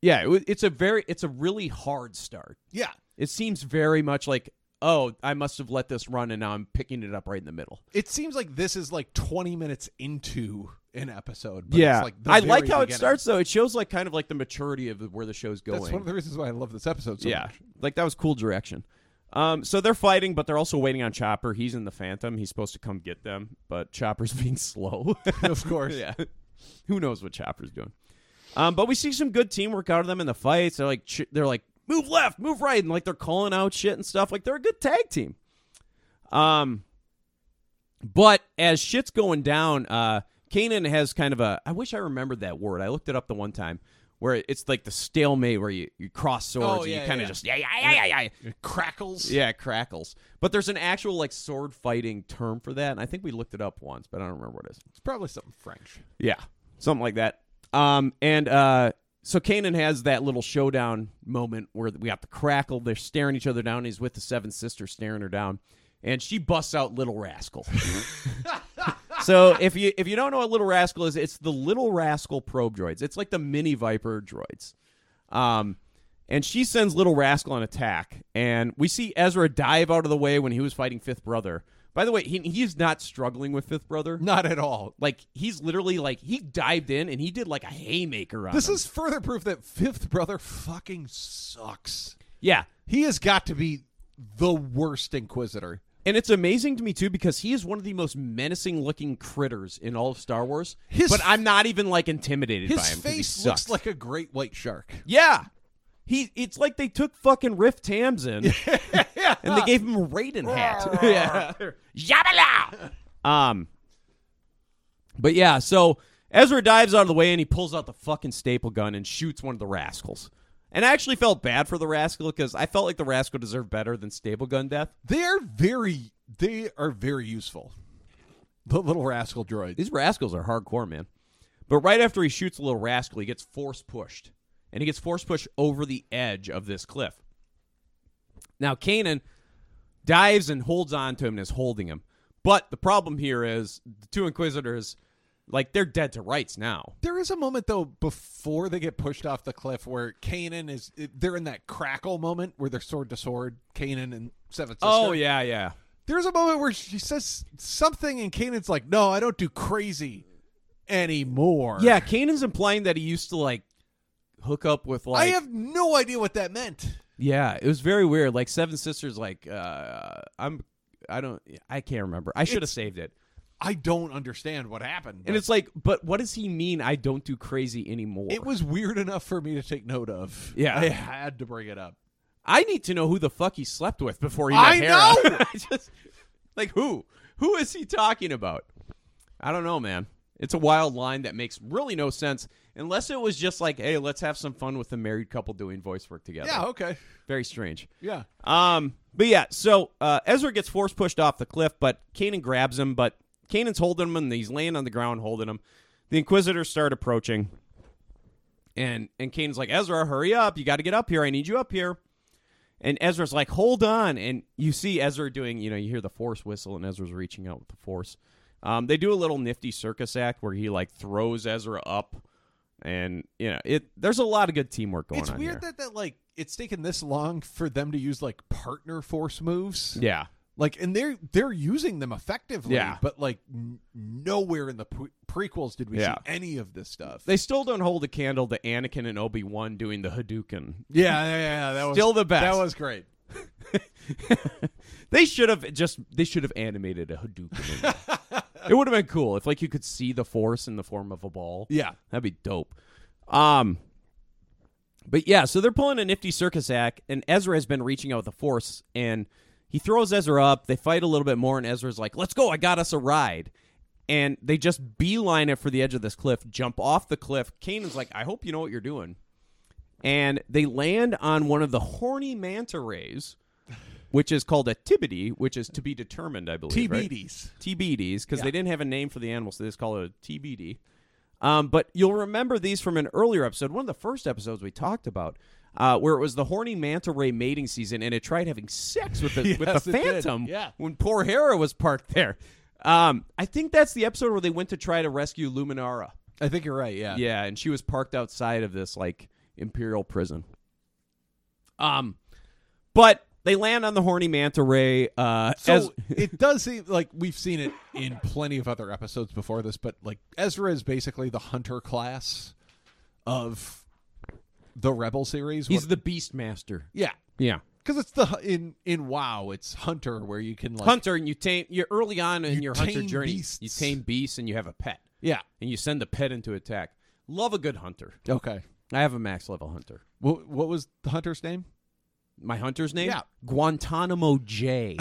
Yeah. It, wa- it's a very, it's a really hard start.
Yeah.
It seems very much like, oh, I must have let this run and now I'm picking it up right in the middle.
It seems like this is like 20 minutes into an episode. But It's like the
I like
very
how it
beginning.
starts though. It shows like kind of like the maturity of where the show's going.
That's one of the reasons why I love this episode so
yeah,
much.
like that was cool direction. Um, so they're fighting, but they're also waiting on Chopper. He's in the Phantom. He's supposed to come get them, but Chopper's being slow.
Of course.
yeah, who knows what Chopper's doing? Um, but we see some good teamwork out of them in the fights. They're like, ch- they're like, move left, move right, and like they're calling out shit and stuff. Like they're a good tag team. Um, but as shit's going down, uh, Kanan has kind of a. I wish I remembered that word. I looked it up the one time where it's like the stalemate where you, you cross swords
Oh,
and
yeah,
you kind
yeah.
of just yeah yeah yeah yeah yeah
It crackles.
yeah it crackles. But there's an actual like sword fighting term for that, and I think we looked it up once, but I don't remember what it is.
It's probably something French.
Yeah, something like that. Um, and uh, so Kanan has that little showdown moment where we got the crackle. They're staring each other down. He's with the seven sisters staring her down, and she busts out "Little Rascal." so if you if you don't know what Little Rascal is, it's the Little Rascal probe droids. It's like the mini Viper droids. Um, and she sends Little Rascal on attack, and we see Ezra dive out of the way when he was fighting Fifth Brother. By the way, he, he's not struggling with Fifth Brother.
Not at all.
Like he's literally like he dived in and he did like a haymaker on
This
him.
is further proof that Fifth Brother fucking sucks.
yeah,
He has got to be the worst Inquisitor.
and it's amazing to me too because he is one of the most menacing looking critters in all of Star Wars.
His-
but I'm not even like intimidated by
His
him. 'cause he
face
sucks.
looks like a great white shark.
yeah, he it's like they took fucking Riff Tamsin and they gave him a Raiden hat. yeah,
Yabala!
Um, but yeah, so Ezra dives out of the way and he pulls out the fucking staple gun and shoots one of the rascals. And I actually felt bad for the rascal because I felt like the rascal deserved better than staple gun death.
They are very, they are very useful. The little rascal droid.
These rascals are hardcore, man. But right after he shoots the little rascal, he gets force pushed, and he gets force pushed over the edge of this cliff. Now Kanan dives and holds on to him and is holding him. But the problem here is the two inquisitors, like they're dead to rights now.
There is a moment though before they get pushed off the cliff where Kanan is. They're in that crackle moment where they're sword to sword. Kanan and Seventh Sister.
Oh yeah, yeah.
There's a moment where she says something and Kanan's like, "No, I don't do crazy anymore."
Yeah, Kanan's implying that he used to like hook up with like
I have no idea what that meant.
Yeah, it was very weird. Like Seven Sisters like uh I'm I don't I can't remember. I should have saved it.
I don't understand what happened.
And it's like, but what does he mean I don't do crazy anymore?
it was weird enough for me to take note of.
Yeah.
I had to bring it up.
I need to know who the fuck he slept with before he met
I
Hera.
know!
I just like who? Who is he talking about? I don't know, man. It's a wild line that makes really no sense unless it was just like, hey, let's have some fun with a married couple doing voice work together.
Yeah, okay.
Very strange.
Yeah.
Um, but yeah, so uh, Ezra gets force pushed off the cliff, but Kanan grabs him, but Kanan's holding him and he's laying on the ground holding him. The Inquisitors start approaching. And and Kanan's like, Ezra, hurry up. You gotta get up here. I need you up here. And Ezra's like, hold on. And you see Ezra doing, you know, you hear the force whistle and Ezra's reaching out with the force. Um, they do a little nifty circus act where he like throws Ezra up and you know it there's a lot of good teamwork going
It's
on.
weird
here.
that that like it's taken this long for them to use like partner force moves.
Yeah.
Like and they're they're using them effectively.
Yeah.
But like n- nowhere in the pre- prequels did we
Yeah.
see any of this stuff.
They still don't hold a candle to Anakin and Obi Wan doing the Hadouken.
yeah, yeah, yeah. That was
Still the best.
That was great.
They should have just they should have animated a Hadouken. in there. it would have been cool if like you could see the Force in the form of a ball.
Yeah.
that'd be dope. Um, but yeah, so they're pulling a nifty circus act, and Ezra has been reaching out with the Force, and he throws Ezra up. They fight a little bit more, and Ezra's like, "Let's go! I got us a ride." And they just beeline it for the edge of this cliff, jump off the cliff. Kanan's like, "I hope you know what you're doing." and they land on one of the horny manta rays, which is called a tibidi, which is to be determined, I believe. right?
TBDs.
TBDs, because they didn't have a name for the animal, so they just call it a TBD. Um, but you'll remember these from an earlier episode, one of the first episodes we talked about, uh, where it was the horny manta ray mating season, and it tried having sex with the, with the
Yes, it did.
phantom
Yeah.
when poor Hera was parked there. Um, I think that's the episode where they went to try to rescue Luminara.
I think you're right. Yeah.
Yeah, and she was parked outside of this like imperial prison. Um, but they land on the horny manta ray. Uh,
So
as-
it does seem like we've seen it in plenty of other episodes before this, but like Ezra is basically the hunter class of the Rebel series.
he's
What-
the beast master.
yeah,
Yeah,
because it's the in in WoW it's hunter where you can like
hunter, and you tame. You're early on in
You
your hunter
tame
journey. You
beasts.
tame beasts, and you have a pet,
Yeah.
and you send the pet into attack. Love a good hunter.
Okay.
I have a max level hunter.
What what was the hunter's name?
My hunter's name?
Yeah.
Guantanamo J.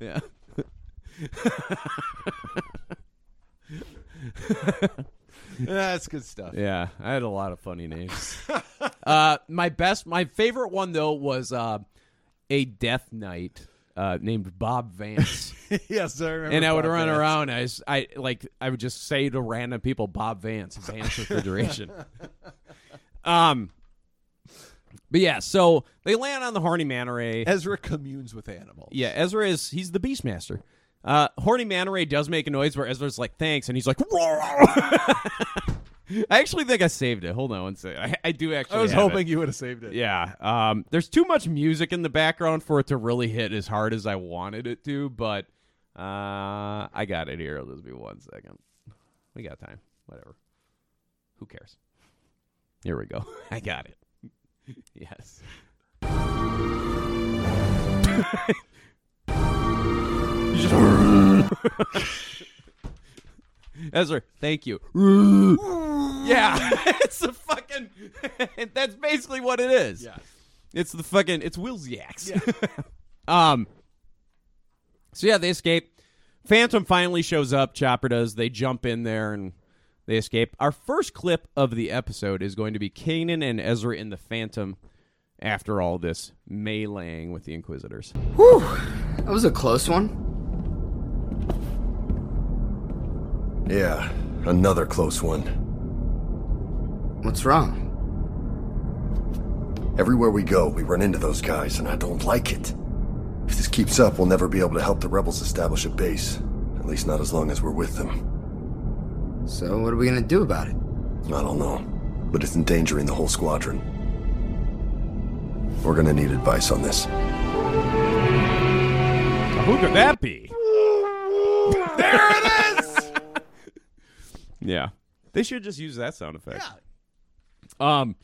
yeah.
That's good stuff.
Yeah, I had a lot of funny names. uh, my best, my favorite one though was uh, a death knight uh, named Bob Vance,
yes, I remember.
and I would
Bob
run
Vance.
around. I, s- I- like I would just say to random people, Bob Vance, Vance Refrigeration. um, but yeah, so they land on the horny manta ray.
Ezra communes with animals.
Yeah, Ezra is he's the Beastmaster. Uh, Horny manta ray does make a noise where Ezra's like, "Thanks," and he's like, "Roar!" I actually think I saved it. Hold on one second. I, I do actually.
I was
have it.
hoping you would have saved it.
Yeah. Um, there's too much music in the background for it to really hit as hard as I wanted it to, but uh, I got it here. It'll just be one second. We got time. Whatever. Who cares? Here we go. I got it. yes. You just- Ezra, thank you. yeah, it's a fucking. that's basically what it is.
Yeah.
It's the fucking it's Will's yaks. um. So yeah, they escape. Phantom finally shows up. Chopper does. They jump in there and they escape. Our first clip of the episode is going to be Kanan and Ezra in the Phantom after all this meleeing with the Inquisitors.
Whew, that was a close one.
Yeah, another close one.
What's wrong?
Everywhere we go, we run into those guys, and I don't like it. If this keeps up, we'll never be able to help the rebels establish a base. At least not as long as we're with them.
So, what are we gonna do about it?
I don't know, but it's endangering the whole squadron. We're gonna need advice on this.
Who could that be?
There it is!
Yeah. They should just use that sound effect. Yeah. Um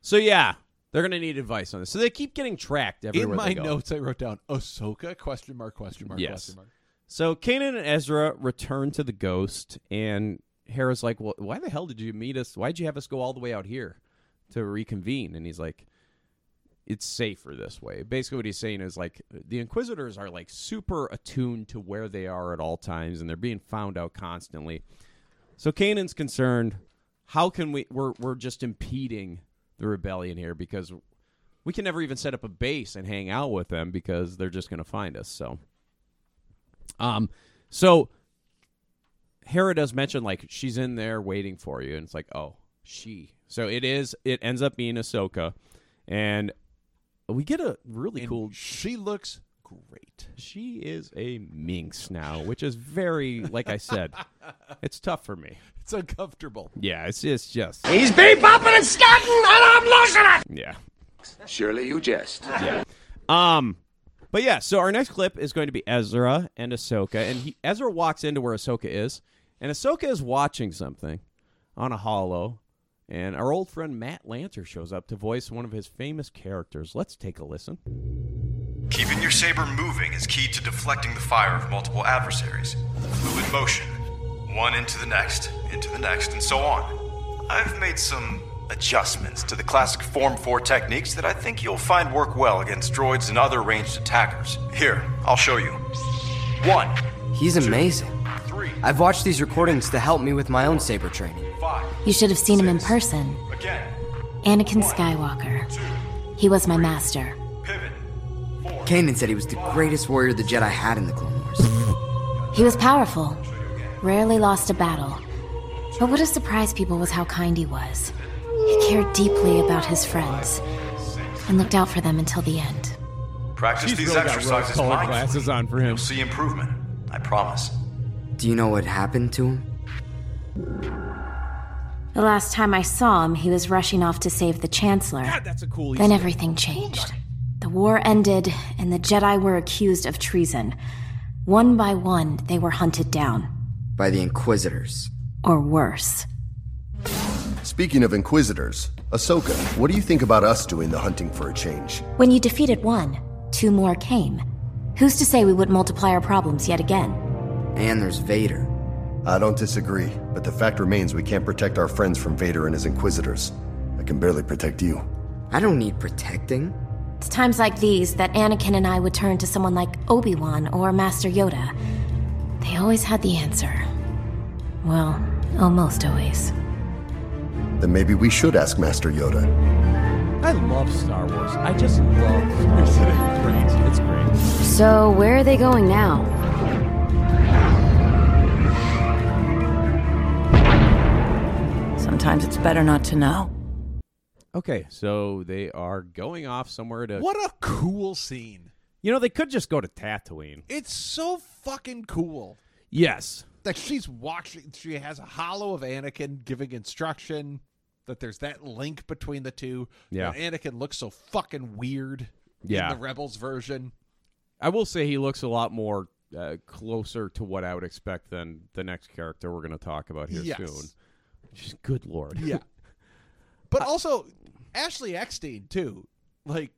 so yeah, they're gonna need advice on this. So they keep getting tracked everywhere.
In my
they go.
notes, I wrote down Ahsoka question mark question mark
yes.
question mark.
So Kanan and Ezra return to the ghost and Hera's like, Well, why the hell did you meet us? Why'd you have us go all the way out here to reconvene? And he's like, It's safer this way. Basically what he's saying is like the Inquisitors are like super attuned to where they are at all times and they're being found out constantly. So Kanan's concerned. How can we? We're we're just impeding the rebellion here because we can never even set up a base and hang out with them because they're just going to find us. So, um, so Hera does mention like she's in there waiting for you, and it's like oh she. So it is. It ends up being Ahsoka, and we get a really cool.
She looks great.
She is a minx now, which is very like I said, it's tough for me.
It's uncomfortable.
Yeah, it's it's just
He's bebopping and scatting, and I'm losing it!
yeah.
Surely you jest.
Yeah. Um, but yeah, so our next clip is going to be Ezra and Ahsoka, and he, Ezra walks into where Ahsoka is, and Ahsoka is watching something on a hollow, and our old friend Matt Lanter shows up to voice one of his famous characters. Let's take a listen.
Keeping your saber moving is key to deflecting the fire of multiple adversaries. Move in motion, one into the next, into the next, and so on. I've made some adjustments to the classic Form 4 techniques that I think you'll find work well against droids and other ranged attackers. Here, I'll show you. One,
He's amazing. I've watched these recordings to help me with my own saber training.
You should have seen him in person. Anakin Skywalker. He was my master.
Kanan said he was the greatest warrior the Jedi had in the Clone Wars.
He was powerful, rarely lost a battle. But what has surprised people was how kind he was. He cared deeply about his friends and looked out for them until the end.
practice
She's
these
really got
exercises
rose-colored
mindfully.
glasses on for him.
You'll see improvement. I promise.
Do you know what happened to him?
The last time I saw him, he was rushing off to save the Chancellor.
that's a cool
then
Easter.
everything changed. The war ended, and the Jedi were accused of treason. One by one, they were hunted down,
By the Inquisitors.
or worse.
Speaking of Inquisitors, Ahsoka, what do you think about us doing the hunting for a change?
When you defeated one, two more came. Who's to say we wouldn't multiply our problems yet again?
And there's Vader.
I don't disagree, but the fact remains we can't protect our friends from Vader and his Inquisitors. I can barely protect you.
I don't need protecting.
It's times like these that Anakin and I would turn to someone like Obi Wan or Master Yoda. They always had the answer. Well, almost always.
Then maybe we should ask Master Yoda.
I love Star Wars. I just love Star Wars. It's great. It's great.
So, where are they going now?
Sometimes it's better not to know.
Okay, so they are going off somewhere to.
What a cool scene.
You know, they could just go to Tatooine.
It's so fucking cool
Yes.
that she's watching. She has a hollow of Anakin giving instruction. That there's that link between the two.
Yeah.
That Anakin looks so fucking weird.
Yeah.
In the Rebels version.
I will say he looks a lot more uh, closer to what I would expect than the next character we're going to talk about here
Yes.
soon. Just good lord.
Yeah. But also Ashley Eckstein too. Like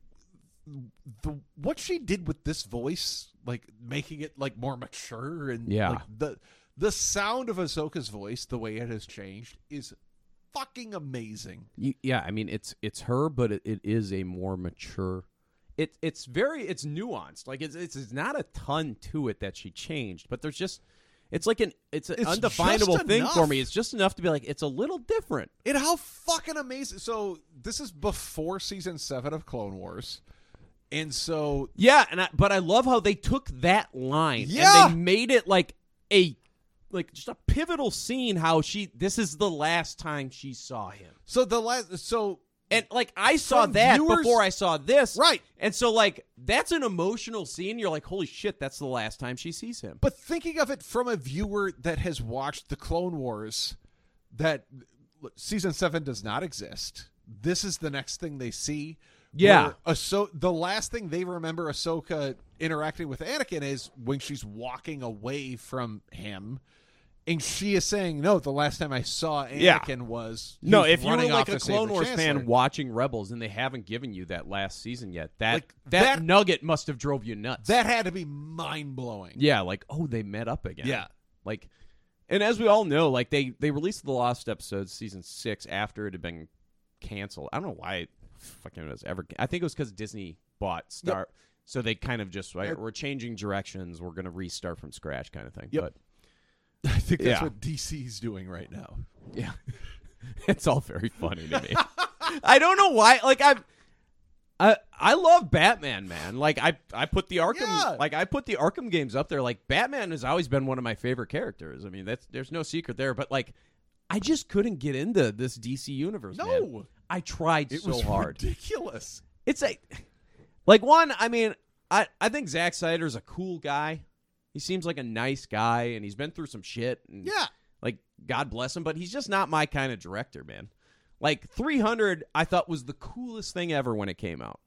the what she did with this voice, like making it like more mature and
Yeah.
like, the the sound of Ahsoka's voice, the way it has changed, is fucking amazing.
You- yeah, I mean it's it's her, but it, it is a more mature. it it's very it's nuanced. Like it's it's, it's not a ton to it that she changed, but there's just it's like an it's an
It's
undefinable
just
thing for
enough.
me. It's just enough to be like it's a little different.
And how fucking amazing! So this is before season seven of Clone Wars, and so
Yeah, and I, but I love how they took that line
Yeah.
and they made it like a like just a pivotal scene how she this is the last time she saw him.
So the last so
and like I saw
Some
that
viewers-
before I saw this.
Right.
And so like that's an emotional scene. You're like, "Holy shit, that's the last time she sees him."
But thinking of it from a viewer that has watched the Clone Wars, that season seven does not exist. This is the next thing they see.
Yeah.
where Ahso- the last thing they remember Ahsoka interacting with Anakin is when she's walking away from him, and she is saying, "No, the last time I saw Anakin
Yeah.
was he
No,
was
if you're
running
like
off
a
to save
Clone
the
Wars fan
Chancellor."
watching Rebels and they haven't given you that last season yet, that
Like,
that,
that-
nugget must have drove you nuts.
that had to be mind blowing.
Yeah, like oh, they met up again.
Yeah.
like, and as we all know, like they they released the Lost episode season six after it had been canceled. I don't know why it fucking was ever. I think it was because Disney bought Star, so they kind of just like, we're changing directions. We're gonna restart from scratch, kind of thing. But
I think that's
Yeah.
what DC's doing right now.
yeah, it's all very funny to me. I don't know why. Like I, I I love Batman, man. Like I I put the Arkham like I put the Arkham games up there. Like Batman has always been one of my favorite characters. I mean, that's there's no secret there. But like, I just couldn't get into this DC universe. No, I tried
It
so
was
hard.
ridiculous.
It's a like one. I mean, I I think Zack Snyder's a cool guy. He seems like a nice guy, and he's been through some shit. And, yeah, like God bless him, but he's just not my kind of director, man. Like 300, I thought was the coolest thing ever when it came out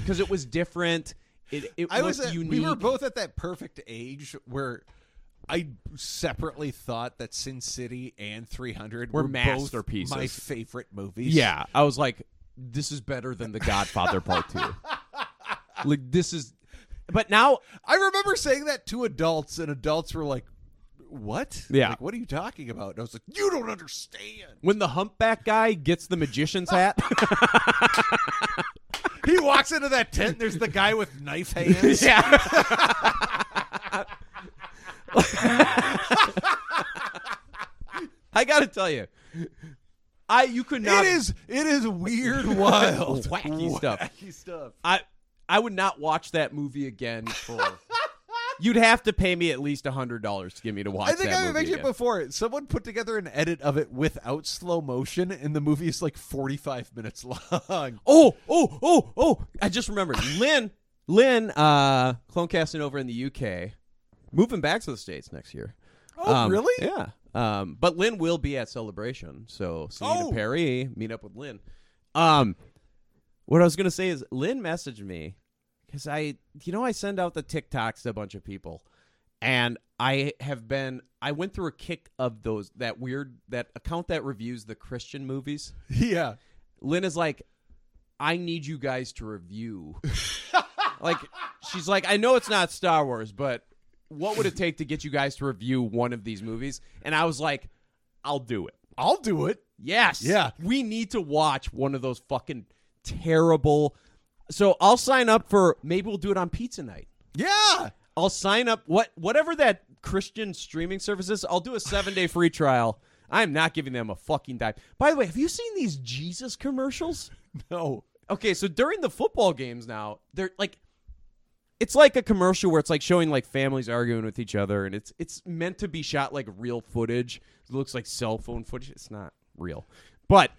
because it was different. It it
I
was
was at,
unique.
we were both at that perfect age where I separately thought that Sin City and 300
Were
were, both
masterpieces.
my favorite movies.
yeah, I was like, this is better than The Godfather Part Two. like this is, but now
I remember saying that to adults, and adults were like, "What?
Yeah.
like, what are you talking about?" And I was like, "You don't understand."
when the humpback guy gets the magician's hat.
He walks into that tent. and There's the guy with knife hands.
Yeah. I gotta tell you, I you could not.
It is it is weird, wild,
wacky, stuff.
Wacky stuff.
I I would not watch that movie again. For you'd have to pay me at least hundred dollars to get me to watch.
I think
that
I
movie
mentioned
again.
before. Someone put together an edit of it without slow motion, and the movie is like 45 minutes long.
Oh, oh, oh, oh! I just remembered. Lynn, Lynn, uh, clone casting over in the UK, moving back to the states next year.
Oh,
Um,
really?
Yeah. Um, but Lynn will be at Celebration, so Selena
Oh.
Perry meet up with Lynn. Um, what I was gonna say is Lynn messaged me because I, you know, I send out the TikToks to a bunch of people, and I have been, I went through a kick of those that weird that account that reviews the Christian movies.
Yeah.
Lynn is like, I need you guys to review. like, she's like, I know it's not Star Wars, but what would it take to get you guys to review one of these movies? And I was like, I'll do it.
I'll do it.
Yes.
Yeah.
We need to watch one of those fucking terrible. So I'll sign up for maybe we'll do it on pizza night.
Yeah.
I'll sign up what whatever that Christian streaming service is. I'll do a seven day free trial. I'm not giving them a fucking dime. By the way, have you seen these Jesus commercials?
No.
Okay, so during the football games now, they're like it's like a commercial where it's like showing like families arguing with each other and it's it's meant to be shot like real footage. It looks like cell phone footage. It's not real. But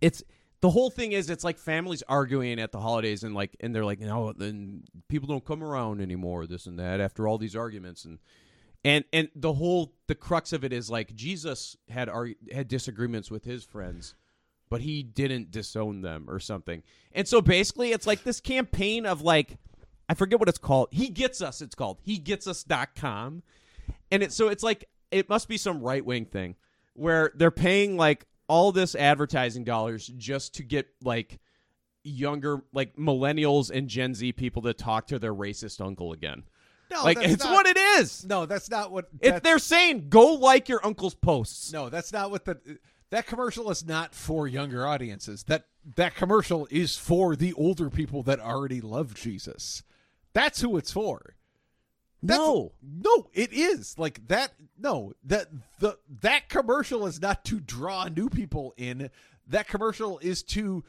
it's the whole thing is it's like families arguing at the holidays and like and they're like no then people don't come around anymore this and that after all these arguments and and and the whole the crux of it is like Jesus had arg- had disagreements with his friends but he didn't disown them or something and so basically it's like this campaign of like I forget what it's called he gets us it's called he gets us.com and it so it's like it must be some right wing thing where they're paying like all this advertising dollars just to get like younger like millennials and Gen Z people to talk to their racist uncle again.
No,
like
that's
it's
not-
what it is.
No, that's not what.
It's
That's,
they're saying go like your uncle's posts.
no, that's not what the. that commercial is not for younger audiences. That that commercial is for the older people that already love Jesus. That's who it's for. That's, no, no, it is like that. No, that the that commercial is not to draw new people in. That commercial is to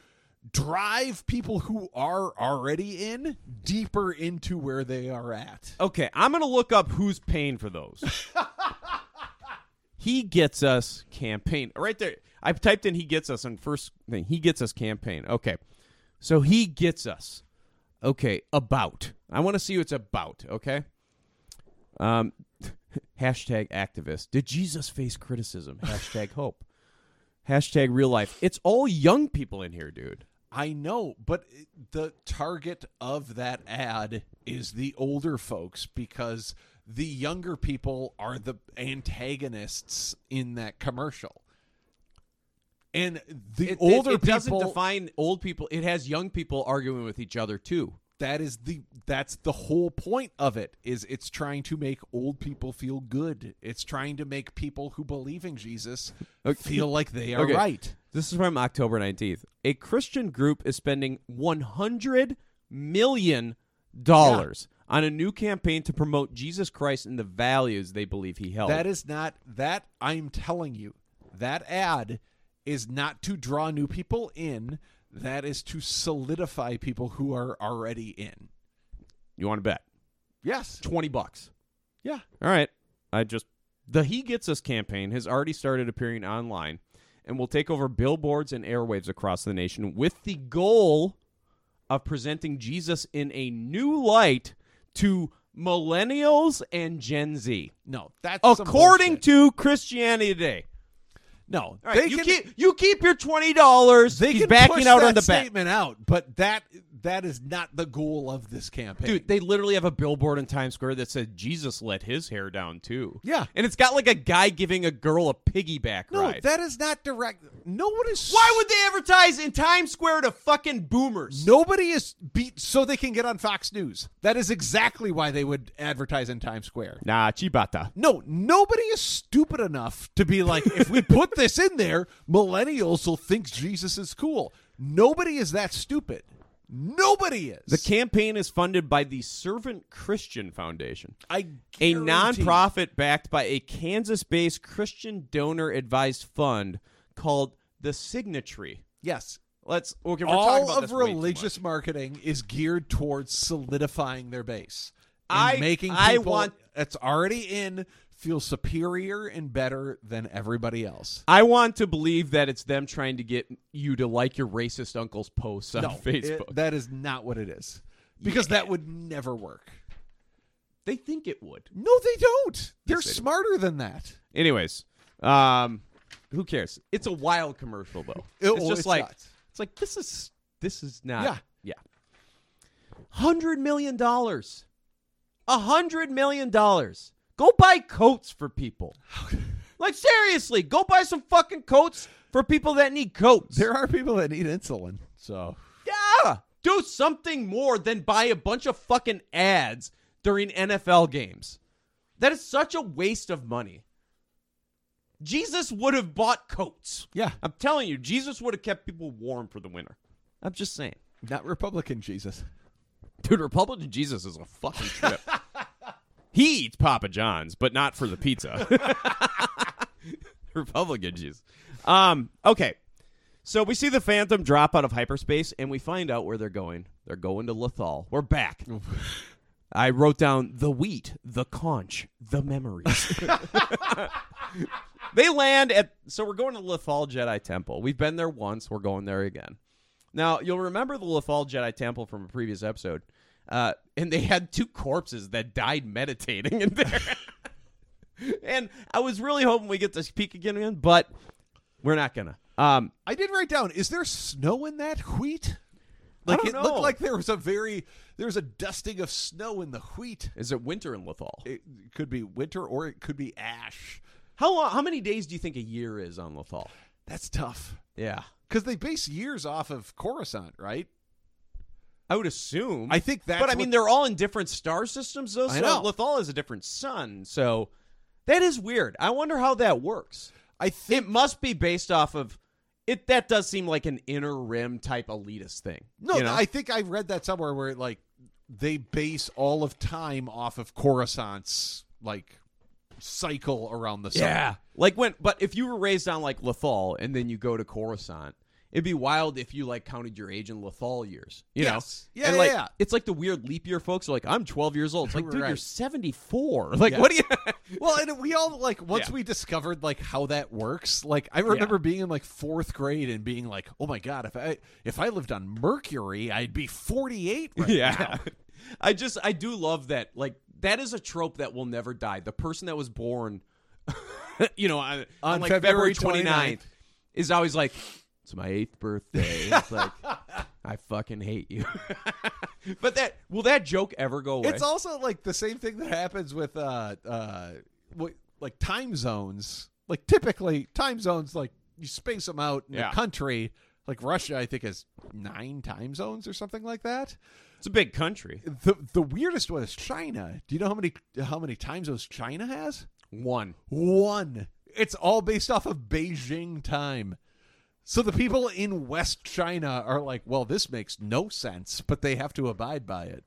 drive people who are already in deeper into where they are at.
Okay, I'm gonna look up who's paying for those. he gets us campaign right there. I typed in he gets us on first thing. He gets us campaign. Okay, so he gets us. Okay, about. I want to see what it's about. Okay. Um, hashtag activist. Did Jesus face criticism? Hashtag hope. Hashtag real life. It's all young people in here, dude.
I know, but the target of that ad is the older folks because the younger people are the antagonists in that commercial. And the
It- it-
older
it
people
doesn't define old people. It has young people arguing with each other too.
that is the that's the whole point of it is it's trying to make old people feel good. It's trying to make people who believe in Jesus feel like they are
Okay.
right.
This is from October 19th. A Christian group is spending 100 million dollars on a new campaign to promote Jesus Christ and the values they believe he held.
That is not that I'm telling you. That ad is not to draw new people in. That is to solidify people who are already in.
You want to bet?
Yes.
20 bucks.
Yeah.
All right. I just the He Gets Us campaign has already started appearing online and will take over billboards and airwaves across the nation with the goal of presenting Jesus in a new light to millennials and Gen Z.
No, that's some
according to Christianity Today.
No,
All right, you keep you keep your twenty dollars.
They
He's
can
backing
push
out
that
on the back.
statement out, but that that is not the goal of this campaign.
Dude, they literally have a billboard in Times Square that said Jesus let his hair down too.
Yeah.
And it's got like a guy giving a girl a piggyback
no,
ride.
that is not direct. No one is.
Why would they advertise in Times Square to fucking boomers?
Nobody is beat so they can get on Fox News. That is exactly why they would advertise in Times Square.
Nah, chibata.
No, nobody is stupid enough to be like, if we put this in there, millennials will think Jesus is cool. Nobody is that stupid. Nobody is.
The campaign is funded by the Servant Christian Foundation,
I
a
guarantee-
nonprofit backed by a Kansas-based Christian donor-advised fund called the Signatory.
Yes.
Let's okay. We're talking
All
about
of
this way too much.
religious marketing is geared towards solidifying their base. And
I-
making people
I want-
that's already in feel superior and better than everybody else.
I want to believe that it's them trying to get you to like your racist uncle's posts on
no, it-
Facebook.
that is not what it is. Because that would never work.
they think it would.
No, they don't. They're
they do.
smarter than that.
Anyways, um, who cares? It's a wild commercial though.
It-
it's
well,
just
it's
like
nuts.
it's like this is this is not
Yeah.
yeah. Hundred million dollars, a hundred million dollars. Go buy coats for people. like seriously, go buy some fucking coats for people that need coats.
There are people that need insulin. So
Yeah. Do something more than buy a bunch of fucking ads during NFL games. That is such a waste of money. Jesus would have bought coats.
Yeah.
I'm telling you, Jesus would have kept people warm for the winter. I'm just saying.
not Republican Jesus.
Dude, Republican Jesus is a fucking trip. he eats Papa John's, but not for the pizza. Republican Jesus. Um, okay. So we see the Phantom drop out of hyperspace and we find out where they're going. They're going to Lethal. We're back. I wrote down the wheat, the conch, the memories. they land at so we're going to Lethal Jedi Temple. We've been there once, we're going there again. Now, you'll remember the Lethal Jedi Temple from a previous episode. Uh, and they had two corpses that died meditating in there. and I was really hoping we get to speak again, again, but we're not gonna. Um,
I did write down, is there snow in that wheat?
I
Like
don't
it looked
know.
like there was a very there was a dusting of snow in the wheat.
is it winter in Lethal?
It could be winter or it could be ash.
How long? How many days do you think a year is on Lethal?
That's tough.
Yeah,
Because they base years off of Coruscant, right?
I would assume.
I think that's
But I mean,
what-
they're all in different star systems, though. So
I know.
Lethal is a different sun, so that is weird. I wonder how that works. I think it must be based off of it. That does seem like an inner rim type elitist thing.
No,
you know?
I think I read that somewhere where like they base all of time off of Coruscant's like cycle around the sun.
Yeah. Like when but if you were raised on like Lethal and then you go to Coruscant, it'd be wild if you like counted your age in Lethal years. You
Yes.
know?
Yeah,
And,
yeah,
like,
yeah.
It's like the weird leap year folks are like, I'm twelve years old. It's like, dude, you're
Right.
seventy four. Like what do you
well, and we all like once
Yeah.
we discovered like how that works. Like I remember being in like fourth grade and being like, "Oh my god, if I if I lived on Mercury, I'd be 48." Right
yeah. I just I do love that. Like that is a trope that will never die. The person that was born, you know, on, on,
On
like
February
February 29th,
29th.
is always like, it's my eighth birthday. It's like I fucking hate you. but that will that joke ever go away?
It's also like the same thing that happens with uh uh what, like time zones. Like typically time zones like you space them out in
Yeah.
a country like Russia I think has 9 time zones or something like that.
It's a big country.
The the weirdest one is China. Do you know how many how many time zones China has?
One.
One. It's all based off of Beijing time. So the people in West China are like, well, this makes no sense, but they have to abide by it.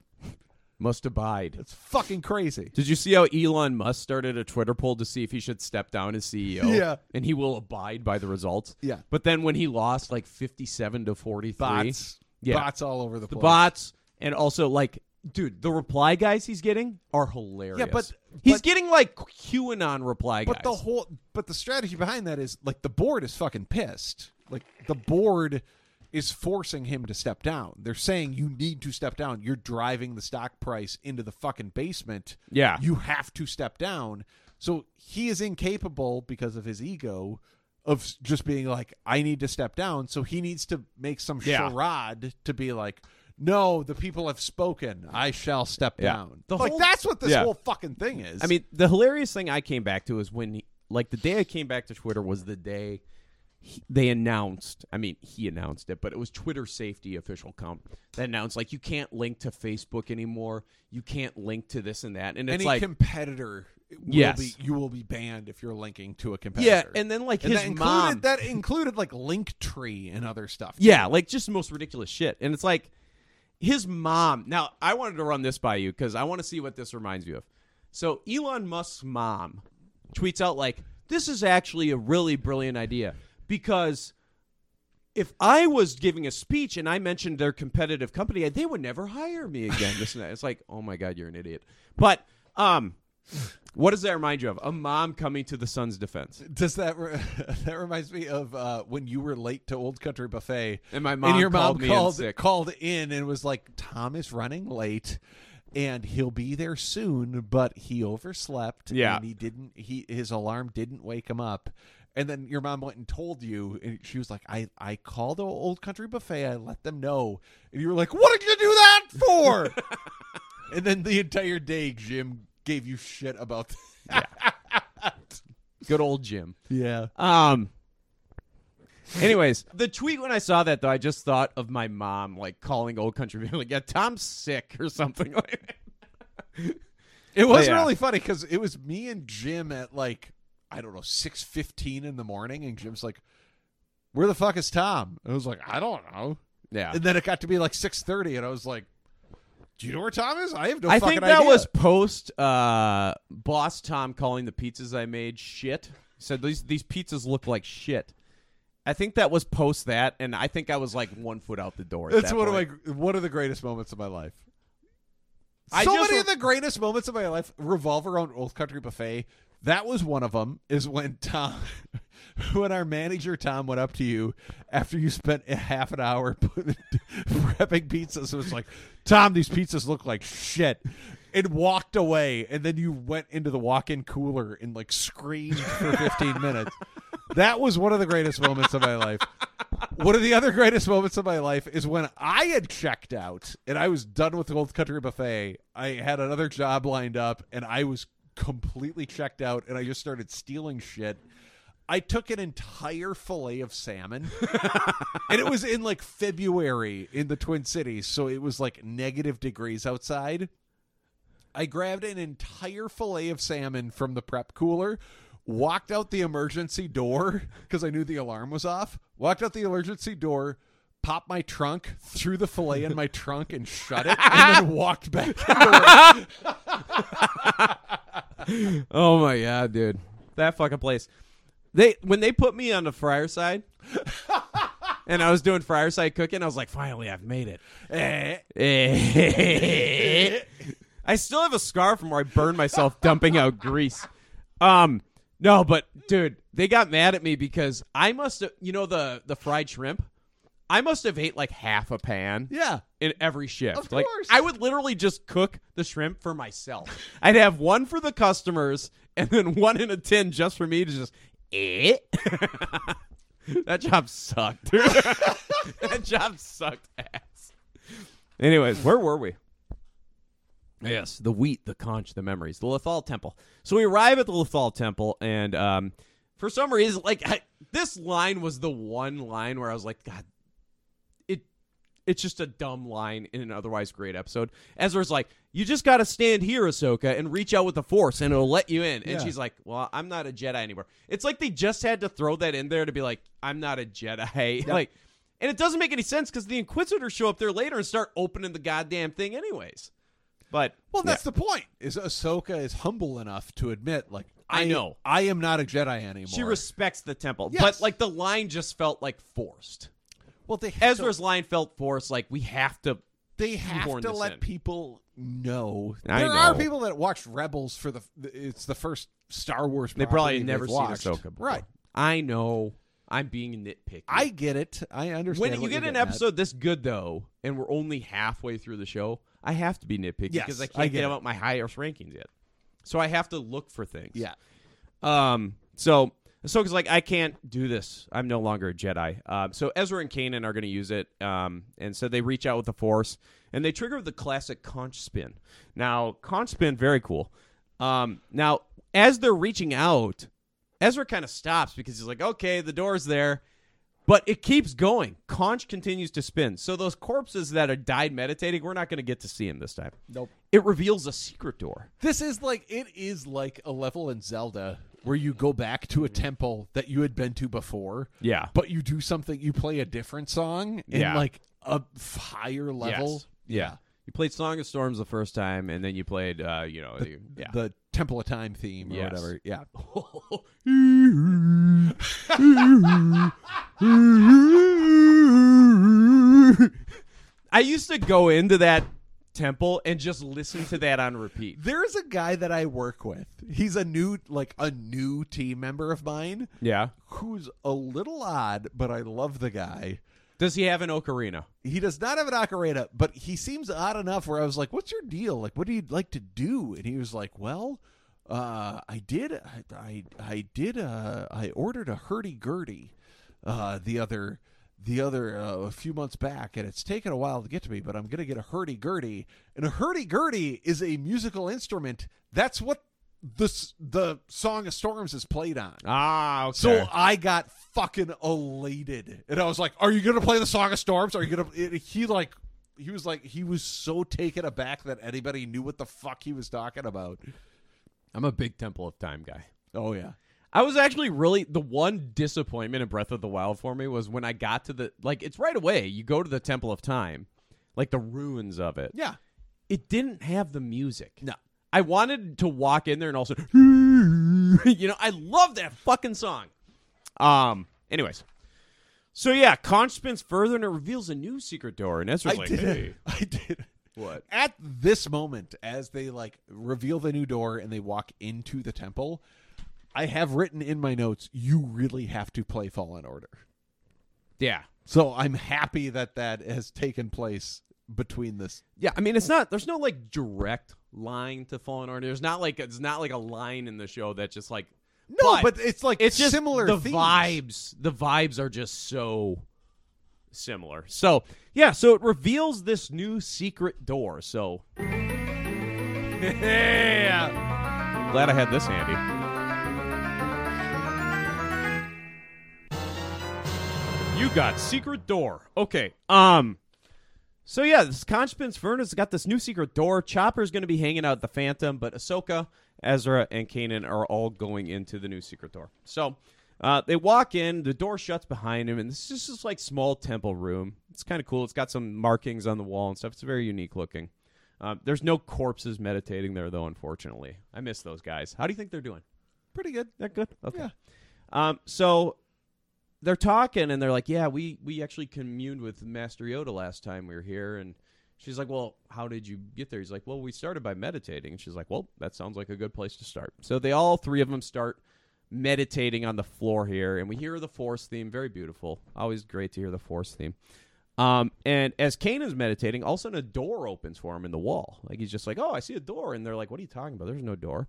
Must abide.
It's fucking crazy.
Did you see how Elon Musk started a Twitter poll to see if he should step down as CEO?
Yeah.
And he will abide by the results.
Yeah.
But then when he lost like 57 to 43,
Bots.
Yeah.
Bots all over the place.
bots. And also, like, dude, the reply guys he's getting are hilarious.
Yeah, but-
he's getting like QAnon reply guys.
But the whole but the strategy behind that is like the board is fucking pissed. Like the board is forcing him to step down. They're saying you need to step down. You're driving the stock price into the fucking basement.
Yeah.
You have to step down. So he is incapable because of his ego of s- just being like I need to step down. So he needs to make some
Yeah.
charade to be like no, the people have spoken. I shall step
Yeah.
down.
The
like
whole-
that's what this
Yeah.
whole fucking thing is.
I mean, the hilarious thing I came back to is when, he, like, the day I came back to Twitter was the day he, they announced. I mean, he announced it, but it was Twitter safety official comp that announced like you can't link to Facebook anymore. You can't link to this and that, and it's
any
like.
competitor will
Yes.
be you will be banned if you're linking to a
yeah,
competitor.
and then like
And
his
that included,
mom.
that included like Linktree and other stuff.
Yeah, like just the most ridiculous shit. And it's like his mom. Now, I wanted to run this by you because I want to see what this reminds you of. So, Elon Musk's mom tweets out, like, this is actually a really brilliant idea because if I was giving a speech and I mentioned their competitive company, they would never hire me again. this and that. It's like, oh my God, you're an idiot. But, um, what does that remind you of? A mom coming to the son's defense.
Does that re- that reminds me of uh, when you were late to Old Country Buffet
And my mom
your
called
mom
me in
called
sick.
called in and was like, "Tom is running late." And he'll be there soon, but he overslept.
Yeah.
and he didn't. He his alarm didn't wake him up. And then your mom went and told you, and she was like, "I I called the Old Country Buffet. I let them know." And you were like, "What did you do that for?" and then the entire day, Jim gave you shit about. That.
Good old Jim.
Yeah.
Um. Anyways, the tweet when I saw that though, I just thought of my mom like calling old country being like, "Yeah, Tom's sick" or something like. that.
It was
Yeah.
really funny because it was me and Jim at like I don't know six fifteen in the morning, and Jim's like, "Where the fuck is Tom?" And I was like, "I don't know."
Yeah.
And then it got to be like six thirty, and I was like, "Do you know where Tom is? I have no
I
fucking
think that
idea."
was post uh, boss Tom calling the pizzas I made shit. He said these these pizzas look like shit. I think that was post that, and I think I was like one foot out the door. at
It's
that
one
point.
of my one of the greatest moments of my life.
I
so
just
many
re-
of the greatest moments of my life revolve around Old Country Buffet. That was one of them. Is when Tom, when our manager Tom went up to you after you spent a half an hour put- prepping pizzas, and was like, "Tom, these pizzas look like shit," and walked away. And then you went into the walk-in cooler and like screamed for fifteen minutes. That was one of the greatest moments of my life. One of the other greatest moments of my life is when I had checked out and I was done with the Old Country Buffet. I had another job lined up and I was completely checked out and I just started stealing shit. I took an entire fillet of salmon and it was in like February in the Twin Cities. So it was like negative degrees outside. I grabbed an entire fillet of salmon from the prep cooler, walked out the emergency door because I knew the alarm was off. Walked out the emergency door, popped my trunk, threw the fillet in my trunk, and shut it, and then walked back. Into work.
oh my god, dude, that fucking place. They when they put me on the fryer side, and I was doing fryer side cooking. I was like, finally, I've made it. Eh. Eh. I still have a scar from where I burned myself dumping out grease. Um, no, but dude, they got mad at me because I must have, you know, the the fried shrimp. I must have ate like half a pan.
Yeah.
In every shift.
Of
like
course.
I would literally just cook the shrimp for myself. I'd have one for the customers and then one in a tin just for me to just eh. that job sucked, dude. that job sucked ass. Anyways, where were we? Yes, the wheat, the conch, the memories, the Lethal Temple. So we arrive at the Lethal Temple, and um, for some reason, like I, this line was the one line where I was like, God, it, it's just a dumb line in an otherwise great episode. Ezra's like, you just got to stand here, Ahsoka, and reach out with the Force, and it'll let you in. And
Yeah.
she's like, Well, I'm not a Jedi anymore. It's like they just had to throw that in there to be like, I'm not a Jedi, like. And it doesn't make any sense because the Inquisitors show up there later and start opening the goddamn thing, anyways. But
Well, that's
yeah.
the point. Is Ahsoka is humble enough to admit, like,
I know.
I am not a Jedi anymore.
She respects the temple,
Yes.
but like the line just felt like forced.
Well, they have
Ezra's line felt forced. Like we have to.
They have
shoehorn
to
this
let
in.
people know.
I
there are
know.
people that watched Rebels for the. It's the first Star Wars.
They probably
property
had never
they've
seen
watched.
Ahsoka. Before.
Right.
I know. I'm being nitpicky.
I get it. I understand.
when you
what
get
you're
an
getting at.
episode this good though, and we're only halfway through the show, I have to be nitpicky
Yes,
because I can't
I get
get
it.
out my highest rankings yet. So I have to look for things.
Yeah.
Um. So Ahsoka's like, I can't do this. I'm no longer a Jedi. Um. So Ezra and Kanan are going to use it. Um. And so they reach out with the Force, and they trigger the classic conch spin. Now, conch spin, very cool. Um. Now, as they're reaching out, Ezra kind of stops because he's like, okay, the door's there. But it keeps going. Conch continues to spin. So those corpses that are died meditating, we're not going to get to see him this time.
Nope.
It reveals a secret door.
This is like it is like a level in Zelda where you go back to a temple that you had been to before.
Yeah.
But you do something. You play a different song in
Yeah.
like a f- higher level.
Yes. Yeah. You played Song of Storms the first time, and then you played, uh, you know, you- yeah.
The Temple of Time theme or
Yes.
whatever. Yeah.
I used to go into that temple and just listen to that on repeat.
There's a guy that I work with. He's a new like a new team member of mine
Yeah.
who's a little odd, but I love the guy.
Does he have an ocarina?
He does not have an ocarina, but he seems odd enough where I was like, "What's your deal? Like, what do you like to do?" And he was like, "Well, uh, I did, I, I, I did, uh, I ordered a hurdy gurdy, uh, the other, the other, uh, a few months back, and it's taken a while to get to me, but I'm gonna get a hurdy gurdy, and a hurdy gurdy is a musical instrument. That's what the s- the Song of Storms is played on.
Ah, okay.
So I got fucking elated, and I was like, "Are you gonna play the Song of Storms? Are you gonna?" It, he like, he was like, he was so taken aback that anybody knew what the fuck he was talking about.
I'm a big Temple of Time guy.
Oh yeah,
I was actually really the one disappointment in Breath of the Wild for me was when I got to the like it's right away. You go to the Temple of Time, like the ruins of it.
yeah.
It didn't have the music.
No.
I wanted to walk in there and also you know, I love that fucking song. Um anyways. So yeah, Conch spins further and it reveals a new secret door and Ezra's
I
like,
did it.
"Hey."
I did.
What?
At this moment, as they like reveal the new door and they walk into the temple, I have written in my notes, "You really have to play Fallen Order."
Yeah.
So I'm happy that that has taken place between this.
Yeah, I mean, it's not. There's no like direct line to Fallen Order. There's not like it's not like a line in the show that just like.
No, but it's, like,
it's just
similar
The
themes.
vibes, the vibes are just so similar. So yeah, so it reveals this new secret door. So yeah, glad I had this handy. You got secret door. Okay. Um. So yeah, this Constance Verna's got this new secret door. Chopper's going to be hanging out at the Phantom, but Ahsoka, Ezra, and Kanan are all going into the new secret door. So uh, they walk in, the door shuts behind him, and this is just like small temple room. It's kind of cool. It's got some markings on the wall and stuff. It's very unique looking. Um, there's no corpses meditating there though, unfortunately. I miss those guys. How do you think they're doing?
Pretty good.
They're good. Okay. Yeah. Um, so they're talking and they're like, "Yeah, we we actually communed with Master Yoda last time we were here." And she's like, "Well, how did you get there?" He's like, "Well, we started by meditating." And she's like, "Well, that sounds like a good place to start." So they all three of them start meditating on the floor here, and we hear the Force theme, very beautiful. Always great to hear the Force theme. Um, and as Kanan's meditating, all of a sudden a door opens for him in the wall. Like he's just like, "Oh, I see a door," and they're like, "What are you talking about? There's no door."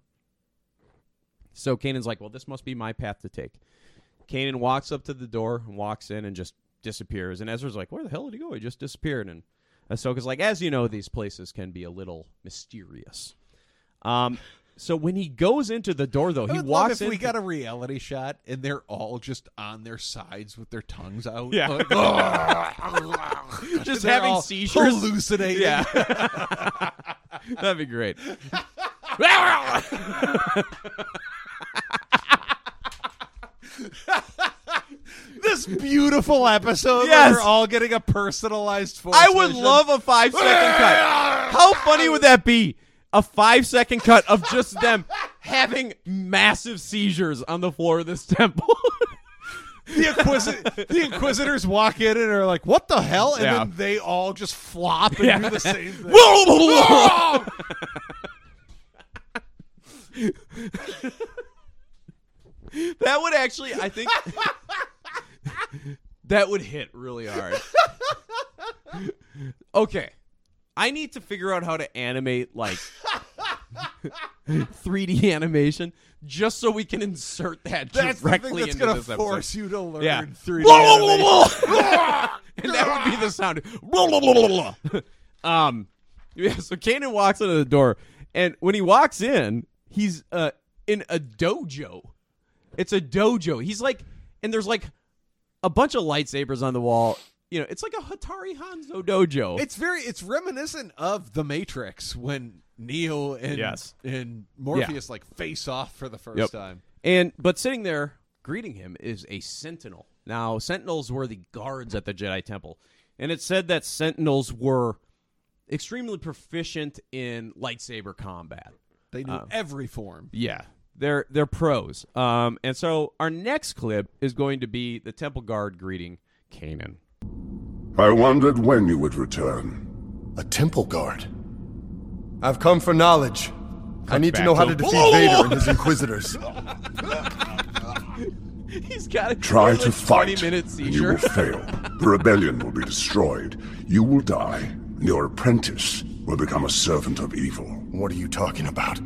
So Kanan's like, "Well, this must be my path to take." Kanan walks up to the door and walks in and just disappears. And Ezra's like, "Where the hell did he go? He just disappeared." And Ahsoka's like, "As you know, these places can be a little mysterious." Um, so when he goes into the door, though,
I
he
would love
walks.
if
in
we got a reality shot and they're all just on their sides with their tongues out.
Yeah.
Like, "Ugh."
Just
They're
having
all
seizures.
Hallucinating.
Yeah. That'd be great.
this beautiful episode
Yes.
where we're all getting a personalized force
I would
vision.
love a five second cut. How funny would that be? A five second cut of just them having massive seizures on the floor of this temple.
the, Inquisi- the Inquisitors walk in and are like, "What the hell?" And
Yeah.
then they all just flop and
Yeah.
do the same thing.
Whoa! that would actually, I think, that would hit really hard. okay, I need to figure out how to animate like 3D animation just so we can insert that
That's the thing
directly
that's
into
gonna
this episode.
force you to learn
yeah.
3D
Whoa, whoa, whoa, whoa!
animation.
and that would be the sound. Blah, blah, blah, blah, blah. um, yeah. So Kanan walks into the door, and when he walks in, he's uh in a dojo. It's a dojo. He's like, and there's like a bunch of lightsabers on the wall. You know, it's like a Hatari Hanzo dojo.
It's very it's reminiscent of The Matrix when Neo and
Yes.
and Morpheus like face off for the first
Yep.
time.
And but sitting there greeting him is a sentinel. Now, sentinels were the guards at the Jedi Temple, and it said that sentinels were extremely proficient in lightsaber combat.
They knew
Um,
every form.
Yeah, they're they're pros. Um, and so our next clip is going to be the temple guard greeting Kanan.
I wondered when you would return.
A temple guard. I've come for knowledge. I need to
back
know how
to-
to defeat
Whoa, whoa, whoa.
Vader and his Inquisitors.
He's got it.
Try to
like
fight,
20 minute
and you
seizure.
will fail. The rebellion will be destroyed. You will die, and your apprentice will become a servant of evil. What are you talking about?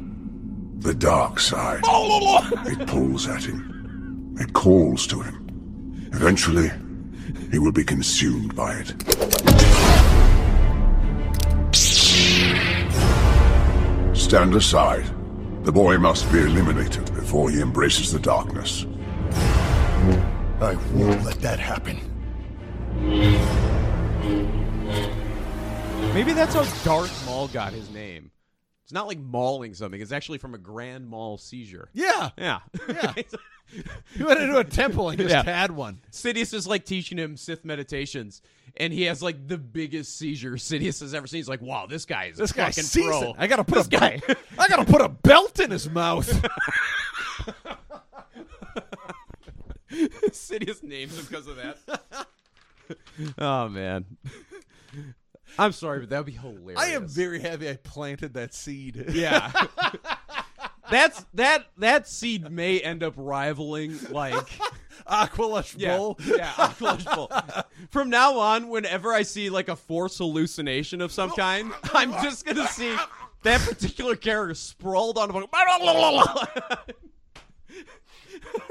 The dark side. It pulls at him. It calls to him. Eventually, he will be consumed by it. Stand aside. The boy must be eliminated before he embraces the darkness.
I won't let that happen.
Maybe that's how Darth Maul got his name. It's not like mauling something. It's actually from a grand mal seizure.
Yeah.
Yeah.
Yeah. He went into a temple and just
Yeah.
had one.
Sidious is like teaching him Sith meditations, and he has like the biggest seizure Sidious has ever seen. He's like, "Wow, this guy is
This
a
guy
fucking
sees
pro.
it. I gotta put
this
a
guy.
I gotta put a belt in his mouth.
Sidious names him because of that. oh man, I'm sorry, but that would be hilarious.
I am very happy I planted that seed.
Yeah. That's that that seed may end up rivaling like
Aqualush
yeah,
Bowl.
Yeah, Aqualush Bowl. From now on, whenever I see like a force hallucination of some kind, I'm just gonna see that particular character sprawled on a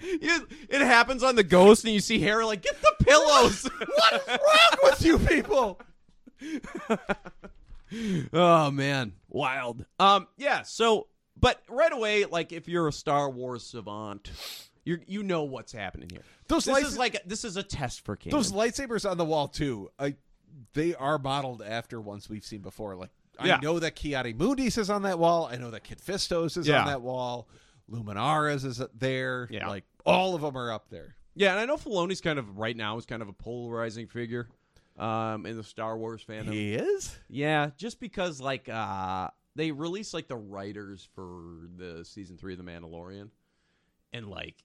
You- It happens on the ghost, and you see Hera like, "Get the pillows."
what is wrong with you people?
oh man, wild. Um, yeah. So, but right away, like if you're a Star Wars savant, you you know what's happening here.
Those
this
lights-
is like this is a test for Kanan.
Those lightsabers on the wall too. I they are modeled after ones we've seen before. Like
Yeah.
I know that Kiati Mundis is on that wall. I know that Kit Fistos is
Yeah.
on that wall. Luminara's is there. Yeah. Like all of them are up there.
Yeah, and I know Filoni's kind of right now is kind of a polarizing figure um, in the Star Wars fandom.
He is?
Yeah, just because like uh, they released like the writers for the season three of The Mandalorian, and like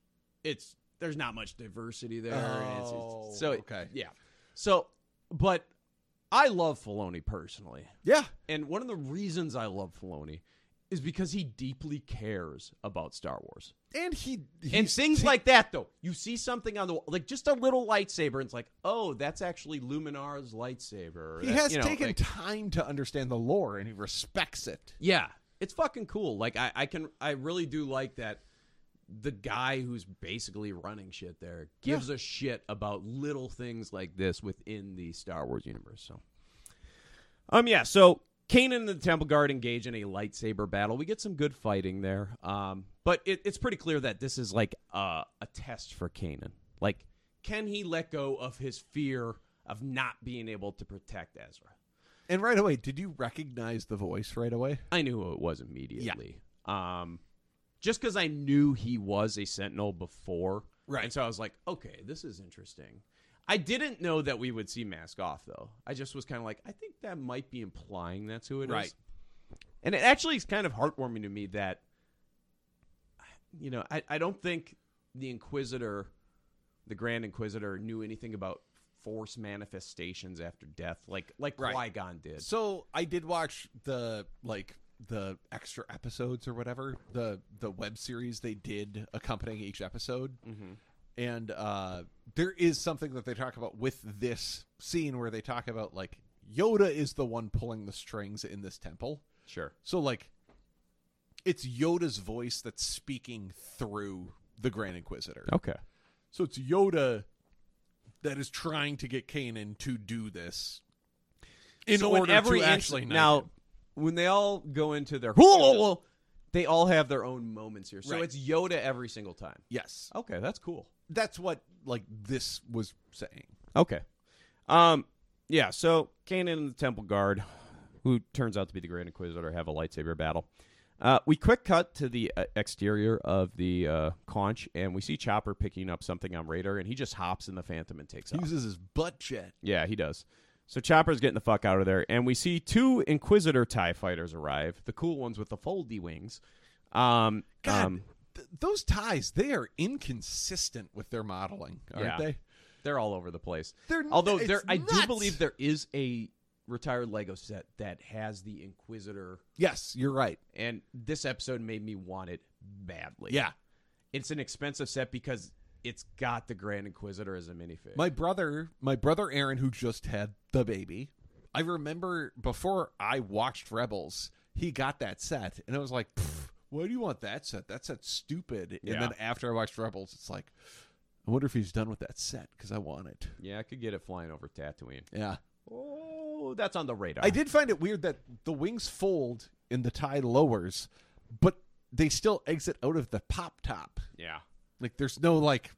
it's there's not much diversity there. and it's-
Oh,
so
okay.
yeah. So, but I love Filoni personally.
Yeah,
and one of the reasons I love Filoni is because he deeply cares about Star Wars.
And he,
and things like that though. You see something on the like just a little lightsaber, and it's like, oh, that's actually Luminara's lightsaber. or
He
that-
has
you know,
taken
like-
time to understand the lore and he respects it.
yeah, it's fucking cool. Like I, I can, I really do like that. The guy who's basically running shit there gives a shit about little things like this within the Star Wars universe. So, um, yeah. So Kanan and the Temple Guard engage in a lightsaber battle. We get some good fighting there. Um, but it, it's pretty clear that this is like uh, a test for Kanan. Like, can he let go of his fear of not being able to protect Ezra?
And right away, did you recognize the voice right away?
I knew who it was immediately. Um, just because I knew he was a Sentinel before, right? And so I was like, okay, this is interesting. I didn't know that we would see Mask Off though. I just was kind of like, I think that might be implying that's who it is.
Right.
And it actually is kind of heartwarming to me that, you know, I, I don't think the Inquisitor, the Grand Inquisitor, knew anything about force manifestations after death, like like Qui Gon did.
So I did watch the like the extra episodes or whatever the the web series they did accompanying each episode, and uh, there is something that they talk about with this scene where they talk about like Yoda is the one pulling the strings in this temple.
Sure.
So like, it's Yoda's voice that's speaking through the Grand Inquisitor.
Okay.
So it's Yoda that is trying to get Kanan to do this in
So in
order
every
to
inst-
actually knight
now,
him.
when they all go into their they all have their own moments here. So
Right.
it's Yoda every single time.
Yes.
Okay, that's cool.
That's what like this was saying.
Okay. Um yeah, so Kanan and the Temple Guard, who turns out to be the Grand Inquisitor, have a lightsaber battle. Uh, we quick cut to the uh, exterior of the uh, conch, and we see Chopper picking up something on radar, and he just hops in the Phantom and takes
He
off.
uses his butt jet.
Yeah, he does. So Chopper's getting the fuck out of there, and we see two Inquisitor TIE fighters arrive, the cool ones with the foldy wings. Um,
God,
um,
th- those ties, they are inconsistent with their modeling, aren't
yeah.
they?
They're all over the place.
They're n-
Although there,
it's
I do
nuts.
believe there is a retired Lego set that has the Inquisitor,
Yes, you're right.
and this episode made me want it badly.
Yeah.
It's an expensive set because it's got the Grand Inquisitor as a minifig.
My brother, my brother Aaron, who just had the baby, I remember before I watched Rebels, he got that set, and I was like, "Pff, "Why do you want that set? That set's stupid."
Yeah.
And then after I watched Rebels, it's like, I wonder if he's done with that set because I want it.
yeah, I could get it flying over Tatooine.
Yeah,
Oh, that's on the radar.
I did find it weird that the wings fold and the tie lowers, but they still exit out of the pop top.
Yeah.
Like there's no like,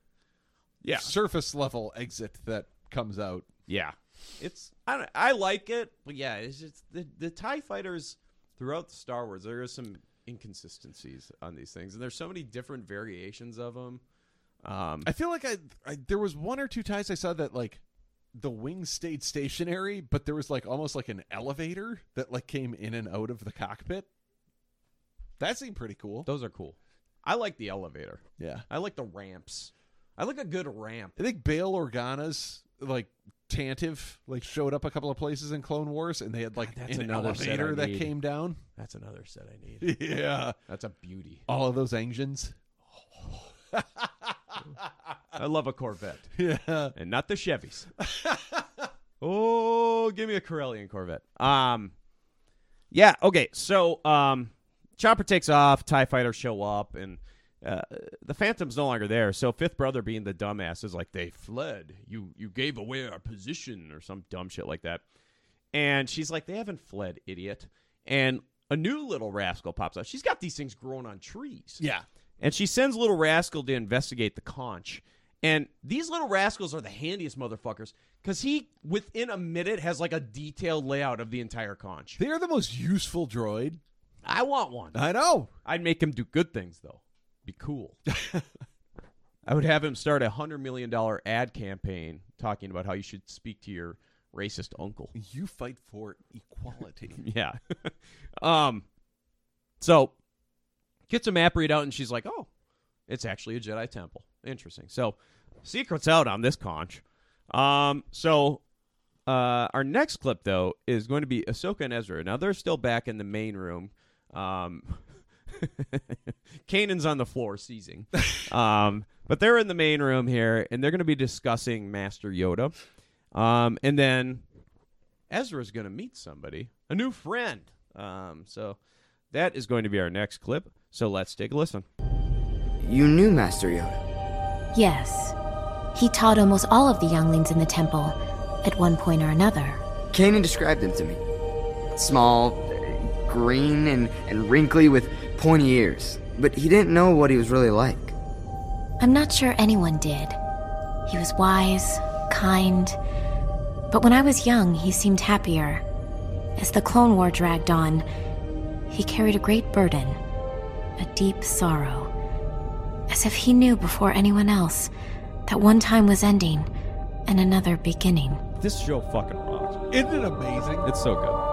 Yeah.
surface level exit that comes out.
Yeah, it's I don't, I like it, but yeah, it's just the the Tie Fighters throughout Star Wars. There is some inconsistencies on these things, and there's so many different variations of them. Um,
I feel like I, I there was one or two times I saw that like the wings stayed stationary, but there was like almost like an elevator that like came in and out of the cockpit. That seemed pretty cool.
those are cool. I like the elevator.
Yeah,
I like the ramps. I like a good ramp.
I think Bail Organa's like Tantive like showed up a couple of places in Clone Wars, and they had like
that's
an
another set I
elevator that
need.
came down.
That's another set I need.
Yeah,
that's a beauty.
all of those engines.
I love a Corvette.
Yeah.
And not the Chevys. oh, give me a Corellian Corvette. Um Yeah, okay. So um Chopper takes off, TIE fighters show up, and uh, the Phantom's no longer there. So Fifth Brother being the dumbass is like, they fled. You you gave away our position or some dumb shit like that. And she's like, they haven't fled, idiot. And a new little rascal pops up. She's got these things growing on trees.
Yeah.
And she sends little rascal to investigate the conch. And these little rascals are the handiest motherfuckers because he, within a minute, has like a detailed layout of the entire conch.
They are the most useful droid.
I want one.
I know.
Uh, I'd make him do good things though. Be cool. I would have him start a hundred million dollar ad campaign talking about how you should speak to your racist uncle.
You fight for equality.
Yeah. um. So, gets a map read out, and she's like, "Oh, it's actually a Jedi temple. Interesting." So, secrets out on this conch. Um. So, uh, our next clip though is going to be Ahsoka and Ezra. Now they're still back in the main room. Um. Kanan's on the floor seizing. Um, but they're in the main room here, and they're going to be discussing Master Yoda. Um, and then Ezra's going to meet somebody, a new friend. Um, so that is going to be our next clip. So let's take a listen.
You knew Master Yoda.
Yes. He taught almost all of the younglings in the temple at one point or another.
Kanan described him to me. Small, uh, green, and, and wrinkly with pointy ears. But he didn't know what he was really like.
I'm not sure anyone did. He was wise, kind. But when I was young, he seemed happier. As the Clone War dragged on, he carried a great burden, a deep sorrow. As if he knew before anyone else that one time was ending and another beginning.
This show fucking rocks.
Isn't it amazing?
It's so good.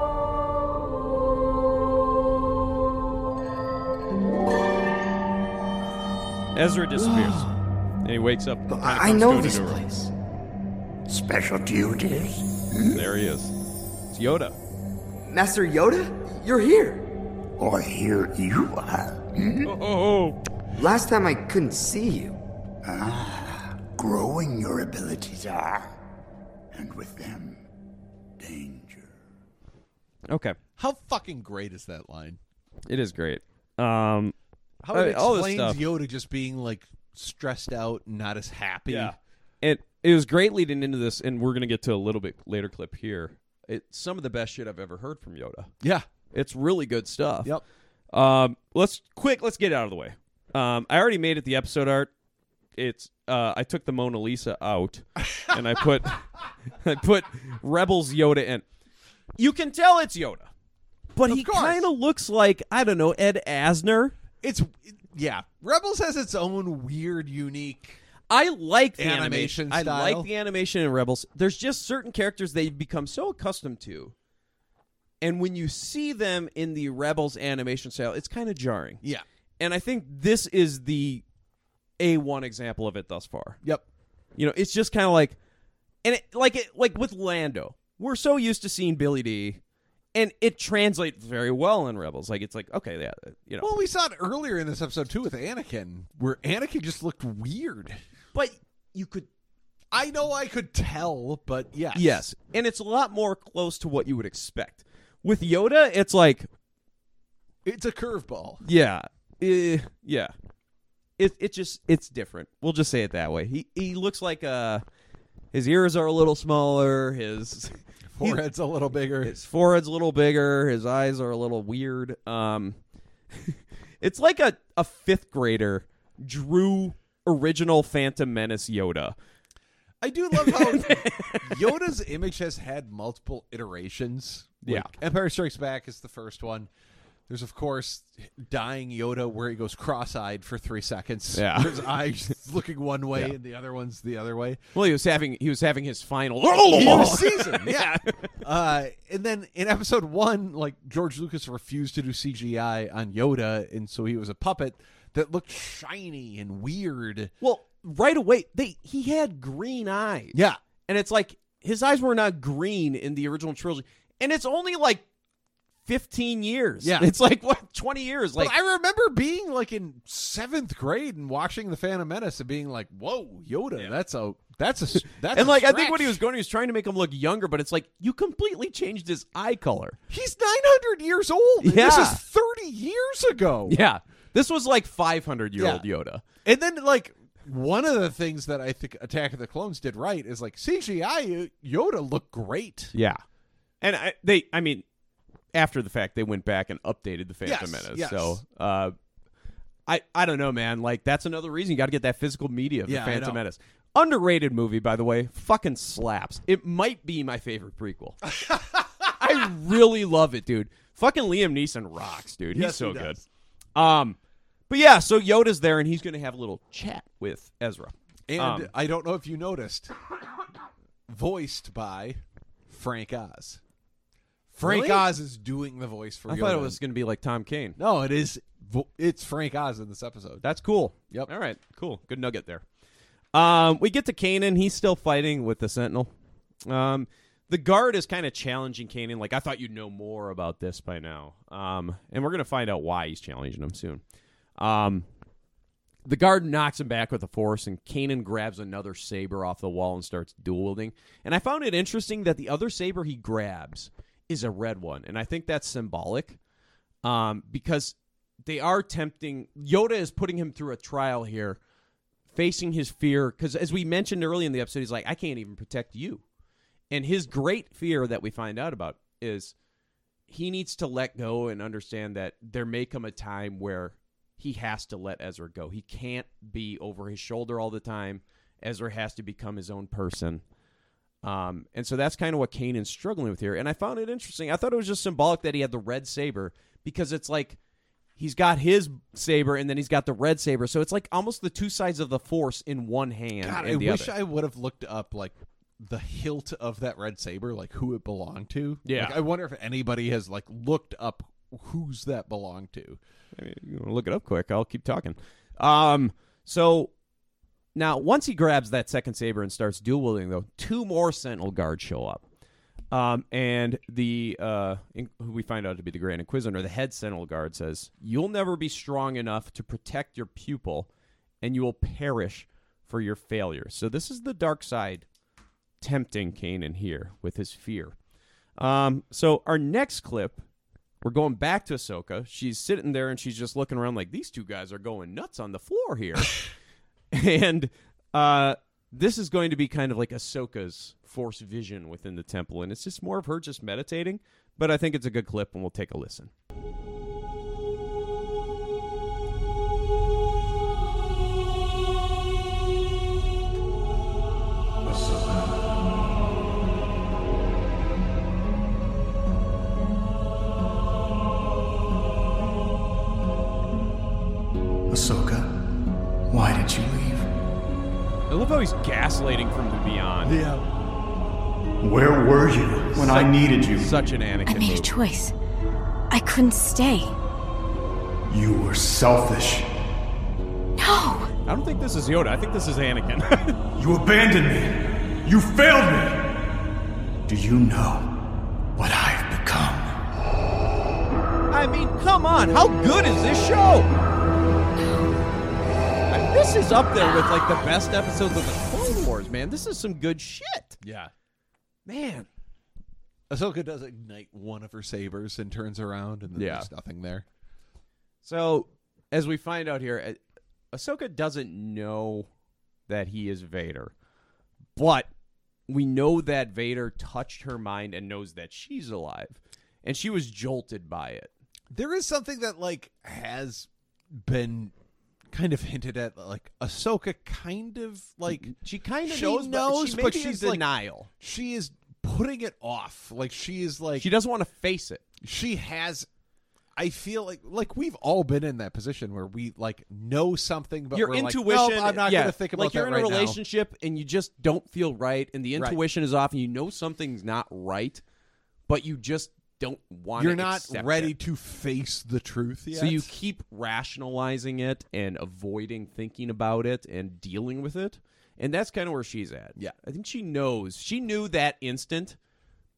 Ezra disappears. And he wakes up.
I know this place.
Special duties. There he is. It's Yoda.
Master Yoda? You're here.
Or here you are.
Oh.
Last time I couldn't see you.
Ah, growing your abilities are. And with them, danger.
Okay.
How fucking great is that line?
It is great. Um,
How it
uh, all this
explains
stuff.
Yoda just being like stressed out, not as happy.
Yeah. It it was great leading into this, and we're gonna get to a little bit later clip here. It's some of the best shit I've ever heard from Yoda.
Yeah.
It's really good stuff.
Yep.
Um, let's quick. Let's get it out of the way. Um, I already made it the episode art. It's uh, I took the Mona Lisa out, and I put I put Rebels Yoda in. You can tell it's Yoda, but he kind of looks like I don't know Ed Asner.
It's yeah. Rebels has its own weird, unique.
I like the
Animation
animation. I
style.
like the animation in Rebels. There's just certain characters they become so accustomed to, and when you see them in the Rebels animation style, it's kind of jarring.
Yeah.
and I think this is the a one example of it thus far.
Yep.
You know, it's just kind of like, and it, like it like with Lando, we're so used to seeing Billy D, and it translates very well in Rebels. Like it's like okay, yeah, you know.
Well, we saw it earlier in this episode too with Anakin, where Anakin just looked weird.
But you could.
I know I could tell, but yes.
Yes. And it's a lot more close to what you would expect. With Yoda, it's like,
It's a curveball.
yeah, eh, yeah. It it just it's different. We'll just say it that way. He he looks like uh his ears are a little smaller, his
Forehead's a little bigger.
his forehead's a little bigger, his eyes are a little weird. Um It's like a, a fifth grader drew original Phantom Menace Yoda.
I do love how Yoda's image has had multiple iterations.
Yeah.
Empire Strikes Back is the first one. There's of course dying Yoda where he goes cross-eyed for three seconds.
Yeah.
his eyes looking one way
Yeah.
and the other one's the other way.
Well, he was having he was having his final
New season, yeah. uh, and then in episode one, like George Lucas refused to do CGI on Yoda, and so he was a puppet that looked shiny and weird.
Well, right away they he had green eyes.
Yeah.
And it's like his eyes were not green in the original trilogy. And it's only like 15 years.
Yeah.
It's like what 20 years like
but I remember being like in seventh grade and watching the Phantom Menace and being like, "Whoa, Yoda! That's a that's a that's
And
a
like I think
stretch."
what he was going he was trying to make him look younger, but it's like you completely changed his eye color.
he's nine hundred years old. and this
Yeah.
is thirty years ago.
Yeah. This was like 500 year old Yoda.
And then like one of the things that I think Attack of the Clones did right is like CGI Yoda looked great.
Yeah. And I, they I mean after the fact they went back and updated the Phantom
Yes,
Menace.
yes.
So uh I, I don't know, man. Like that's another reason you got to get that physical media of
Yeah, I
the Phantom
know.
Menace. Underrated movie, by the way. Fucking slaps. It might be my favorite prequel. I really love it, dude. Fucking Liam Neeson rocks, dude. He's
Yes,
so
he
good.
does.
Um, but yeah, so Yoda's there and he's gonna have a little chat with Ezra.
And
Um,
I don't know if you noticed, voiced by Frank Oz. Frank
Really?
Oz is doing the voice for.
I thought it
Yoda.
was gonna be like Tom Kane.
No, it is. vo- It's Frank Oz in this episode.
That's cool. Yep. All right. Cool. Good nugget there. Um, we get to Kanan. He's still fighting with the Sentinel. Um, the guard is kind of challenging Kanan. Like, I thought you'd know more about this by now. Um, and we're going to find out why he's challenging him soon. Um, the guard knocks him back with a force, and Kanan grabs another saber off the wall and starts dual wielding. And I found it interesting that the other saber he grabs is a red one, and I think that's symbolic um, because they are tempting. Yoda is putting him through a trial here, facing his fear. Because as we mentioned early in the episode, he's like, I can't even protect you. And his great fear that we find out about is he needs to let go and understand that there may come a time where he has to let Ezra go. He can't be over his shoulder all the time. Ezra has to become his own person. Um, and so that's kind of what Kanan's struggling with here. And I found it interesting. I thought it was just symbolic that he had the red saber because it's like he's got his saber and then he's got the red saber. So it's like almost the two sides of the force in one hand.
God,
and
I
the
wish
other.
I would have looked up like the hilt of that red saber, like who it belonged to.
Yeah.
Like, I wonder if anybody has like looked up who's that belonged to.
I mean, you want to look it up quick? I'll keep talking. Um, so now once he grabs that second saber and starts dual wielding, though, two more Sentinel guards show up. Um, and the uh, in- who we find out to be the Grand Inquisitor, the head Sentinel guard says, "You'll never be strong enough to protect your pupil, and you will perish for your failure." So this is the dark side tempting Kanan here with his fear. Um, so our next clip, we're going back to Ahsoka. She's sitting there and she's just looking around like these two guys are going nuts on the floor here. and uh, this is going to be kind of like Ahsoka's force vision within the temple, and it's just more of her just meditating. But I think it's a good clip, and we'll take a listen.
Ahsoka, why did you leave?
I love how he's gaslighting from the beyond.
Yeah,
Where were you when I needed you?
Such an Anakin.
I made a choice. I couldn't stay.
You were selfish.
No!
I don't think this is Yoda. I think this is Anakin.
You abandoned me. You failed me. Do you know what I've become?
I mean, come on, how good is this show? I- This is up there with like the best episodes of the Clone Wars, man. This is some good shit.
yeah.
Man.
Ahsoka does ignite one of her sabers and turns around, and then
Yeah.
there's nothing there.
So, as we find out here, eh, Ahsoka doesn't know that he is Vader, but we know that Vader touched her mind and knows that she's alive, and she was jolted by it.
There is something that like has been kind of hinted at, like Ahsoka kind of like
she kind
of
knows, but she
knows,
may
but
be in
she's like-
denial.
she is putting it off. Like she is like
She doesn't want to face it.
She has. I feel like like we've all been in that position where we like know something, but
your
we're like,
intuition.
"Nope, I'm not
yeah,
going to think about
like
that
you're in
right
a
now."
relationship and you just don't feel right, and the
Right.
intuition is off, and you know something's not right, but you just don't want.
You're not ready to face the truth yet.
So you keep rationalizing it and avoiding thinking about it and dealing with it, and that's kind of where she's at. Yeah, I think she knows. She knew that instant,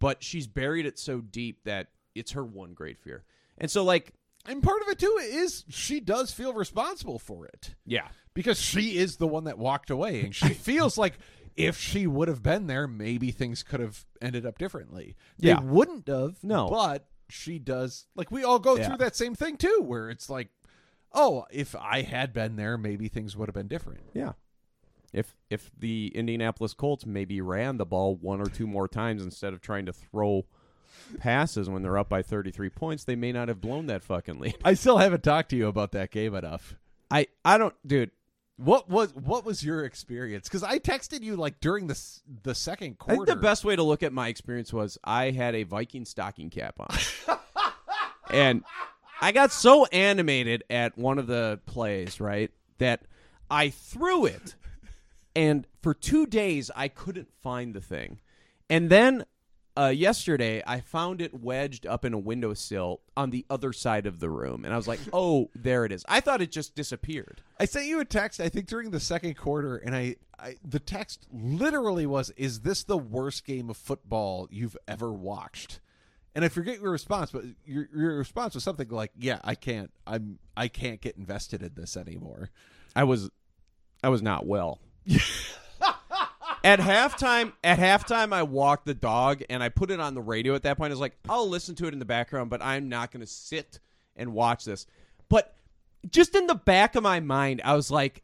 but she's buried it so deep that it's her one great fear. And so, like,
and part of it too is she does feel responsible for it.
Yeah.
because she is the one that walked away, and she feels like if she would have been there, maybe things could have ended up differently. They
Yeah.
wouldn't have.
No.
but she does. Like we all go
Yeah.
through that same thing too, where it's like, oh, if I had been there, maybe things would have been different.
Yeah. If if the Indianapolis Colts maybe ran the ball one or two more times instead of trying to throw passes when they're up by 33 points, they may not have blown that fucking lead.
I still haven't talked to you about that game enough.
I I don't, dude.
What was what was your experience? Because I texted you like during the s- the second
I
quarter.
think the best way to look at my experience was I had a Viking stocking cap on. and I got so animated at one of the plays, right, that I threw it. And for two days, I couldn't find the thing. And then uh, yesterday, I found it wedged up in a windowsill on the other side of the room. And I was like, oh, there it is. I thought it just disappeared.
I sent you a text. I think during the second quarter, and I, I the text literally was, "Is this the worst game of football you've ever watched?" And I forget your response, but your your response was something like, "Yeah, I can't. I'm I can't get invested in this anymore."
I was I was not well. at halftime, at halftime, I walked the dog and I put it on the radio. At that point, I was like, I'll listen to it in the background, but I'm not going to sit and watch this. But just in the back of my mind, I was like,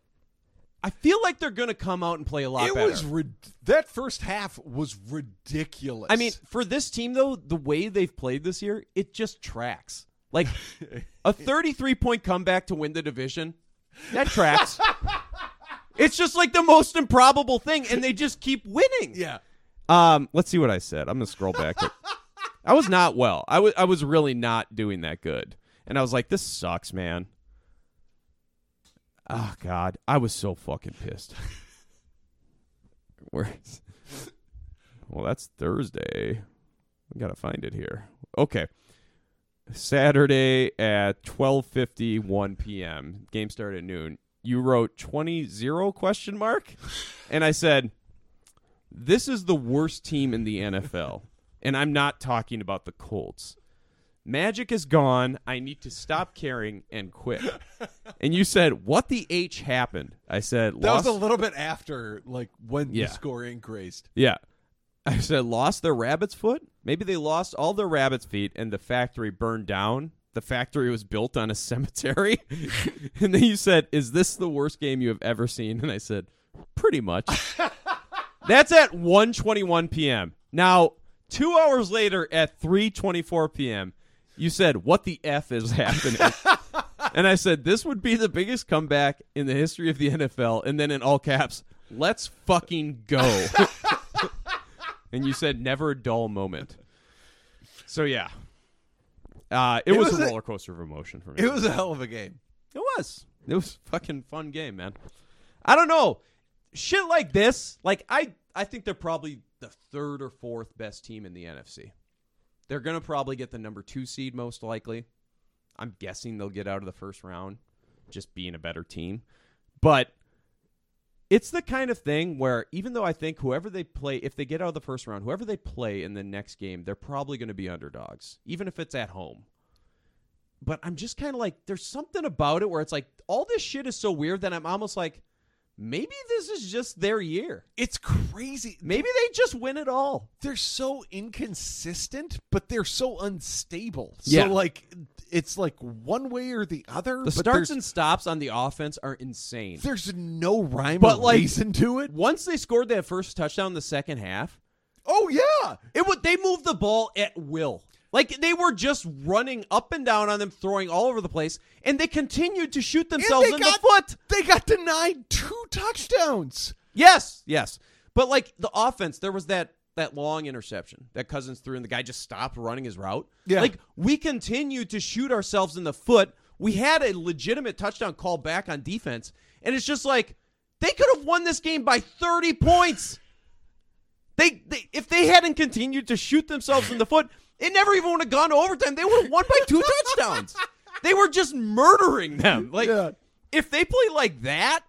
I feel like they're going to come out and play a lot
It
better.
was rid- that first half was ridiculous.
I mean, for this team though, the way they've played this year, it just tracks. Like a 33 point comeback to win the division, that tracks. it's just like the most improbable thing, and they just keep winning.
Yeah.
Um, let's see what I said. I'm gonna scroll back. to- I was not well. I was I was really not doing that good, and I was like, this sucks, man. Oh God, I was so fucking pissed. Where? is- Well, that's Thursday. We gotta find it here. Okay, Saturday at twelve fifty one p.m. Game started at noon. You wrote 20-0 question mark, and I said, "This is the worst team in the NFL," and I'm not talking about the Colts. Magic is gone. I need to stop caring and quit. And you said, "What the h happened?" I said,
that was
"Lost
a little bit after like when
Yeah.
the score increased.
yeah. I said lost their rabbit's foot? Maybe they lost all their rabbit's feet and the factory burned down. The factory was built on a cemetery. and then you said, Is this the worst game you have ever seen? And I said, Pretty much. That's at 1.21 p.m. Now, two hours later at 3.24 p.m., you said, What the F is happening? and I said, This would be the biggest comeback in the history of the NFL. And then in all caps, Let's fucking go. and you said, Never a dull moment. So, yeah. Uh, it,
It
was,
was
a
a-
roller coaster of emotion for me.
It was a hell of a game.
It was. It was a fucking fun game, man. I don't know. Shit like this, like I I think they're probably the third or fourth best team in the NFC. They're going to probably get the number 2 seed most likely. I'm guessing they'll get out of the first round just being a better team. But it's the kind of thing where even though I think whoever they play, if they get out of the first round, whoever they play in the next game, they're probably going to be underdogs, even if it's at home. But I'm just kind of like, there's something about it where it's like, all this shit is so weird that I'm almost like, maybe this is just their year.
It's crazy.
Maybe they just win it all.
They're so inconsistent, but they're so unstable.
Yeah.
So like it's like one way or the other.
The
but
starts
there's,
and stops on the offense are insane.
there's no rhyme
But
or
like,
reason to it.
Once they scored that first touchdown in the second half,
Oh yeah.
It would they moved the ball at will. Like they were just running up and down on them, throwing all over the place, and they continued to shoot themselves
they
in
got-
the foot.
They got denied two touchdowns.
Yes, yes. But like the offense, there was that that long interception that Cousins threw, and the guy just stopped running his route.
Yeah.
Like we continued to shoot ourselves in the foot. We had a legitimate touchdown call back on defense, and it's just like they could have won this game by 30 points. They, they if they hadn't continued to shoot themselves in the foot, it never even would have gone to overtime. They would have won by two touchdowns. They were just murdering them. Like if they play like that,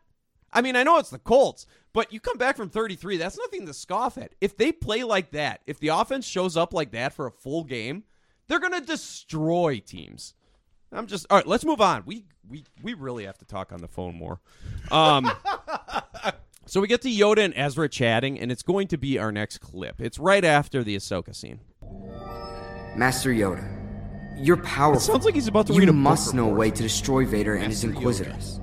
I mean, I know it's the Colts, but you come back from 33, that's nothing to scoff at. If they play like that, if the offense shows up like that for a full game, they're going to destroy teams. I'm just All right, let's move on. We we we really have to talk on the phone more. Um So we get to Yoda and Ezra chatting, and it's going to be our next clip. It's right after the Ahsoka scene.
Master Yoda, you're powerful.
sounds like he's about to
you
read a book
must know a way to destroy Vader and his
Master Yoda.
Inquisitors.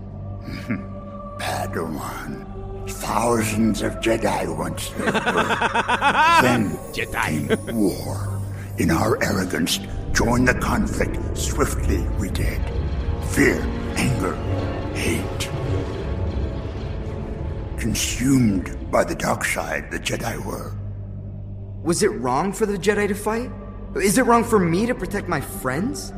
Padawan. Thousands of Jedi once there were. then Jedi war. In our arrogance, join the conflict. Swiftly we did. Fear, anger, hate. consumed by the dark side the Jedi were.
Was it wrong for the Jedi to fight? Is it wrong for me to protect my friends?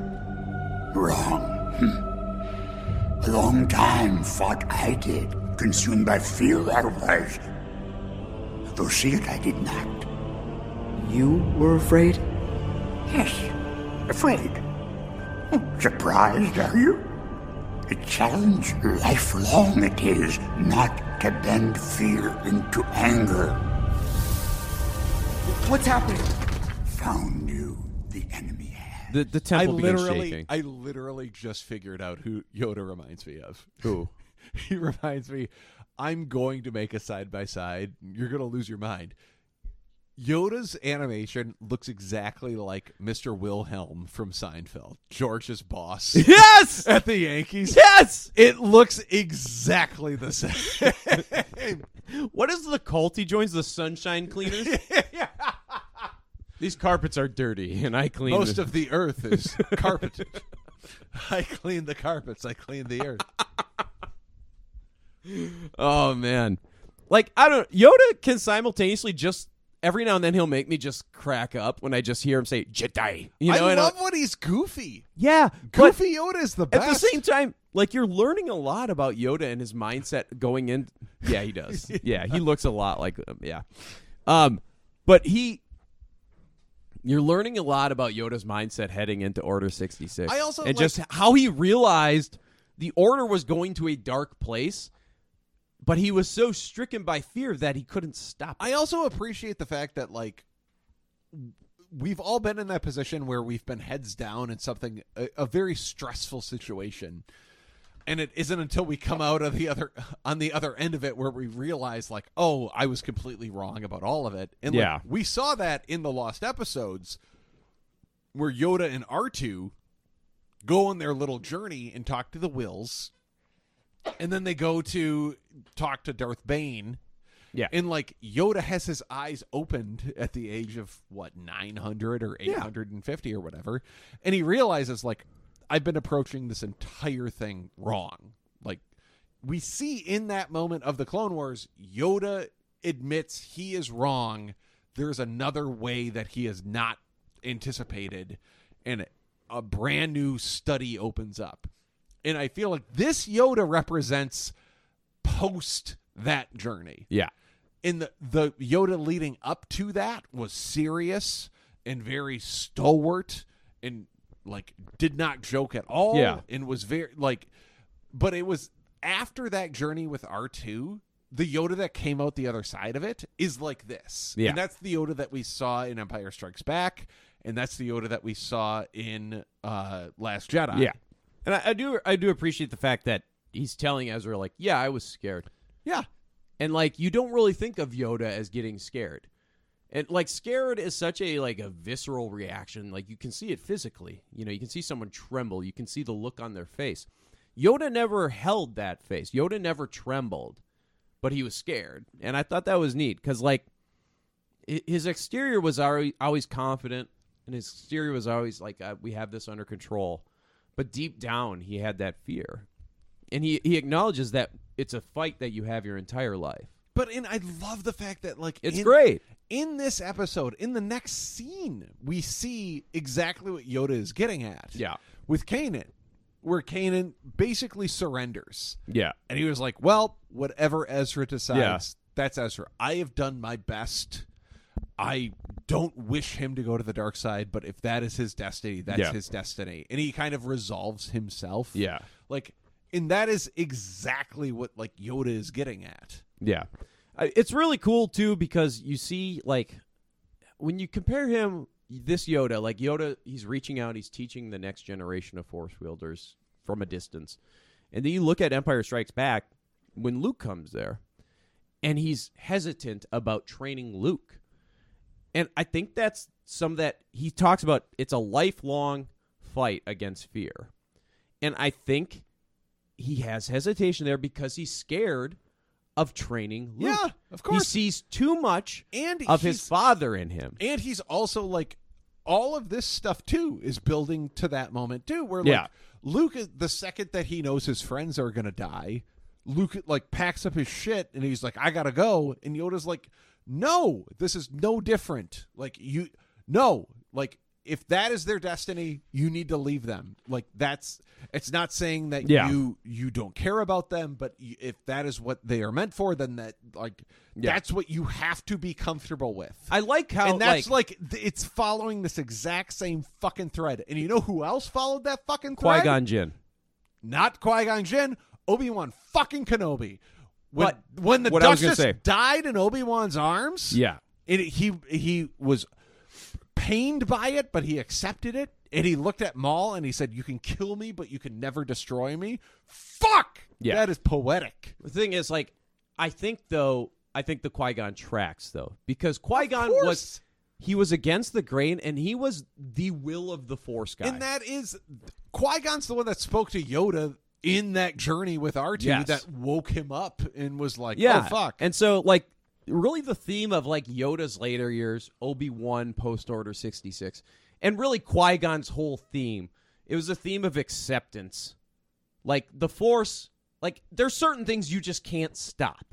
Wrong. Hmm. A long time fought I did, consumed by fear otherwise. Though see it I did not.
You were afraid?
Yes, afraid. Hmm. Surprised, are you? A challenge lifelong it is not to bend fear into anger.
What's happening?
Found you.
The, the temple
I
begins
literally,
shaking.
I literally just figured out who Yoda reminds me of.
Who?
he reminds me. I'm going to make a side by side. You're going to lose your mind. Yoda's animation looks exactly like Mr. Wilhelm from Seinfeld, George's boss.
Yes,
at the Yankees.
Yes,
it looks exactly the same.
what is the cult he joins? The Sunshine Cleaners. These carpets are dirty, and I clean
Most of the earth is carpeted. I clean the carpets. I clean the earth.
Oh man. Like I don't Yoda can simultaneously just every now and then he'll make me just crack up when I just hear him say Jedi. You know,
I
and uh, I'll-
love when he's goofy.
Yeah. but
Goofy Yoda is the
At
best.
the same time, like you're learning a lot about Yoda and his mindset going in. Yeah, he does. yeah, he looks a lot like him. Yeah. Um but he you're learning a lot about Yoda's mindset heading into Order 66.
I also
and
like-
just how he realized the order was going to a dark place, but he was so stricken by fear that he couldn't stop.
I also appreciate the fact that like we've all been in that position where we've been heads down in something a, a very stressful situation and it isn't until we come out of the other on the other end of it where we realize like oh i was completely wrong about all of it and like,
Yeah.
we saw that in the lost episodes where yoda and r2 go on their little journey and talk to the wills and then they go to talk to darth bane
yeah
and like yoda has his eyes opened at the age of what 900 or 850 or whatever and he realizes like i've been approaching this entire thing wrong like we see in that moment of the clone wars yoda admits he is wrong there's another way that he has not anticipated and a brand new study opens up and i feel like this yoda represents post that journey
Yeah.
and the, the yoda leading up to that was serious and very stalwart and like did not joke at all
Yeah.
and was very like but it was after that journey with r2 the yoda that came out the other side of it is like this
Yeah.
and that's the yoda that we saw in empire strikes back and that's the yoda that we saw in uh last jedi
Yeah. And I, I do I do appreciate the fact that he's telling Ezra like, yeah, I was scared.
Yeah.
And like you don't really think of Yoda as getting scared. And like scared is such a like a visceral reaction. Like you can see it physically. You know, you can see someone tremble. You can see the look on their face. Yoda never held that face. Yoda never trembled, but he was scared. And I thought that was neat cuz like hi- his exterior was alre- always confident and his exterior was always like uh, we have this under control but deep down he had that fear and he, he acknowledges that it's a fight that you have your entire life
But and I love the fact that like
It's
in-
great.
In this episode, in the next scene, we see exactly what Yoda is getting at.
Yeah.
With Kanan, where Kanan basically surrenders.
Yeah.
And he was like, Well, whatever Ezra decides, that's Ezra. I have done my best. I don't wish him to go to the dark side, but if that is his destiny, that's
Yeah.
his destiny. And he kind of resolves himself.
Yeah.
Like and that is exactly what like Yoda is getting at.
yeah I- it's really cool too because you see like when you compare him this yoda like yoda he's reaching out he's teaching the next generation of force wielders from a distance and then you look at empire strikes back when luke comes there and he's hesitant about training luke and i think that's some that he talks about it's a lifelong fight against fear and i think he has hesitation there because he's scared of training luke
Yeah, of course.
he sees too much
And
of his
he's-
father in him
And he's also like all of this stuff too is building to that moment too, where like
Yeah.
Luke is the second that he knows his friends are gonna die, Luke like packs up his shit and he's like, I gotta go. And Yoda's like, No, this is no different. Like you no, like if that is their destiny, you need to leave them. Like that's it's not saying that
Yeah.
you you don't care about them, but y- if that is what they are meant for, then that like
Yeah.
that's what you have to be comfortable with.
I like how
and that's like, th- it's following this exact same fucking thread. And you know who else followed that fucking thread?
Qui Gon Jinn.
not Qui Gon Jinn, Obi Wan fucking Kenobi. When,
But
when the
what I was gonna
Duchess
say-
died in Obi Wan's arms,
Yeah.
it, he he was pained by it, but he accepted it. And he looked at Maul and he said, "You can kill me, but you can never destroy me." Fuck,
Yeah.
that is poetic.
The thing is, like, I think though, I think the Qui Gon tracks though, because Qui Gon was he was against the grain, and he was the will of the Force guy.
And that is Qui Gon's the one that spoke to Yoda in that journey with R2
Yes.
that woke him up and was like,
yeah,
"Oh fuck."
And so, like, really, the theme of like Yoda's later years, Obi Wan post Order sixty six, and really Qui Gon's whole theme, it was a theme of acceptance. Like the Force, like there's certain things you just can't stop,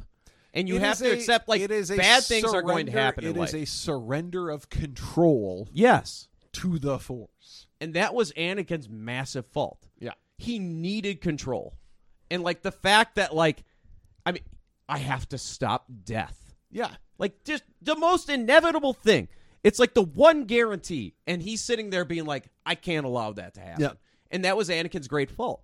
and you
It
have
is
to
a-
accept like
it is a
bad things are going to
surrender-
happen. in
It is
life.
a surrender of control.
Yes.
To the force.
And that was Anakin's massive fault.
Yeah.
He needed control. And like the fact that like I mean I have to stop death.
Yeah.
Like just the most inevitable thing. It's like the one guarantee and he's sitting there being like I can't allow that to happen.
Yeah.
And that was Anakin's great fault.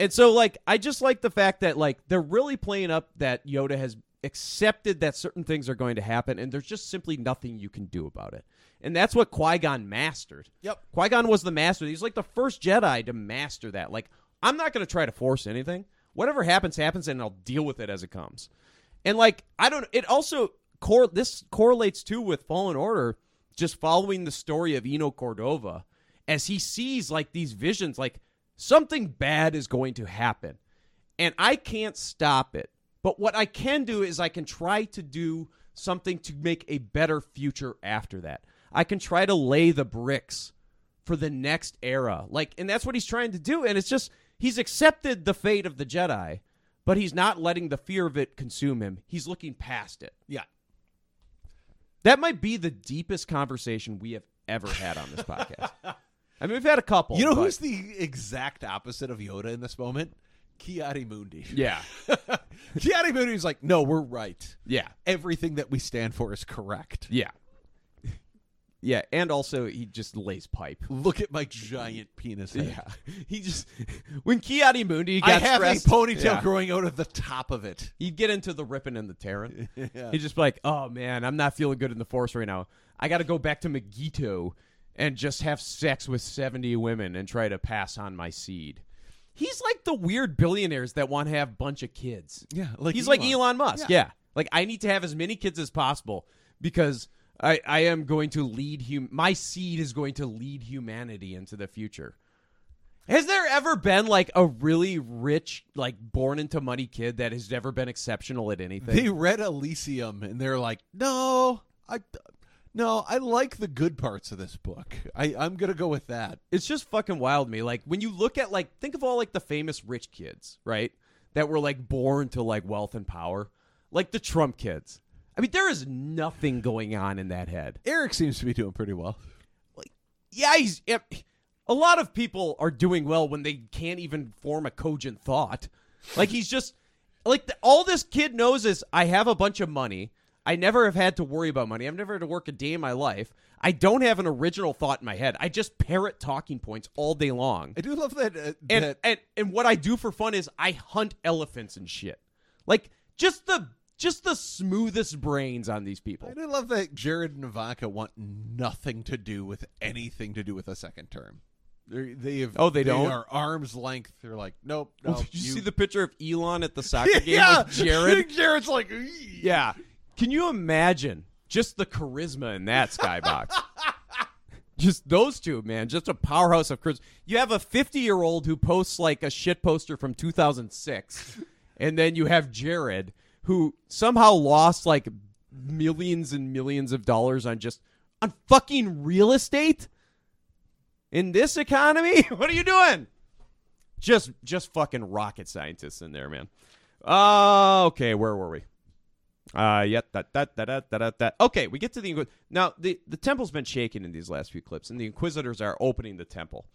And so like I just like the fact that like they're really playing up that Yoda has accepted that certain things are going to happen and there's just simply nothing you can do about it. And that's what Qui-Gon mastered.
Yep.
Qui-Gon was the master. He's like the first Jedi to master that. Like I'm not going to try to force anything. Whatever happens happens and I'll deal with it as it comes. And like I don't it also cor- this correlates too with Fallen Order just following the story of Eno Cordova as he sees like these visions like something bad is going to happen and I can't stop it. But what I can do is I can try to do something to make a better future after that. I can try to lay the bricks for the next era. Like and that's what he's trying to do and it's just he's accepted the fate of the Jedi, but he's not letting the fear of it consume him. He's looking past it.
Yeah.
That might be the deepest conversation we have ever had on this podcast. I mean, we've had a couple.
You know
Oh, but-
who's the exact opposite of Yoda in this moment? Kiari Mundi.
Yeah.
Kiari Mundi's like, no, we're right.
Yeah.
Everything that we stand for is correct.
Yeah. Yeah, and also he just lays pipe.
Look at my giant penis. Head.
Yeah. He just when Kiati Mundi got
I have
stressed,
a ponytail
yeah.
growing out of the top of it.
He'd get into the ripping and the tearing.
Yeah.
He'd just be like, "Oh man, I'm not feeling good in the force right now. I got to go back to Megiddo and just have sex with 70 women and try to pass on my seed." He's like the weird billionaires that want to have bunch of kids.
Yeah, like
he's like
Elon.
Elon Musk.
Yeah.
Yeah. like I need to have as many kids as possible because I I am going to lead hum- my seed is going to lead humanity into the future. Has there ever been like a really rich, like born into money kid that has never been exceptional at anything?
They read Elysium and they're like, no, I, no, I like the good parts of this book. I, I'm gonna go with that.
it's just fucking wild to me. Like when you look at like think of all like the famous rich kids, right? That were like born to like wealth and power. Like the Trump kids. I mean, there is nothing going on in that head.
Eric seems to be doing pretty well.
Yeah, he's yeah, a lot of people are doing well when they can't even form a cogent thought. Like he's just like the, all this kid knows is I have a bunch of money. I never have had to worry about money. I've never had to work a day in my life. I don't have an original thought in my head. I just parrot talking points all day long.
I do love that. Uh,
and,
that
and and what I do for fun is I hunt elephants and shit. Like just the just the smoothest brains on these people.
I do love that Jared and Ivanka want nothing to do with anything to do with a second term. They're, they have,
Oh, they don't?
are arms length. They're like, nope. No,
Did you, see the picture of Elon at the soccer game
yeah.
with Jared?
Jared's like,
Yeah. Can you imagine just the charisma in that skybox? just those two, man. Just a powerhouse of charisma. You have a 50 year old who posts like a shit poster from 2006, and then you have Jared who somehow lost like millions and millions of dollars on just on fucking real estate in this economy. What are you doing? Just just fucking rocket scientists in there, man. Uh, okay, where were we? Uh, yep, that, that, that, that, that, that, that. Okay, we get to the Inquis- now. The the temple's been shaken in these last few clips, and the Inquisitors are opening the temple,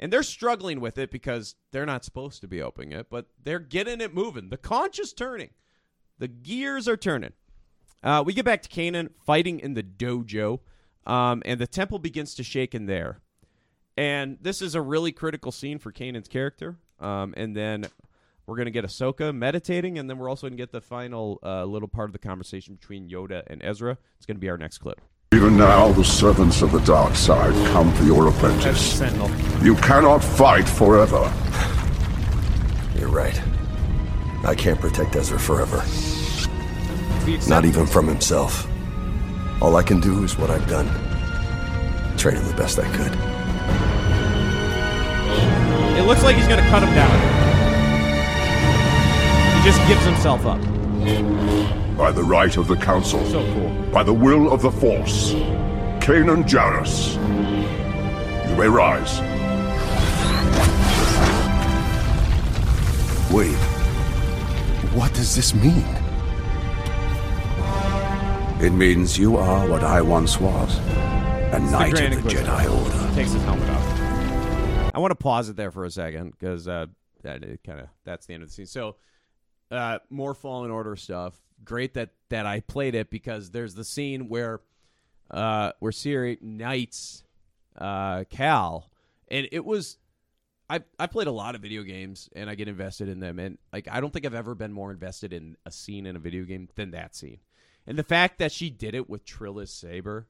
and they're struggling with it because they're not supposed to be opening it, but they're getting it moving. The conch is turning, the gears are turning. Uh, we get back to Canaan fighting in the dojo, um, and the temple begins to shake in there. And this is a really critical scene for Kanan's character. Um, and then we're going to get Ahsoka meditating, and then we're also going to get the final uh, little part of the conversation between Yoda and Ezra. It's going to be our next clip.
Even now, the servants of the dark side come for your apprentice.
Sentinel.
You cannot fight forever.
You're right. I can't protect Ezra forever.
The
Not even from himself. All I can do is what I've done. Train him the best I could.
It looks like he's going to cut him down. He just gives himself up.
By the right of the Council.
So cool.
By the will of the Force. Kanan Jarrus. You may rise.
Wait. What does this mean?
It means you are what I once was a knight
Grand
of the
Inquisitor.
Jedi Order.
Takes his helmet off. I want to pause it there for a second because uh, that it kind of that's the end of the scene. So uh, more Fallen Order stuff. Great that that I played it because there's the scene where uh, where Siri knights uh, Cal, and it was. I, I played a lot of video games and I get invested in them and like I don't think I've ever been more invested in a scene in a video game than that scene. And the fact that she did it with Trilla's saber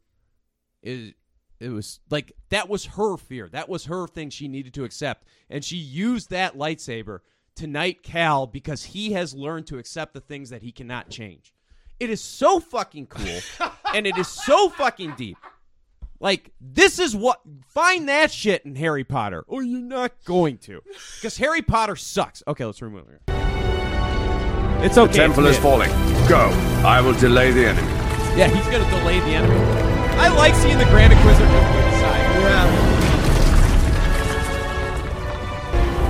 is it was like that was her fear. That was her thing she needed to accept. And she used that lightsaber to knight Cal because he has learned to accept the things that he cannot change. It is so fucking cool and it is so fucking deep. Like this is what find that shit in Harry Potter. Or you're not going to. Because Harry Potter sucks. Okay, let's remove it. It's okay.
The temple
it's
is
mid.
falling. Go. I will delay the enemy.
Yeah, he's gonna delay the enemy. I like seeing the Grand Inquisitor go to the side.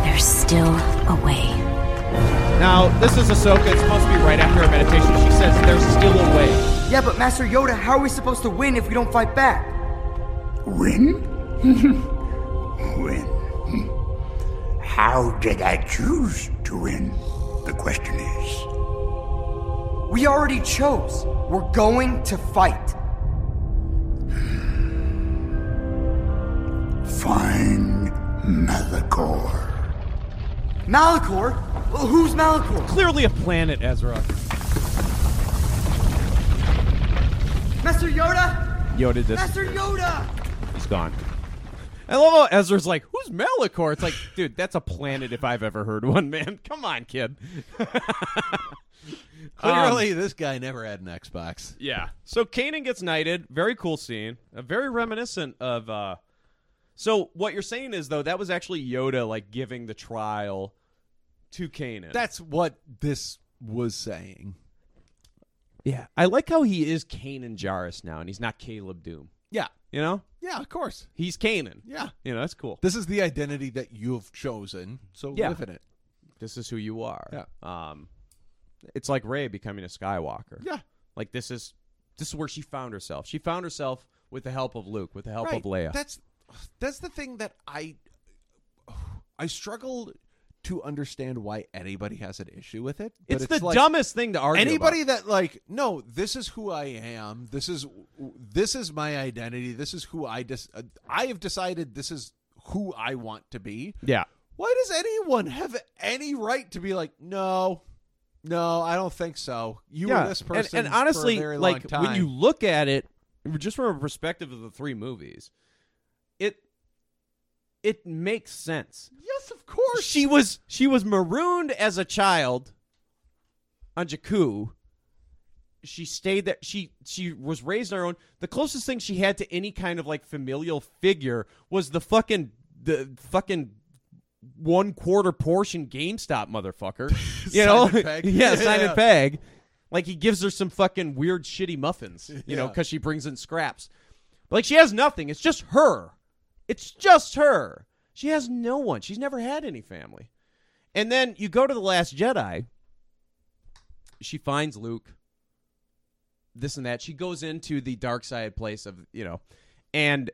There's still a way.
Now, this is Ahsoka. It's supposed to be right after her meditation. She says there's still a way.
Yeah, but Master Yoda, how are we supposed to win if we don't fight back?
Win? win. How did I choose to win? The question is.
We already chose. We're going to fight.
Fine, Malachor.
Malachor? Well, who's Malachor?
Clearly a planet, Ezra.
Master Yoda?
Yoda
Master Yoda!
He's gone. I love how Ezra's like, who's Malachor? It's like, dude, that's a planet if I've ever heard one, man. Come on, kid.
Clearly,
Um,
this guy never had an Xbox.
Yeah. So Kanan gets knighted. Very cool scene. Uh, very reminiscent of. uh So what you're saying is though that was actually Yoda like giving the trial to Kanan.
That's what this was saying.
yeah. I like how he is Kanan Jarrus now, and he's not Caleb Doom.
Yeah.
You know.
Yeah, of course.
He's Kanan.
Yeah.
You know that's cool.
This is the identity that you've chosen, so
Yeah.
live in it.
This is who you are. Yeah. Um, it's like Ray becoming a Skywalker.
Yeah.
Like this is this is where she found herself. She found herself with the help of Luke, with the help
right.
of Leia.
That's that's the thing that I I struggle to understand why anybody has an issue with it. but
it's, the
like,
dumbest thing to argue.
Anybody
about.
that like, no, this is who I am. This is this is my identity. This is who I dis- uh, I have decided this is who I want to be.
Yeah.
Why does anyone have any right to be like, no, no, I don't think so. You
yeah.
were this person,
and, and honestly,
for a very long
like
time.
when you look at it just from a perspective of the three movies, it it makes sense.
yes, of course,
She was she was marooned as a child on Jakku. She stayed there. She she was raised on her own. The closest thing she had to any kind of like familial figure was the fucking the fucking one quarter portion GameStop motherfucker. You know,
Simon Pegg.
yeah,
Yeah,
Simon
yeah.
Pegg. Like he gives her some fucking weird shitty muffins, you know,
Yeah.
because she brings in scraps. But, like she has nothing. It's just her. It's just her. She has no one. She's never had any family. And then you go to The Last Jedi, she finds Luke. This and that. She goes into the dark side place of you know, and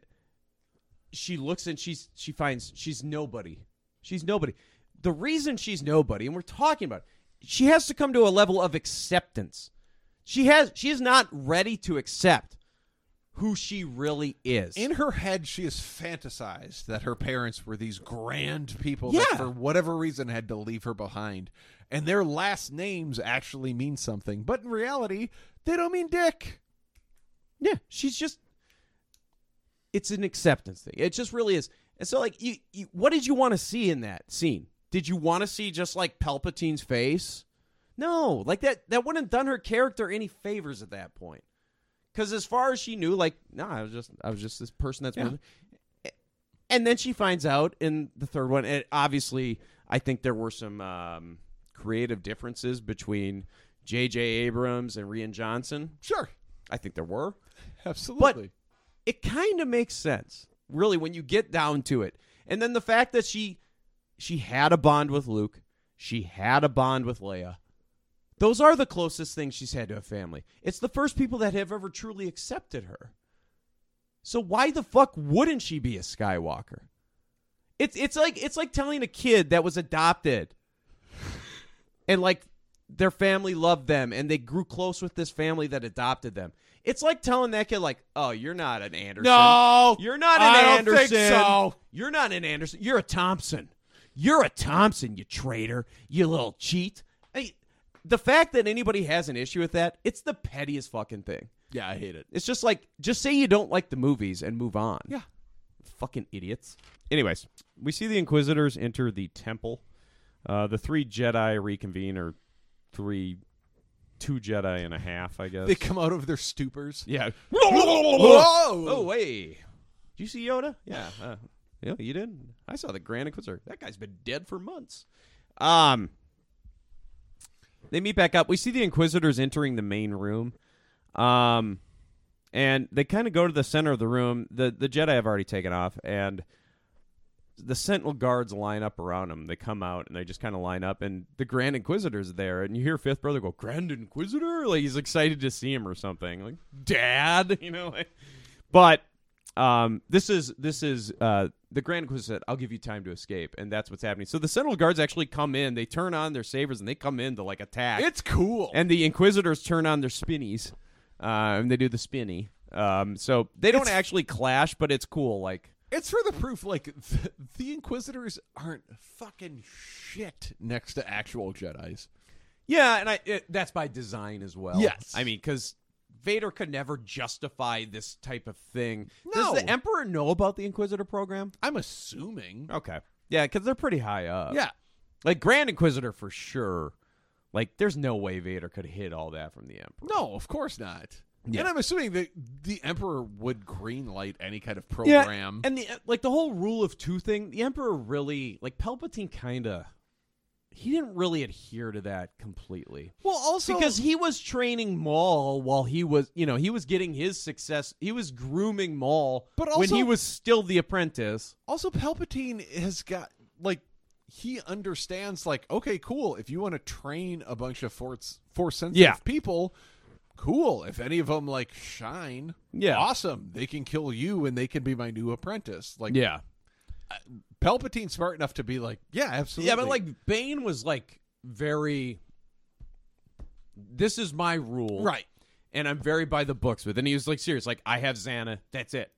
she looks and she's she finds she's nobody. She's nobody. The reason she's nobody, and we're talking about, it, she has to come to a level of acceptance. She has she is not ready to accept who she really is.
In her head, she has fantasized that her parents were these grand people
Yeah.
that, for whatever reason, had to leave her behind. And their last names actually mean something. But in reality, they don't mean dick.
Yeah, she's just. It's an acceptance thing. It just really is. And so, like, you, you what did you want to see in that scene? Did you want to see just like Palpatine's face? No, like that that wouldn't have done her character any favors at that point. Because as far as she knew, like, no, I was just I was just this person that's.
Yeah.
moving. And then she finds out in the third one. And obviously, I think there were some um, creative differences between J.J. Abrams and Rian Johnson.
Sure,
I think there were.
Absolutely.
But it kind of makes sense, really, when you get down to it. And then the fact that she she had a bond with Luke, she had a bond with Leia. Those are the closest things she's had to a family. It's the first people that have ever truly accepted her. So why the fuck wouldn't she be a Skywalker? It's it's like it's like telling a kid that was adopted and like their family loved them and they grew close with this family that adopted them. It's like telling that kid like, "Oh, you're not an Anderson.
No,
you're not an
I don't
Anderson.
think so.
You're not an Anderson. You're a Thompson. You're a Thompson, you traitor. You little cheat." I, the fact that anybody has an issue with that, it's the pettiest fucking thing.
Yeah, I hate it.
It's just like just say you don't like the movies and move on.
Yeah.
Fucking idiots. Anyways, we see the Inquisitors enter the temple. Uh, the three Jedi reconvene, or three, two Jedi and a half, I guess.
They come out of their stupors.
Yeah.
Whoa!
Oh, hey. Did you see Yoda? Yeah. Uh, yeah, you did. I saw the Grand Inquisitor. That guy's been dead for months. Um, they meet back up. We see the Inquisitors entering the main room, um, and they kind of go to the center of the room. the The Jedi have already taken off, and the Sentinel guards line up around them. They come out and they just kind of line up, and the Grand Inquisitor's there, and you hear Fifth Brother go, "Grand Inquisitor!" Like he's excited to see him or something. Like Dad, you know. like- but um, this is this is uh, the Grand Inquisitor said, "I'll give you time to escape," and that's what's happening. So the Sentinel guards actually come in. They turn on their sabers and they come in to like attack.
It's cool.
And the Inquisitors turn on their spinnies, uh, and they do the spinny. Um, so they don't actually clash, but it's cool. Like
It's for the proof, like, th- the Inquisitors aren't fucking shit next to actual Jedis.
Yeah, and I it, that's by design as well.
Yes.
I mean because Vader could never justify this type of thing.
No.
Does the Emperor know about the Inquisitor program?
I'm assuming.
Okay. Yeah, because they're pretty high up.
Yeah.
like Grand Inquisitor for sure. Like, there's no way Vader could hit all that from the Emperor.
No, of course not.
Yeah.
And I'm assuming that the Emperor would greenlight any kind of program.
Yeah, and the like the whole rule of two thing. The Emperor really like Palpatine kind of. He didn't really adhere to that completely.
Well, also
because he was training Maul while he was, you know, he was getting his success. He was grooming Maul,
But
when he
also-
was still the apprentice,
Also, Palpatine has got like he understands like okay, cool. If you want to train a bunch of force force sensitive
Yeah.
people, cool. If any of them like shine,
Yeah.
awesome. They can kill you and they can be my new apprentice. Like,
Yeah.
uh, Palpatine's smart enough to be like, yeah, absolutely.
Yeah, but like Bane was like very. This is my rule,
Right.
And I'm very by the books with. And he was like serious, like I have Xana, that's it.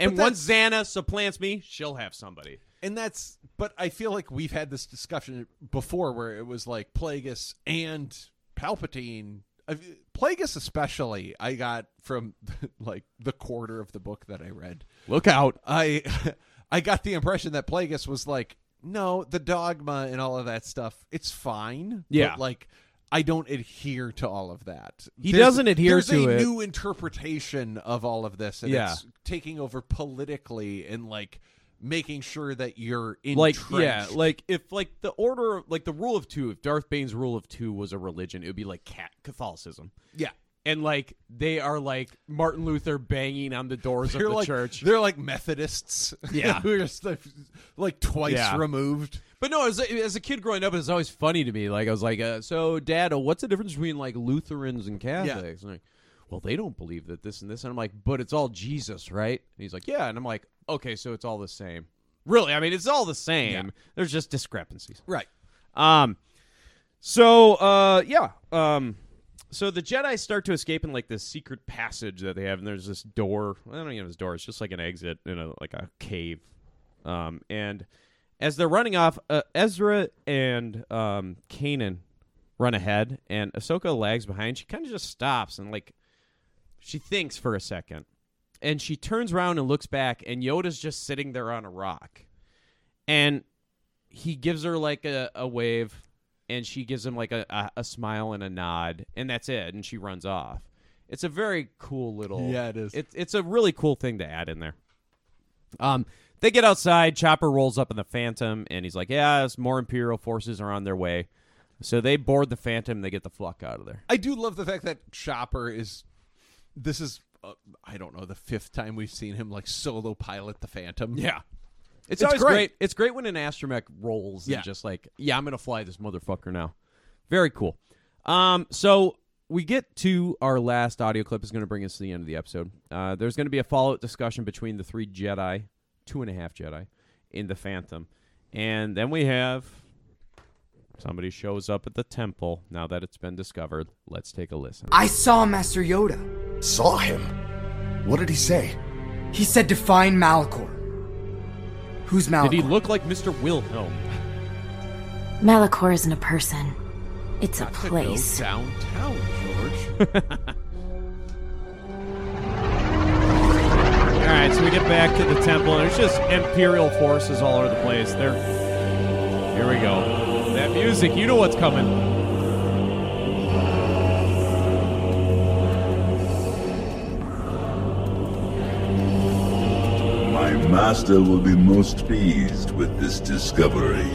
And
But
once Xana supplants me, she'll have somebody.
And that's, but I feel like we've had this discussion before where it was like Plagueis and Palpatine. I- Plagueis, especially, I got from like the quarter of the book that I read.
Look out!
I, I got the impression that Plagueis was like, no, the dogma and all of that stuff, it's fine.
Yeah.
But like, I don't adhere to all of that.
He
There's-
doesn't adhere
there's
to
a
it.
new interpretation of all of this, and
Yeah.
it's taking over politically and like making sure that you're in
like yeah, like if like the order, of- like the rule of two, if Darth Bane's rule of two was a religion, it would be like cat Catholicism.
Yeah.
and like they are like Martin Luther banging on the doors
They're
of the
like-
church.
They're like Methodists.
Yeah.
who are just like, like twice
Yeah.
removed.
But no, as a, as a kid growing up, it was always funny to me. Like I was like, uh, so Dad, uh, what's the difference between like Lutherans and Catholics? And like, well, they don't believe that this and this. And I'm like, but it's all Jesus, right? And he's like, yeah. And I'm like, okay, so it's all the same. Really? I mean, it's all the same. There's just discrepancies,
Right.
Um, so uh, yeah. Um, so the Jedi start to escape in like this secret passage that they have, and there's this door. I don't even know if it's a door. It's just like an exit in a like a cave. Um, and as they're running off, uh, Ezra and um, Kanan run ahead, and Ahsoka lags behind. She kind of just stops and like she thinks for a second, and she turns around and looks back, and Yoda's just sitting there on a rock, and he gives her like a, a wave, and she gives him like a, a, a smile and a nod, and that's it, and she runs off. It's a very cool little
Yeah, it is.
It's it's a really cool thing to add in there. Um, they get outside. Chopper rolls up in the Phantom, and he's like, "Yeah, it's more Imperial forces are on their way." So they board the Phantom. and They get the fuck out of there.
I do love the fact that Chopper is. This is, uh, I don't know, the fifth time we've seen him like solo pilot the Phantom.
Yeah. It's, always great. It's great when an astromech rolls
Yeah.
and just like, yeah, I'm gonna fly this motherfucker now. Very cool. Um, so we get to our last audio clip is going to bring us to the end of the episode. Uh, there's going to be a follow-up discussion between the three Jedi, two and a half Jedi, in the Phantom, and then we have somebody shows up at the temple. Now that it's been discovered, let's take a listen.
I saw Master Yoda.
Saw him? What did he say?
He said to find Malachor. Who's Malachor?
Did he look like Mr. Wilhelm?
Malachor isn't a person, it's a place.
downtown, George.
All right, so we get back to the temple, and it's just imperial forces all over the place. They're here we go. That music, you know what's coming.
My master will be most pleased with this discovery.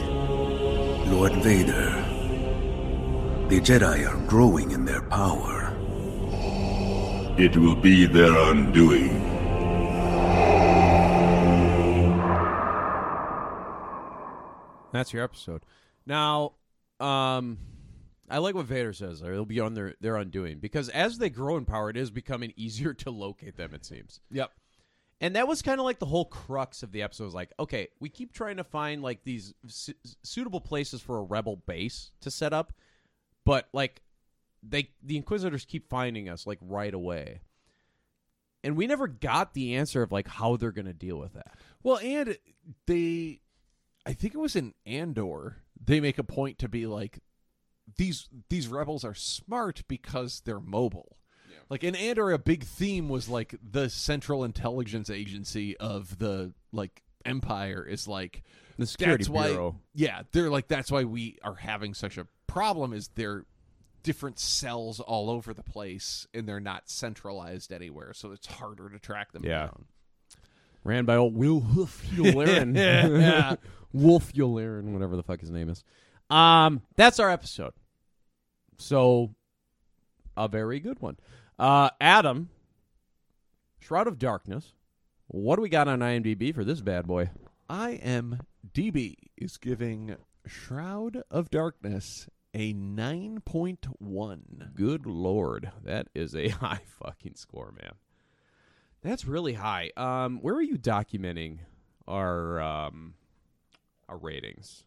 Lord Vader, the Jedi are growing in their power.
It will be their undoing.
That's your episode. Now, um, I like what Vader says. there. It'll be on their their undoing because as they grow in power, it is becoming easier to locate them. It seems.
Yep.
And that was kind of like the whole crux of the episode. Was like, okay, we keep trying to find like these su- suitable places for a rebel base to set up, but like they the Inquisitors keep finding us like right away, and we never got the answer of like how they're going to deal with that.
Well, and they, I think it was in Andor, they make a point to be like, these these rebels are smart because they're mobile. Like in Andor, a big theme was like the Central Intelligence Agency of the like Empire is like
The security
that's why-
bureau.
yeah, they're like that's why we are having such a problem is they're different cells all over the place and they're not centralized anywhere, so it's harder to track them
Yeah.
down.
Um, Ran by old Will Hoof
Yeah.
Yularen. Wolf Yularen, whatever the fuck his name is. Um, that's our episode. So, a very good one. Uh, Adam, Shroud of Darkness. What do we got on IMDb for this bad boy?
IMDb is giving Shroud of Darkness a 9.1.
Good lord, that is a high fucking score, man. That's really high. Um, where are you documenting our um our ratings?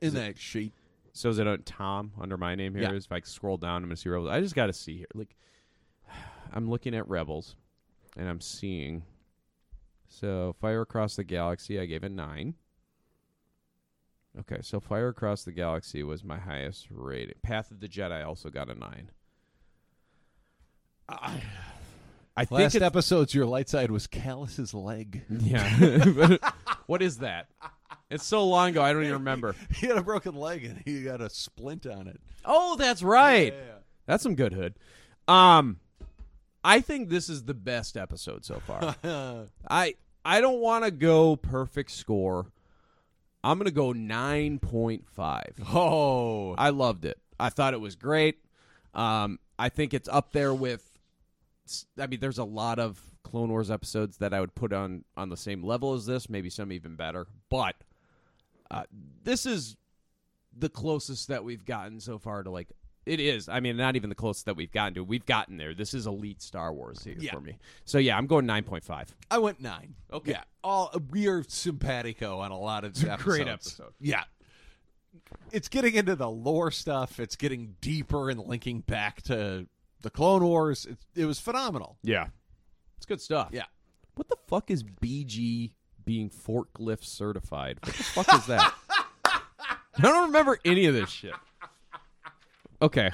In
Is it-
that sheet.
So is it on Tom under my name here?
Yeah.
If I scroll down, I'm gonna see Rebels. I just gotta see here. Like, I'm looking at Rebels, and I'm seeing. So Fire Across the Galaxy, I gave a nine. Okay, so Fire Across the Galaxy was my highest rating. Path of the Jedi also got a nine. I think
Ah. Last
it's-
episode's your light side was Callus's leg.
Yeah. what is that? It's so long ago, I don't even remember.
he had a broken leg and he got a splint on it.
Oh, that's right. That's some good hood. Um, I think this is the best episode so far. I I don't want to go perfect score. I'm gonna go nine point five.
Oh,
I loved it. I thought it was great. Um, I think it's up there with. I mean, there's a lot of Clone Wars episodes that I would put on on the same level as this. Maybe some even better, but uh, this is the closest that we've gotten so far to like it is. I mean, not even the closest that we've gotten to. We've gotten there. This is elite Star Wars here
Yeah.
for me. So yeah, I'm going nine point five.
I went nine. Okay. Yeah. All uh, we are simpatico on a lot of episodes.
Great episode.
Yeah. It's getting into the lore stuff. It's getting deeper and linking back to the Clone Wars. It, it was phenomenal.
Yeah. It's good stuff.
Yeah.
What the fuck is BG being forklift certified? What the fuck is that? I don't remember any of this shit. Okay.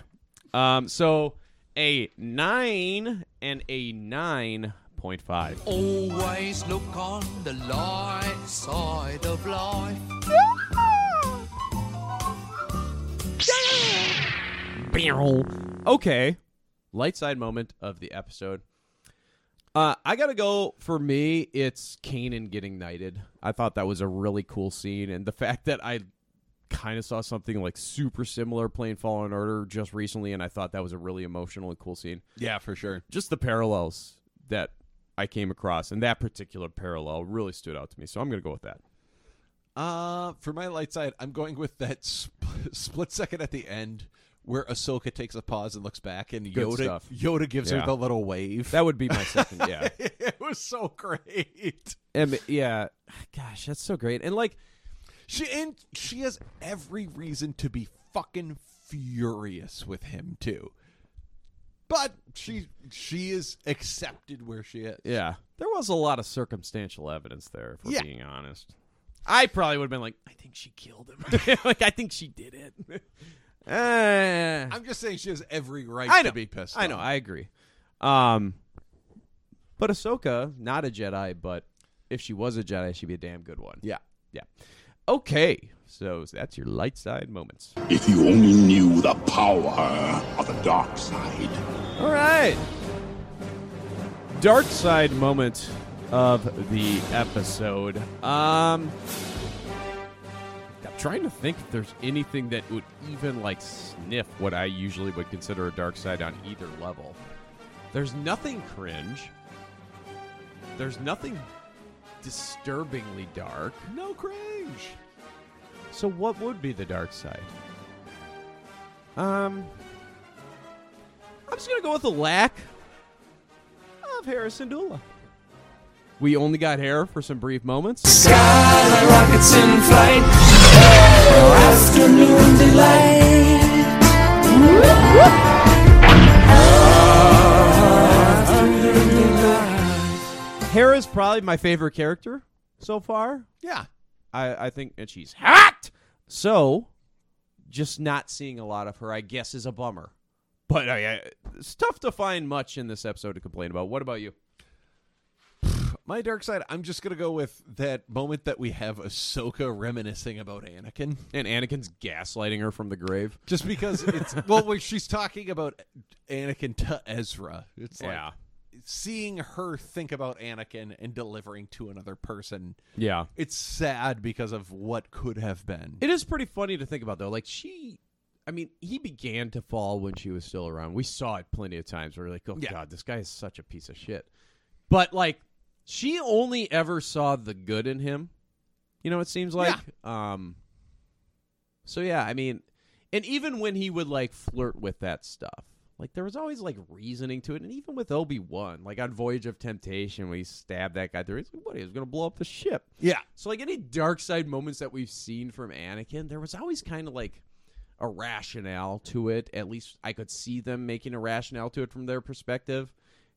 Um, so a nine and a nine point five.
Always look on the light side of life.
Okay. Light side moment of the episode. Uh, I gotta go. For me, it's Kanan getting knighted. I thought that was a really cool scene, and the fact that I kind of saw something like super similar playing Fallen Order just recently, and I thought that was a really emotional and cool scene.
Yeah, for sure.
Just the parallels that I came across, and that particular parallel really stood out to me. So I'm gonna go with that.
Uh, for my light side, I'm going with that sp- split second at the end where Ahsoka takes a pause and looks back, and
Good
Yoda
stuff.
Yoda gives
Yeah.
her the little wave.
That would be my second. Yeah.
it was so great.
And yeah, gosh, that's so great. And like,
She and she has every reason to be fucking furious with him too. But she she is accepted where she is.
Yeah. There was a lot of circumstantial evidence there, if we're
Yeah.
being honest. I probably would have been like, I think she killed him. like, I think she did it. Eh.
I'm just saying she has every right
I know.
to be pissed.
I know.
off.
I agree. Um, but Ahsoka, not a Jedi, but if she was a Jedi, she'd be a damn good one.
Yeah.
Yeah. Okay. So that's your light side moments.
If you only knew the power of the dark side.
All right. Dark side moment of the episode. Um, I'm trying to think if there's anything that would even like sniff what I usually would consider a dark side on either level. There's nothing cringe. There's nothing disturbingly dark.
No cringe.
So what would be the dark side? Um, I'm just gonna go with the lack of Harrison Dula. We only got hair for some brief moments.
Skyrockets in flight. Afternoon delight.
Hera's probably my favorite character so far.
Yeah.
I, I think and she's hot. So just not seeing a lot of her, I guess, is a bummer.
uh,
But I, I, it's tough to find much in this episode to complain about. What about you?
My dark side, I'm just gonna go with that moment that we have Ahsoka reminiscing about Anakin.
And Anakin's gaslighting her from the grave.
Just because it's well, when she's talking about Anakin to Ezra, it's like
Yeah.
seeing her think about Anakin and delivering to another person.
Yeah.
it's sad because of what could have been.
It is pretty funny to think about though. Like she I mean, he began to fall when she was still around. We saw it plenty of times where we're like, oh god, this guy is such a piece of shit. But like she only ever saw the good in him. You know, it seems like. Um So yeah, I mean and even when he would like flirt with that stuff, like there was always like reasoning to it. And even with Obi Wan, like on Voyage of Temptation, when he stabbed that guy through, he's like, what he was gonna blow up the ship.
Yeah.
So like any dark side moments that we've seen from Anakin, there was always kind of like a rationale to it. At least I could see them making a rationale to it from their perspective.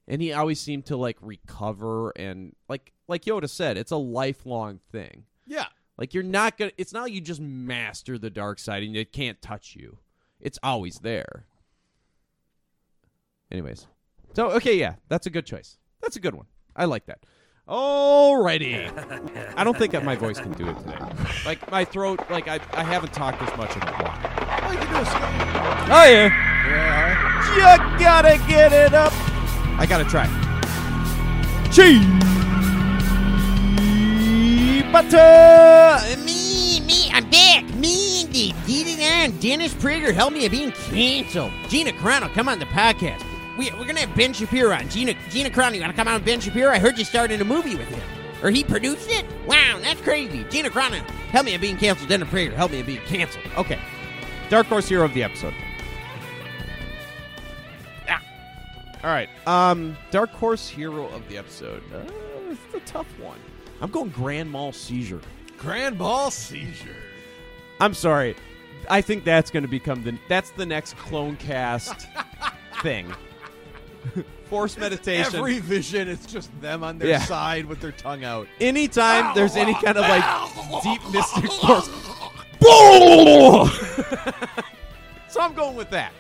And he always seemed to like recover and like like Yoda said, it's a lifelong thing.
Yeah.
Like you're not gonna it's not like you just master the dark side and it can't touch you. It's always there. Anyways. So okay, yeah, that's a good choice. That's a good one. I like that. Alrighty. I don't think that my voice can do it today. Like my throat, like I, I haven't talked this much in a while.
Oh, you can do a Scott.
Oh yeah. You gotta get it up. I gotta try. Cheese butter.
Me, me, I'm back. Me and the DDN, Dennis Prager, help me of being canceled. Gina Carano, come on the podcast. We, we're gonna have Ben Shapiro on. Gina, Gina Carano, you wanna come on with Ben Shapiro? I heard you started a movie with him. Or he produced it? Wow, that's crazy. Gina Carano, help me at being canceled. Then a prayer, help me at being canceled.
Okay. Dark Horse Hero of the episode. Ah. All right. Um, Dark Horse Hero of the episode. Uh, it's a tough one. I'm going Grand Mall Seizure.
Grand Mall Seizure.
I'm sorry. I think that's going to become the that's the next clone cast thing. Force meditation.
Every vision, it's just them on their
Yeah.
side with their tongue out.
Anytime there's any kind of like deep mystic force. so I'm going with that.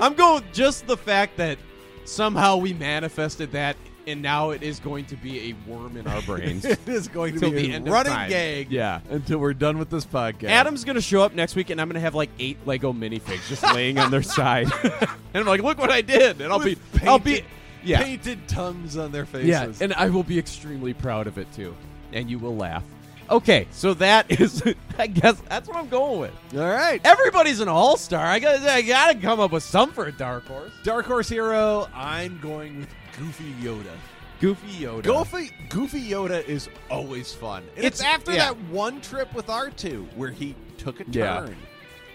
I'm going with just the fact that somehow we manifested that and now it is going to be a worm in our brains.
it is going to
Till
be
the
a
end of
running
time.
gag.
Yeah.
Until we're done with this podcast.
Adam's gonna show up next week, and I'm gonna have like eight Lego minifigs just laying on their side, and I'm like, "Look what I did!" And I'll be,
With
I'll be,
painted-
yeah,
Painted tongues on their faces.
yeah, and I will be extremely proud of it too, and you will laugh. Okay, so that is, I guess, that's what I'm going with.
All right,
everybody's an all star. I got, I gotta come up with some for a dark horse.
Dark Horse Hero, I'm going with Goofy Yoda.
Goofy Yoda.
Goofy, Goofy Yoda is always fun. And it's,
It's-
after
yeah.
that one trip with R2 where he took a turn.
Yeah.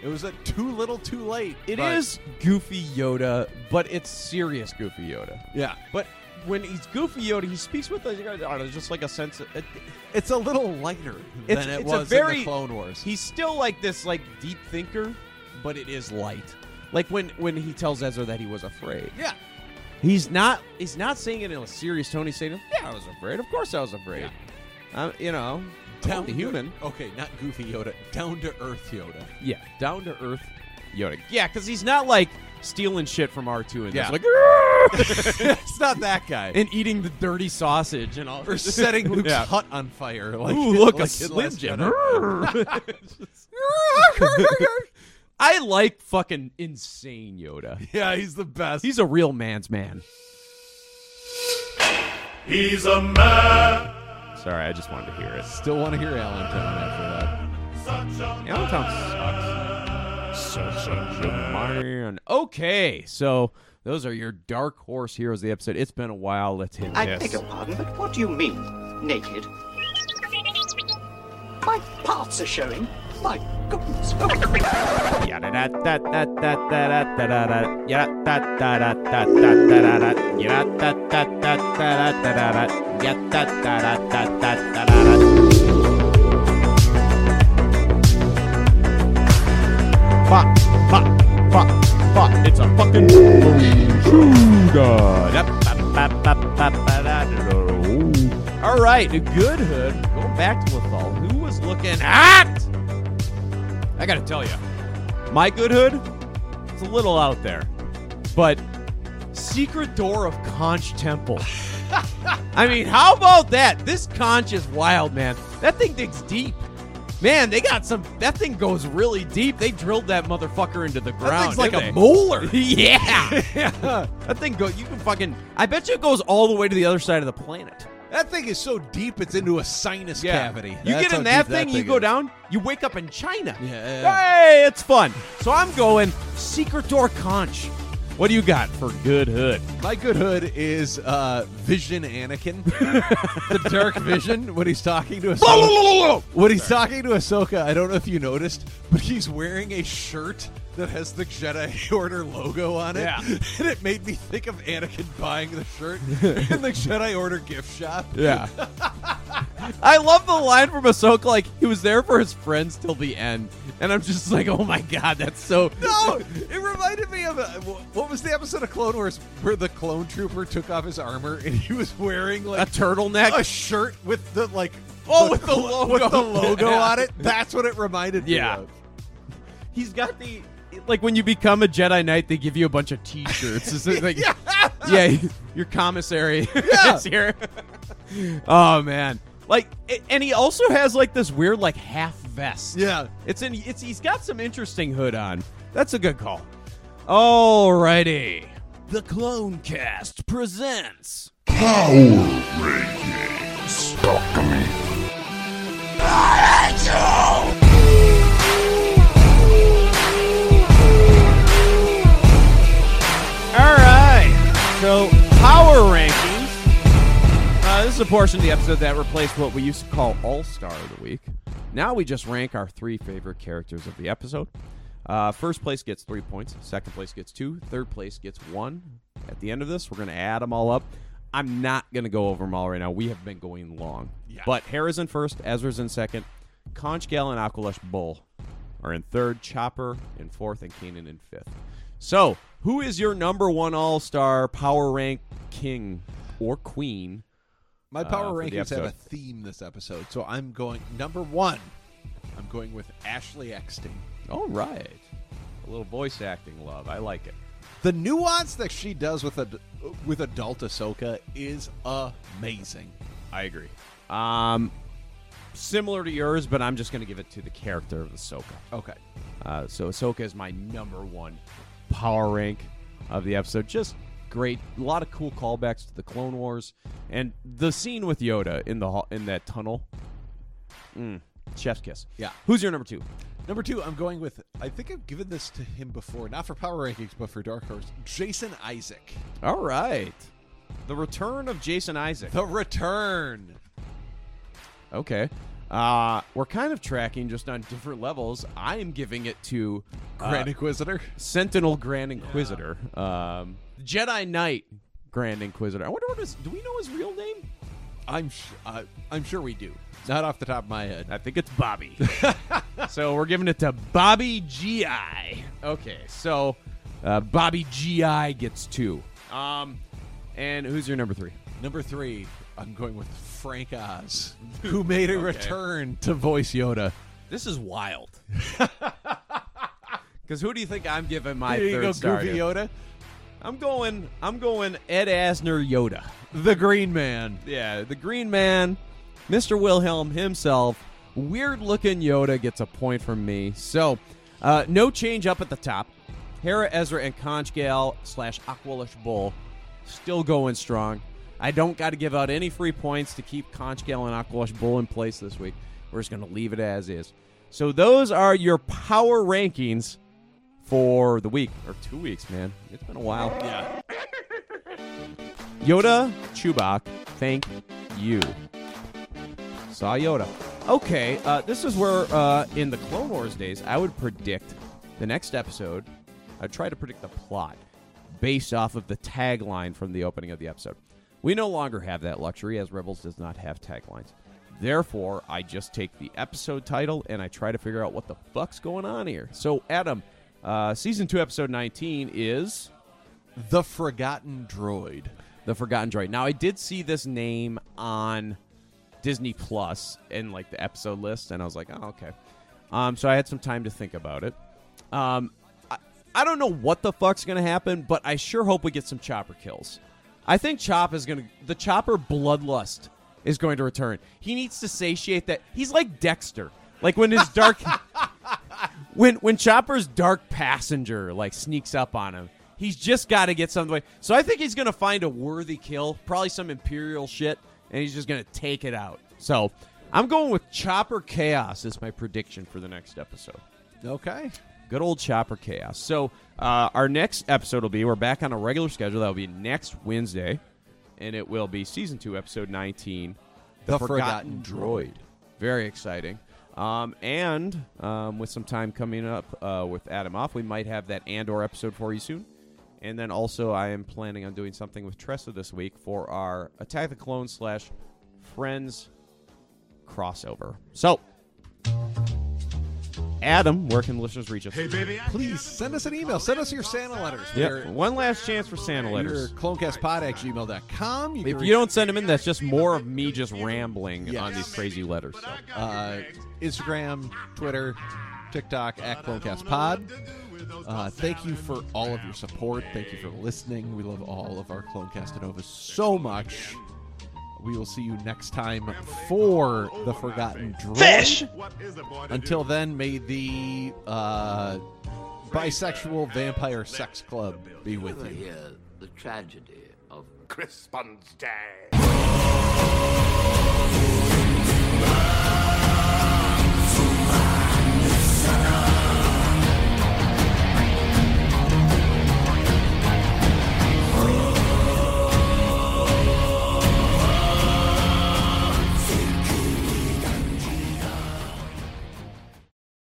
It was a too little, too late.
It
but-
is Goofy Yoda, but it's serious Goofy Yoda.
Yeah.
But when he's Goofy Yoda, he speaks with a, I don't know, just like a sense of. It,
It's a little lighter than
it's,
it
it's
was
a very,
in the Clone Wars.
He's still like this, like deep thinker, but it is light. Like when when he tells Ezra that he was afraid.
Yeah.
He's not. He's not saying it in a serious tone. He's saying, "Yeah, I was afraid. Of course, I was afraid. I'm, you know, I'm
Down
only
to-
human.
Okay, not Goofy Yoda. Down to Earth Yoda.
Yeah, down to earth Yoda. Yeah, because he's not like stealing shit from R two and
Yeah.
yeah. like "Arr!"
it's not that guy.
and eating the dirty sausage and all.
or setting Luke's
Yeah.
hut on fire. Like,
Ooh, look,
like
a
in
Slim
Last
Jim.
Jedi.
I like fucking insane Yoda.
yeah, he's the best.
He's a real man's man.
He's a man.
Sorry, I just wanted to hear it.
Still want to hear Allentown after
Allentown sucks. Such a man. Okay, so those are your dark horse heroes of the episode. It's been a while. Let's hit
I
this.
beg your pardon, but what do you mean, naked? My parts are showing. My goodness. Oh.
Fuck, fuck, fuck, fuck. It's a fucking intruder. All right, good hood. Going back to Lethal, who was looking at? I gotta tell you, my good hood, it's a little out there, but secret door of Conch Temple. I mean, how about that? This conch is wild, man. That thing digs deep. Man, they got some. That thing goes really deep. They drilled that motherfucker into the ground.
thing's like
didn't
a
they?
molar.
yeah. That thing go. You can fucking. I bet you it goes all the way to the other side of the planet.
that. That thing is so deep, it's into a sinus cavity.
You
That's
get in
how
that
deep
thing, you
is.
go down, you wake up in China.
Yeah.
Hey, it's fun. So I'm going secret door conch. What do you got for good hood?
My good hood is uh, Vision Anakin, the Dark Vision. When he's talking to Ahsoka, when he's talking to Ahsoka, I don't know if you noticed, but he's wearing a shirt that has the Jedi Order logo on it,
Yeah.
and it made me think of Anakin buying the shirt in the Jedi Order gift shop.
Yeah. I love the line from Ahsoka, like he was there for his friends till the end, and I'm just like, oh my god, that's so.
No, it reminded me of a, what was the episode of Clone Wars where the clone trooper took off his armor and he was wearing like
A turtleneck?
a shirt with the like
Oh, with the logo.
with the logo
Yeah.
on it. That's what it reminded
Yeah.
me of.
He's got the like when you become a Jedi Knight, they give you a bunch of T-shirts. It's just like, yeah, your commissary is here. oh man, like, a- and he also has like this weird like half vest.
Yeah,
it's in. It's he's got some interesting hood on. That's a good call. Alrighty, the Clone Cast presents.
Power Radiance. Talk to me.
All right. So power rankings. Uh, this the portion of the episode that replaced what we used to call All Star of the Week. Now we just rank our three favorite characters of the episode. Uh, first place gets three points. Second place gets two. Third place gets one. At the end of this, we're going to add them all up. I'm not going to go over them all right now. We have been going long. But Hera's in first, Ezra's in second, Conch Gal and Aqualush Bull are in third, Chopper in fourth, and Kanan in fifth. So, who is your number one All Star Power Rank King or Queen?
My
uh,
power
for the
rankings have a
episode?
theme this episode, so I'm going number one. I'm going with Ashley Eckstein.
All right, a little voice acting love. I like it.
The nuance that she does with ad- with adult Ahsoka is amazing.
I agree. Um, similar to yours, but I'm just going to give it to the character of Ahsoka.
Okay.
Uh, so Ahsoka is my number one power rank of the episode. Just great. A lot of cool callbacks to the Clone Wars and the scene with Yoda in the hall- in that tunnel. Mm, chef's kiss.
Yeah.
Who's your number two?
Number two, I'm going with. I think I've given this to him before, not for power rankings, but for Dark Horse. Jason Isaac.
All right. The return of Jason Isaac.
The return.
Okay. Uh, we're kind of tracking just on different levels. I am giving it to
Grand
Uh,
Inquisitor,
Sentinel Grand Inquisitor, um, Jedi Knight Grand Inquisitor. I wonder what his. Do we know his real name?
I'm sh- uh, I'm sure we do. Not off the top of my head.
I think it's Bobby. so we're giving it to Bobby Gi. Okay, so uh, Bobby Gi gets two. Um, and who's your number three?
Number three, I'm going with Frank Oz, who made a
Okay.
return to voice Yoda.
This is wild. Because who do you think I'm giving my
There you
third
go,
star
Goofy
to?
Yoda.
I'm going. I'm going Ed Asner Yoda.
The Green Man.
Yeah, the Green Man, Mr. Wilhelm himself. Weird looking Yoda gets a point from me. So, uh, no change up at the top. Hera, Ezra, and Conch Gal slash Aqualish Bull still going strong. I don't got to give out any free points to keep Conch Gal and Aqualish Bull in place this week. We're just going to leave it as is. So, those are your power rankings for the week, or two weeks, man. It's been a while.
Yeah.
Yoda Chewbacca, thank you. Saw Yoda. Okay, uh, this is where uh, in the Clone Wars days, I would predict the next episode. I'd try to predict the plot based off of the tagline from the opening of the episode. We no longer have that luxury as Rebels does not have taglines. Therefore, I just take the episode title and I try to figure out what the fuck's going on here. So, Adam, uh, season 2, episode 19 is.
The Forgotten Droid.
The Forgotten Droid. Now, I did see this name on Disney Plus in like the episode list, and I was like, oh, okay. Um, so I had some time to think about it. Um, I, I don't know what the fuck's gonna happen, but I sure hope we get some chopper kills. I think Chop is gonna the chopper bloodlust is going to return. He needs to satiate that. He's like Dexter. Like when his dark when when Chopper's dark passenger like sneaks up on him, he's just got to get something. away. So I think he's gonna find a worthy kill, probably some imperial shit, and he's just gonna take it out. So I'm going with Chopper Chaos as my prediction for the next episode.
Okay.
Good old Chopper Chaos. So uh, our next episode will be we're back on a regular schedule. That'll be next Wednesday, and it will be season two, episode nineteen,
The Forgotten Droid.
Very exciting. Um, and um, with some time coming up uh, with Adam off, we might have that Andor episode for you soon. And then also, I am planning on doing something with Tressa this week for our Attack the Clone slash Friends crossover. So, Adam, where can listeners reach us? Hey, baby.
Please send us an email. Send us your Santa letters.
Yep. One last chance for Santa
Your
letters.
clonecastpod at gmail.com. You can
If
reach
you don't send them in, that's just more of me just rambling on these crazy letters. So.
uh, Instagram, Twitter, TikTok at ClonecastPod. Uh, thank you for all of your support. Thank you for listening. We love all of our Clonecastanovas so much. We will see you next time for the Forgotten Droid.
Fish!
Until then, may the uh, bisexual vampire sex club be with you.
Here, the tragedy of Crispin's Day.